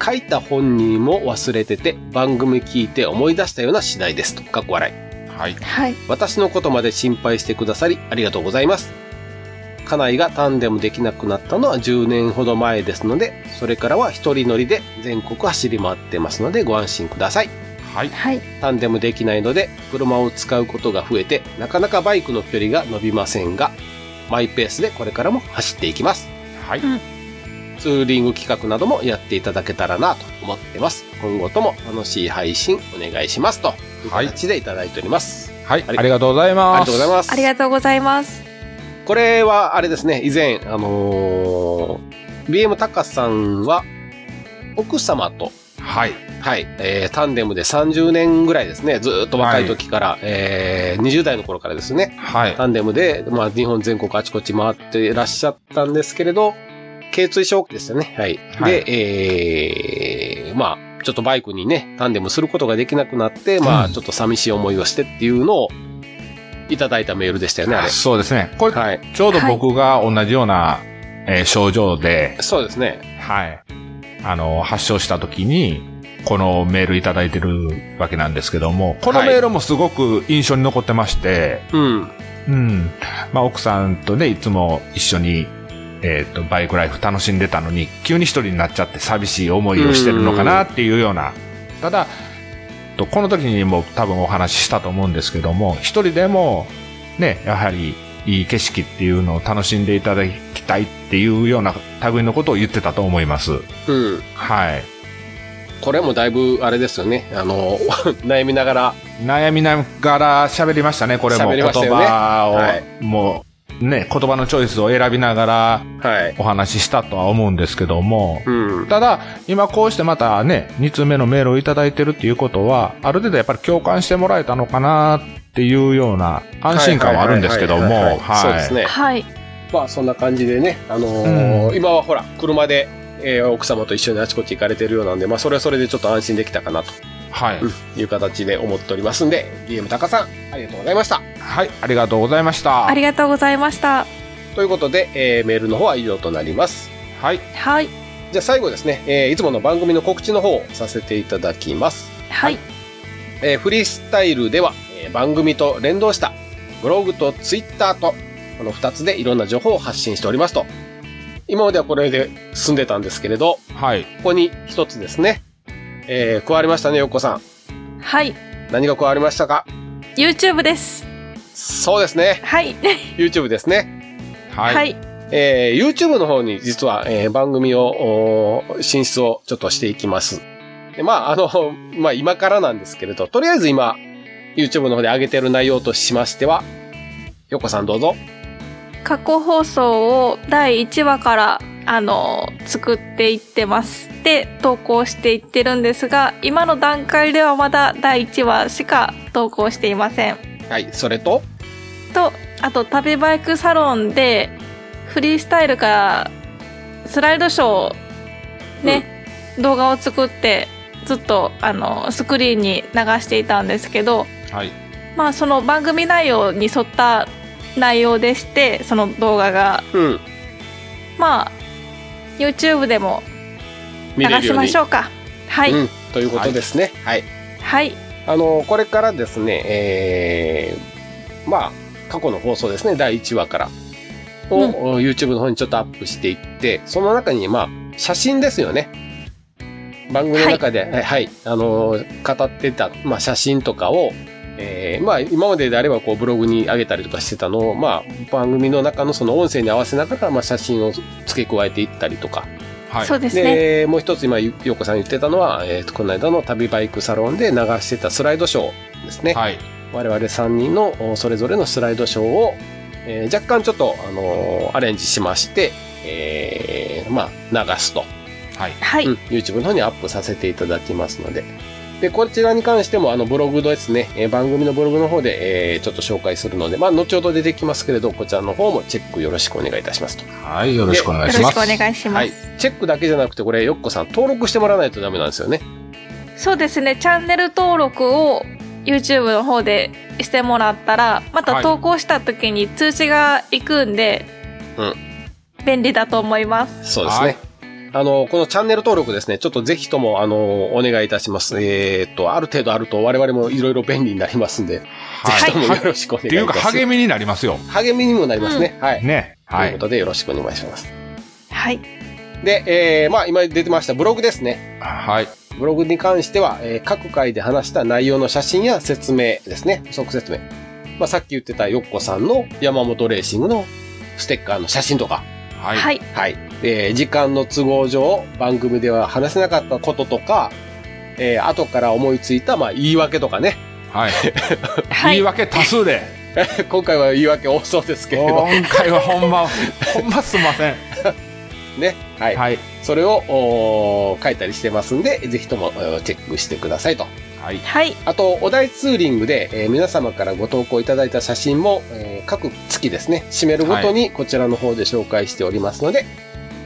[SPEAKER 1] 書いた本人も忘れてて番組聞いて思い出したような次第ですと。かっこ笑い。
[SPEAKER 3] はい。
[SPEAKER 2] はい。
[SPEAKER 1] 私のことまで心配してくださりありがとうございます。家内がタンデムできなくなったのは10年ほど前ですので、それからは一人乗りで全国走り回ってますのでご安心ください。
[SPEAKER 3] はい。
[SPEAKER 2] はい。
[SPEAKER 1] タンデムできないので車を使うことが増えてなかなかバイクの距離が伸びませんがマイペースでこれからも走っていきます
[SPEAKER 3] はい。
[SPEAKER 1] ツーリング企画などもやっていただけたらなと思ってます今後とも楽しい配信お願いしますという形でいただいております、
[SPEAKER 3] はい。
[SPEAKER 1] あり
[SPEAKER 3] ありがとうござい
[SPEAKER 1] ありが
[SPEAKER 3] ます。
[SPEAKER 1] とうござい
[SPEAKER 3] す。
[SPEAKER 1] ます
[SPEAKER 2] ありがとうございます。
[SPEAKER 1] これはあれですね以前あのー BM タカさんは奥様と
[SPEAKER 3] はい。
[SPEAKER 1] はい、えータンデムで30年ぐらいですねずーっと若い時から、えー20代の頃からですね
[SPEAKER 3] はい。
[SPEAKER 1] タンデムで、まあ、日本全国あちこち回っていらっしゃったんですけれど、頚椎症ですよね。はい。
[SPEAKER 3] はい
[SPEAKER 1] で、えー、まあ、ちょっとバイクにね、タンデムすることができなくなって、まあ、
[SPEAKER 3] うん
[SPEAKER 1] ちょっと寂しい思いをしてっていうのを、いただいたメールでしたよね、あれ。
[SPEAKER 3] そうですね。これ、
[SPEAKER 1] はい。
[SPEAKER 3] ちょうど僕が同じような、えー症状で、
[SPEAKER 1] そうですね。
[SPEAKER 3] はい。あの、発症した時に、このメールいただいてるわけなんですけども、このメールもすごく印象に残ってまして、
[SPEAKER 1] うん。
[SPEAKER 3] うん。まあ、奥さんとね、いつも一緒に、えっ、と、バイクライフ楽しんでたのに、急に一人になっちゃって寂しい思いをしてるのかなっていうような。ただ、とこの時にも多分お話ししたと思うんですけども、一人でも、ね、やはり、いい景色っていうのを楽しんでいただきたいっていうような類のことを言ってたと思います。
[SPEAKER 1] うん。
[SPEAKER 3] はい。
[SPEAKER 1] これもだいぶ、あれですよね。あの、 悩みながら、
[SPEAKER 3] 悩みながら喋りましたね、これも。
[SPEAKER 1] 喋り
[SPEAKER 3] 言
[SPEAKER 1] ましたよね
[SPEAKER 3] 葉を、
[SPEAKER 1] はい
[SPEAKER 3] もう、ね、言葉のチョイスを選びながら、
[SPEAKER 1] はい。
[SPEAKER 3] お話ししたとは思うんですけども、
[SPEAKER 1] うん。
[SPEAKER 3] ただ、今こうしてまたね、2通目のメールをいただいてるっていうことは、ある程度やっぱり共感してもらえたのかなっていうような安心感はあるんですけども、
[SPEAKER 1] はいはいはいはい
[SPEAKER 3] はい。
[SPEAKER 1] そうですね。
[SPEAKER 2] はい。
[SPEAKER 1] まあそんな感じでね、あのー
[SPEAKER 3] うん
[SPEAKER 1] 今はほら車で、えー奥様と一緒にあちこち行かれてるようなんで、まあ、それはそれでちょっと安心できたかなと
[SPEAKER 3] はい。
[SPEAKER 1] いう形で思っておりますんで DM 高さんありがとうございました
[SPEAKER 3] はい、ありがとうございました。
[SPEAKER 2] ありがとうございました。
[SPEAKER 1] ということで、えーメールの方は以上となります
[SPEAKER 3] はい、
[SPEAKER 2] はい。
[SPEAKER 1] じゃあ最後ですね、えーいつもの番組の告知の方をさせていただきます
[SPEAKER 2] はい。
[SPEAKER 1] えーフリースタイルでは、えー番組と連動したブログとツイッターとこの2つでいろんな情報を発信しておりますと今まではこれで済んでたんですけれど
[SPEAKER 3] はい、
[SPEAKER 1] ここに一つですね、えー加わりましたねよっこさん
[SPEAKER 2] はい。
[SPEAKER 1] 何が加わりましたか
[SPEAKER 2] YouTube です。
[SPEAKER 1] そうですね
[SPEAKER 2] はい。
[SPEAKER 1] YouTube ですね、
[SPEAKER 3] は い、
[SPEAKER 2] はい。
[SPEAKER 1] えー YouTube の方に実は、えー番組をおー進出をちょっとしていきますでまああの、 まあ、今からなんですけれどとりあえず今 YouTube の方で上げてる内容としましてはよっこさんどうぞ
[SPEAKER 2] 過去放送を第1話からあの作っていってますで投稿していってるんですが今の段階ではまだ第1話しか投稿していません
[SPEAKER 1] はいそれと
[SPEAKER 2] とあと旅バイクサロンでフリースタイルからスライドショーね、動画を作ってずっとあのスクリーンに流していたんですけど
[SPEAKER 3] はい、
[SPEAKER 2] まあその番組内容に沿った内容でしてその動画が
[SPEAKER 1] うん
[SPEAKER 2] まあ YouTube でも流
[SPEAKER 1] 見れる
[SPEAKER 2] し
[SPEAKER 1] よう
[SPEAKER 2] ま
[SPEAKER 1] に
[SPEAKER 2] しょうか。はい、
[SPEAKER 1] うん、ということですねはい
[SPEAKER 2] はい
[SPEAKER 1] あのこれからですね、えーまあ、過去の放送ですね、第1話からを、
[SPEAKER 2] うん
[SPEAKER 1] YouTube の方にちょっとアップしていって、その中に、まあ、写真ですよね。番組の中で、はい、はいあの語ってた、まあ、写真とかを、えーまあ、今までであれば、こう、ブログに上げたりとかしてたのを、まあ、番組の中のその音声に合わせながら、まあ、写真を付け加えていったりとか、
[SPEAKER 3] はい
[SPEAKER 2] そ。うですね。
[SPEAKER 1] でもう一つ今よようこさん言ってたのは、えーとこの間の旅バイクサロンで流してたスライドショーですね、
[SPEAKER 3] はい、
[SPEAKER 1] 我々3人のおそれぞれのスライドショーを、えー若干ちょっと、あのーアレンジしまして、えーまあ、流すと、
[SPEAKER 3] はい、
[SPEAKER 2] はい、
[SPEAKER 1] うん YouTube の方にアップさせていただきますのででこちらに関してもあのブログですね、えー番組のブログの方で、えーちょっと紹介するので、まあ、後ほど出てきますけれどこちらの方もチェックよろしくお願いいたしますと
[SPEAKER 3] はい、よろしくお願い
[SPEAKER 2] よろ
[SPEAKER 3] しま
[SPEAKER 2] しく
[SPEAKER 3] す。
[SPEAKER 2] お願いします。
[SPEAKER 1] はい、チェックだけじゃなくてこれよっこさん登録してもらわないとダメなんですよね
[SPEAKER 2] そうですね。チャンネル登録を YouTube の方でしてもらったらま
[SPEAKER 3] は
[SPEAKER 2] た
[SPEAKER 3] い
[SPEAKER 2] 投稿した時に通知が行くんで、
[SPEAKER 1] うん
[SPEAKER 2] 便利だと思います
[SPEAKER 1] そうですね。
[SPEAKER 3] はい
[SPEAKER 1] あの、このチャンネル登録ですね、ちょっとぜひとも、あの、お願いいたします。えーっと、ある程度あると我々もいろいろ便利になりますんで、
[SPEAKER 3] は
[SPEAKER 1] ぜひともよろしくお願い
[SPEAKER 3] っ
[SPEAKER 1] い
[SPEAKER 3] ていう
[SPEAKER 1] た
[SPEAKER 3] か
[SPEAKER 1] します。
[SPEAKER 3] 励みになりますよ。
[SPEAKER 1] 励みにもなりますね。はい。
[SPEAKER 3] ね。
[SPEAKER 1] とい
[SPEAKER 3] は
[SPEAKER 1] う
[SPEAKER 3] い
[SPEAKER 1] こ。とでよろしくお願いします。
[SPEAKER 2] はい
[SPEAKER 1] で、えーまあ今出てましたブログですね。
[SPEAKER 3] はい。
[SPEAKER 1] ブログに関しては、えー各回で話した内容の写真や説明ですね。補足説明。まあさっき言ってたよっこさんの山本レーシングのステッカーの写真とか、
[SPEAKER 3] は
[SPEAKER 2] はい、
[SPEAKER 3] い。
[SPEAKER 1] はい。えー時間の都合上、番組では話せなかったこととか、えー後から思いついた、まあ、言い訳とかね。
[SPEAKER 3] はい。
[SPEAKER 2] は
[SPEAKER 3] 言い
[SPEAKER 2] い
[SPEAKER 3] 訳多数で。
[SPEAKER 1] 今回は言い訳多そうですけれど
[SPEAKER 3] 今、回はほんま、ほんますんません。
[SPEAKER 1] ね。はい。
[SPEAKER 3] はい。
[SPEAKER 1] それを、おー書いたりしてますんで、ぜひとも、えーチェックしてくださいと。
[SPEAKER 3] はい。
[SPEAKER 2] はい
[SPEAKER 1] あと、お題ツーリングで、えー皆様からご投稿いただいた写真も、えー各月ですね、締めるごとにこちらの方で紹介しておりますので、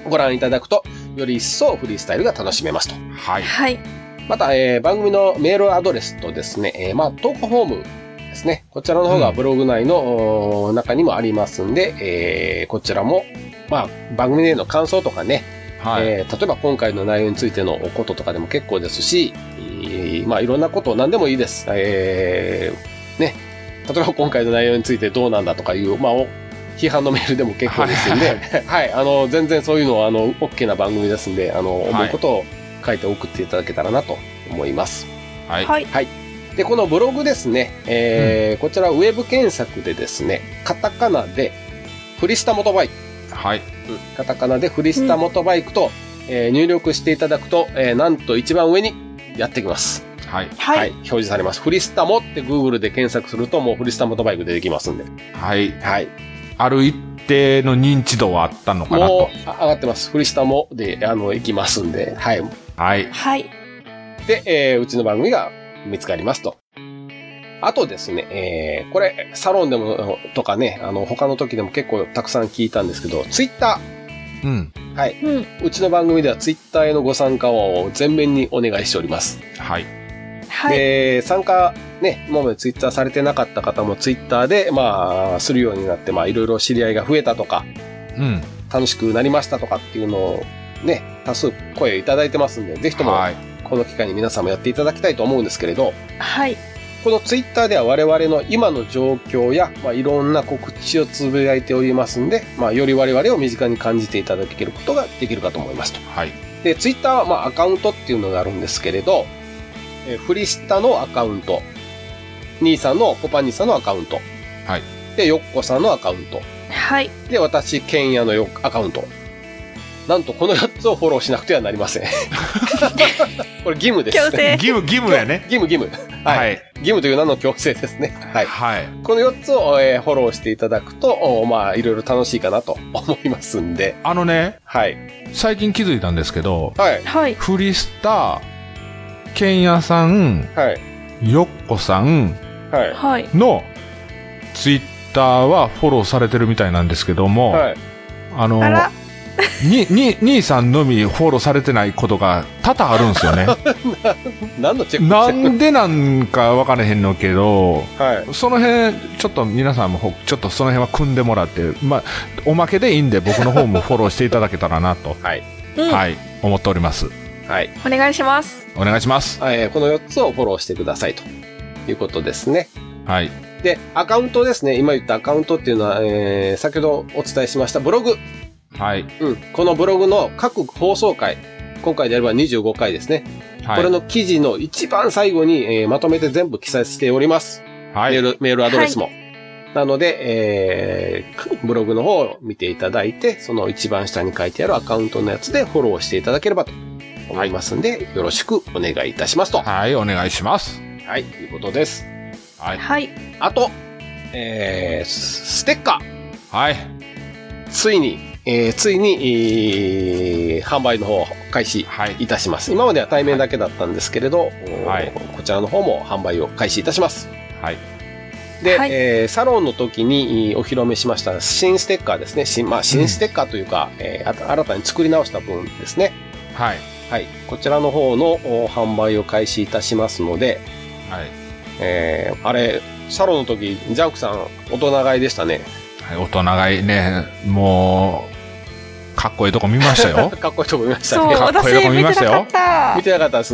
[SPEAKER 1] ご覧いただくと、より一層フリースタイルが楽しめますと。
[SPEAKER 3] はい。
[SPEAKER 2] はい
[SPEAKER 1] また、えー番組のメールアドレスとですね、えーまあ、投稿フォームですね。こちらの方が
[SPEAKER 3] うん
[SPEAKER 1] ブログ内の、おー中にもありますんで、えーこちらも、まあ、番組での感想とかね、
[SPEAKER 3] はい。
[SPEAKER 1] えー例えば今回の内容についてのおこととかでも結構ですし、えーまあ、いろんなこと何でもいいです。えーね。例えば今回の内容についてどうなんだとかいう、まあ、お批判のメールでも結構ですんで、
[SPEAKER 3] は
[SPEAKER 1] はいい、あの、全然そういうのは、あの、OK な番組ですんで、あの、
[SPEAKER 3] はい
[SPEAKER 1] 思うことを書いて送っていただけたらなと思います。
[SPEAKER 3] はい。
[SPEAKER 2] はい
[SPEAKER 1] で、このブログですね、えーこちらウェブ検索でですね、カタカナで、フリスタモトバイク
[SPEAKER 3] はい。
[SPEAKER 1] カタカナでフリスタモトバイクと、えー入力していただくと、えーなんと一番上にやってきます。
[SPEAKER 3] はい。
[SPEAKER 2] はい、
[SPEAKER 1] 表示されます。フリスタモって Google で検索するともうフリスタモトバイク出てきますんで。
[SPEAKER 3] はい。
[SPEAKER 1] はい。
[SPEAKER 3] ある一定の認知度はあったのか
[SPEAKER 1] も
[SPEAKER 3] なと。
[SPEAKER 1] うあ上がってます。フリスタモで、あの、行きますんで。はい。
[SPEAKER 3] はい。
[SPEAKER 2] はい
[SPEAKER 1] で、えーうちの番組が見つかりますと。あとですね、えーこれ、サロンでも、とかね、あの、他の時でも結構たくさん聞いたんですけど、ツイッタ
[SPEAKER 3] うん。
[SPEAKER 2] うん
[SPEAKER 1] ー、うちの番組ではツイッターへのご参加を全面にお願いしております。
[SPEAKER 3] はい。
[SPEAKER 2] はい
[SPEAKER 1] で、参加、ね、今までツイッターされてなかった方もツイッターで、まあ、するようになって、まあ、いろいろ知り合いが増えたとか、
[SPEAKER 3] うん。
[SPEAKER 1] 楽しくなりましたとかっていうのを、ね、多数声をいただいてますんで、ぜひとも、
[SPEAKER 3] はい。
[SPEAKER 1] この機会に皆さんもやっていただきたいと思うんですけれど、
[SPEAKER 2] はい
[SPEAKER 1] このツイッターでは我々の今の状況や、まあ、いろんな告知をつぶやいておりますんで、まあ、より我々を身近に感じていただけることができるかと思いますと。
[SPEAKER 3] はい。
[SPEAKER 1] で、ツイッターは、まあ、アカウントっていうのがあるんですけれど、えーフリスタのアカウント、兄さんの、コパ兄さんのアカウント、
[SPEAKER 3] はい。
[SPEAKER 1] で、ヨッコさんのアカウント、
[SPEAKER 2] はい
[SPEAKER 1] で、私、ケンヤのよアカウント。なんと、この4つをフォローしなくてはなり ません。これ、義務です。
[SPEAKER 2] 強制
[SPEAKER 3] 義務、義務やね。
[SPEAKER 1] 義務、義務。はい。
[SPEAKER 3] はい。
[SPEAKER 1] 義務という名の強制ですね。はい。
[SPEAKER 3] はい。
[SPEAKER 1] この4つを、えーフォローしていただくと、おまあ、いろいろ楽しいかなと 思いますんで。
[SPEAKER 3] あのね、
[SPEAKER 1] はい。
[SPEAKER 3] 最近気づいたんですけど、
[SPEAKER 1] はい。
[SPEAKER 2] はい
[SPEAKER 3] フリスタ、ケンヤさん、
[SPEAKER 1] はい。
[SPEAKER 3] ヨッコさん
[SPEAKER 1] はい。
[SPEAKER 2] はい
[SPEAKER 3] のツイッターはフォローされてるみたいなんですけども、
[SPEAKER 1] はい。
[SPEAKER 3] あの
[SPEAKER 2] あら
[SPEAKER 3] に、に、兄さんのみフォローされてないことが多々あるんですよね。
[SPEAKER 1] 何のチェック
[SPEAKER 3] な
[SPEAKER 1] してる
[SPEAKER 3] んでなんか分からへんのけど、
[SPEAKER 1] はい。
[SPEAKER 3] その辺、ちょっと皆さんもほ、ちょっとその辺は組んでもらって、まあ、おまけでいいんで、僕の方もフォローしていただけたらなと、
[SPEAKER 1] はい。
[SPEAKER 2] うん、
[SPEAKER 3] はい、思っております。
[SPEAKER 1] はい。
[SPEAKER 2] お願いします
[SPEAKER 3] お願いします。
[SPEAKER 1] えーこの4つをフォローしてくださいということですね。
[SPEAKER 3] はい。
[SPEAKER 1] で、アカウントですね。今言ったアカウントっていうのは、えー先ほどお伝えしましたブログ。
[SPEAKER 3] はい。
[SPEAKER 1] うん。このブログの各放送回。今回であれば25回ですね。
[SPEAKER 3] はい。
[SPEAKER 1] これの記事の一番最後に、えーまとめて全部記載しております。
[SPEAKER 3] は
[SPEAKER 1] メ
[SPEAKER 3] い。
[SPEAKER 1] ール、メールアドレスも。なので、えーブログの方を見ていただいて、その一番下に書いてあるアカウントのやつでフォローしていただければと思いますんで、よろしくお願いいたしますと。は
[SPEAKER 3] はい、お願いします。
[SPEAKER 1] い、ということです。
[SPEAKER 3] はい。
[SPEAKER 2] はい
[SPEAKER 1] あと、えースステッカー、
[SPEAKER 3] はい。
[SPEAKER 1] ついに、えーついに、えー販売の方を開始
[SPEAKER 3] はい。
[SPEAKER 1] いたします。今までは対面だけだったんですけれど、
[SPEAKER 3] はい
[SPEAKER 1] おこちらの方も販売を開始いたします。
[SPEAKER 3] はい。
[SPEAKER 1] で、
[SPEAKER 2] はい
[SPEAKER 1] えーサロンの時にえーお披露目しました新ステッカーですね。新、まあ、新ステッカーというか、えーあと新たに作り直した分ですね。
[SPEAKER 3] はい。
[SPEAKER 1] はい。こちらの方のお販売を開始いたしますので、
[SPEAKER 3] はい。
[SPEAKER 1] えー、あれ、シャロの時、ジャンクさん、大人買いでしたね。
[SPEAKER 3] はい大人がいね、もう、かっこいいとこ見ましたよ。
[SPEAKER 1] かっこいいと思いまし
[SPEAKER 2] そ
[SPEAKER 1] た
[SPEAKER 2] う、
[SPEAKER 1] ね。
[SPEAKER 3] かっこいい
[SPEAKER 2] 私
[SPEAKER 3] とこ
[SPEAKER 2] 見
[SPEAKER 3] 見
[SPEAKER 2] て
[SPEAKER 3] ま
[SPEAKER 2] な
[SPEAKER 3] した
[SPEAKER 2] か
[SPEAKER 3] よ
[SPEAKER 2] った
[SPEAKER 1] 見。てなかったです。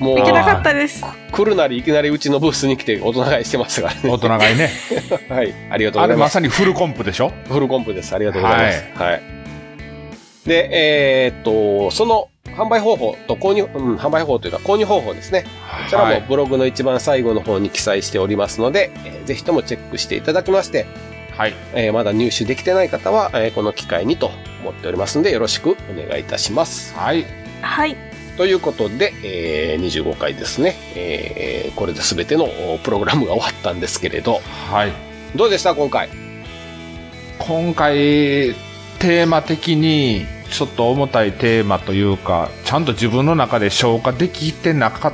[SPEAKER 1] もう
[SPEAKER 2] 見、てなかったです。
[SPEAKER 1] 来るなりいきなりうちのブースに来て大人買いしてましたからね。
[SPEAKER 3] 大人が いね。
[SPEAKER 1] はい。ありがとう
[SPEAKER 3] あ
[SPEAKER 1] ござ
[SPEAKER 3] れ
[SPEAKER 1] いま。
[SPEAKER 3] ますさにフルコンプでしょ
[SPEAKER 1] フルコンプです。ありがとうございます。はい。で、えーっと、その販売方法と購入、うん、販売方法というか購入方法ですね。こちら
[SPEAKER 3] は
[SPEAKER 1] も
[SPEAKER 3] い。
[SPEAKER 1] ブログの一番最後の方に記載しておりますので、えーぜひともチェックしていただきまして、
[SPEAKER 3] はい。
[SPEAKER 1] えーまだ入手できてない方は、えーこの機会にと思っておりますので、よろしくお願いいたします。
[SPEAKER 3] はい。
[SPEAKER 2] はい。
[SPEAKER 1] ということで、えー25回ですね、えーこれで全てのおプログラムが終わったんですけれど、
[SPEAKER 3] はい。
[SPEAKER 1] どうでした今回
[SPEAKER 3] 今回、テーマ的に、ちょっと重たいテーマというか、ちゃんと自分の中で消化できてなかっ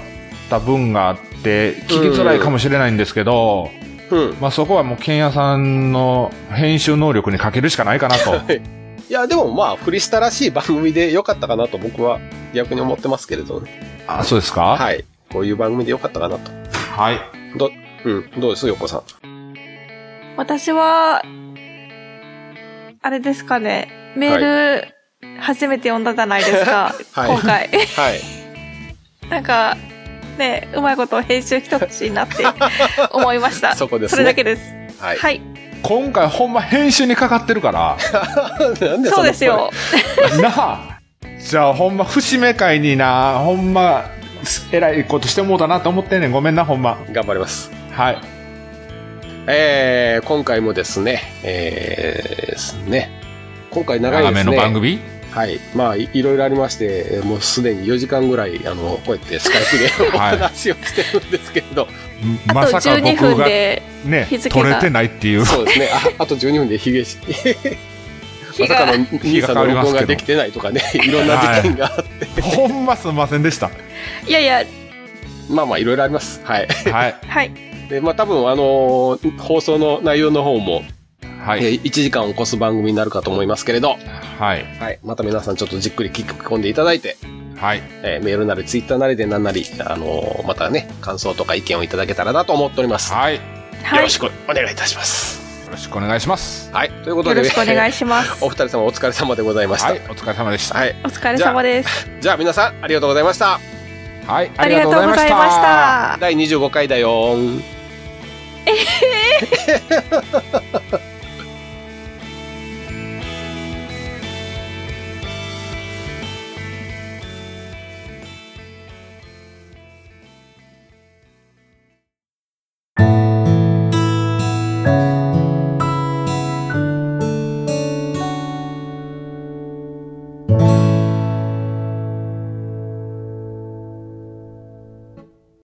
[SPEAKER 3] た分があって、聞きづらいかもしれないんですけど、
[SPEAKER 1] うん。
[SPEAKER 3] まあそこはもう、ケンヤさんの編集能力にかけるしかないかなと。
[SPEAKER 1] いや、でもまあ、フリスタらしい番組で良かったかなと僕は逆に思ってますけれどね。
[SPEAKER 3] あ、そうですか
[SPEAKER 1] はい。こういう番組で良かったかなと。
[SPEAKER 3] はい。
[SPEAKER 1] ど、うん。どうです横さん。
[SPEAKER 2] 私は、あれですかね、メール、初めて読んだじゃないですか、
[SPEAKER 1] はい
[SPEAKER 2] 今回。
[SPEAKER 1] はい。
[SPEAKER 2] なんか、ね、うまいこと編集一口になって 思いま した。
[SPEAKER 1] そこですね
[SPEAKER 2] れだけです。
[SPEAKER 1] はい。
[SPEAKER 2] はい。
[SPEAKER 3] 今回ほんま編集にかかってるから、
[SPEAKER 1] なん
[SPEAKER 2] そう
[SPEAKER 1] の
[SPEAKER 2] ですよ。
[SPEAKER 3] なあ。じゃあほんま節目会にな、ほんま、えらいことしてもうたなと思ってんねん。ごめんな、ほんま。
[SPEAKER 1] 頑張ります。
[SPEAKER 3] はい。
[SPEAKER 1] えー、今回もですね、えー、ですね。今回長いです
[SPEAKER 3] 長
[SPEAKER 1] ね。
[SPEAKER 3] めの番組
[SPEAKER 1] はい。まあい、いろいろありまして、えーもうすでに4時間ぐらい、あの、こうやってスカイプでお
[SPEAKER 3] はい
[SPEAKER 1] 話をしてるんですけれど、
[SPEAKER 2] あ
[SPEAKER 3] ま
[SPEAKER 2] と
[SPEAKER 3] さか
[SPEAKER 2] 12
[SPEAKER 3] 僕
[SPEAKER 2] 分
[SPEAKER 3] が
[SPEAKER 2] で
[SPEAKER 3] ね
[SPEAKER 2] 日、付が
[SPEAKER 3] 取れてないっていう。
[SPEAKER 1] そうですね。ああと12分でヒゲし、ま
[SPEAKER 2] 日
[SPEAKER 1] さか
[SPEAKER 2] が
[SPEAKER 1] の兄さんの録音ができてないとかね、いろんな事件があって、
[SPEAKER 3] ほんますんませんでした。
[SPEAKER 2] いやいや、
[SPEAKER 1] まあまあいろいろあります。はい。
[SPEAKER 3] はい。
[SPEAKER 2] はい。
[SPEAKER 1] で、まあ多分あのー放送の内容の方も、
[SPEAKER 3] は
[SPEAKER 1] え
[SPEAKER 3] い。
[SPEAKER 1] ー1時間を超す番組になるかと思いますけれど、
[SPEAKER 3] はい。
[SPEAKER 1] はい。また皆さんちょっとじっくり聞き込んでいただいて、
[SPEAKER 3] はい。
[SPEAKER 1] えーメールなりツイッターなりで何なり、あのーまたね、感想とか意見をいただけたらなと思っております。
[SPEAKER 3] はい。よ
[SPEAKER 1] よ
[SPEAKER 2] はい。
[SPEAKER 1] ろ
[SPEAKER 2] よ
[SPEAKER 1] しくお願いいたします。
[SPEAKER 3] ろしくお願いします。
[SPEAKER 1] はい。ということで、
[SPEAKER 2] ろしくお願
[SPEAKER 1] い
[SPEAKER 2] いします
[SPEAKER 1] お。二人様お疲れ様でございました。
[SPEAKER 3] は
[SPEAKER 1] はいい。。
[SPEAKER 3] お疲れ様でした。
[SPEAKER 2] お疲れ様です。
[SPEAKER 1] じゃあ皆さんありがとうございました。
[SPEAKER 3] はい。
[SPEAKER 2] ありがとうございました。
[SPEAKER 1] 第25回だよーん。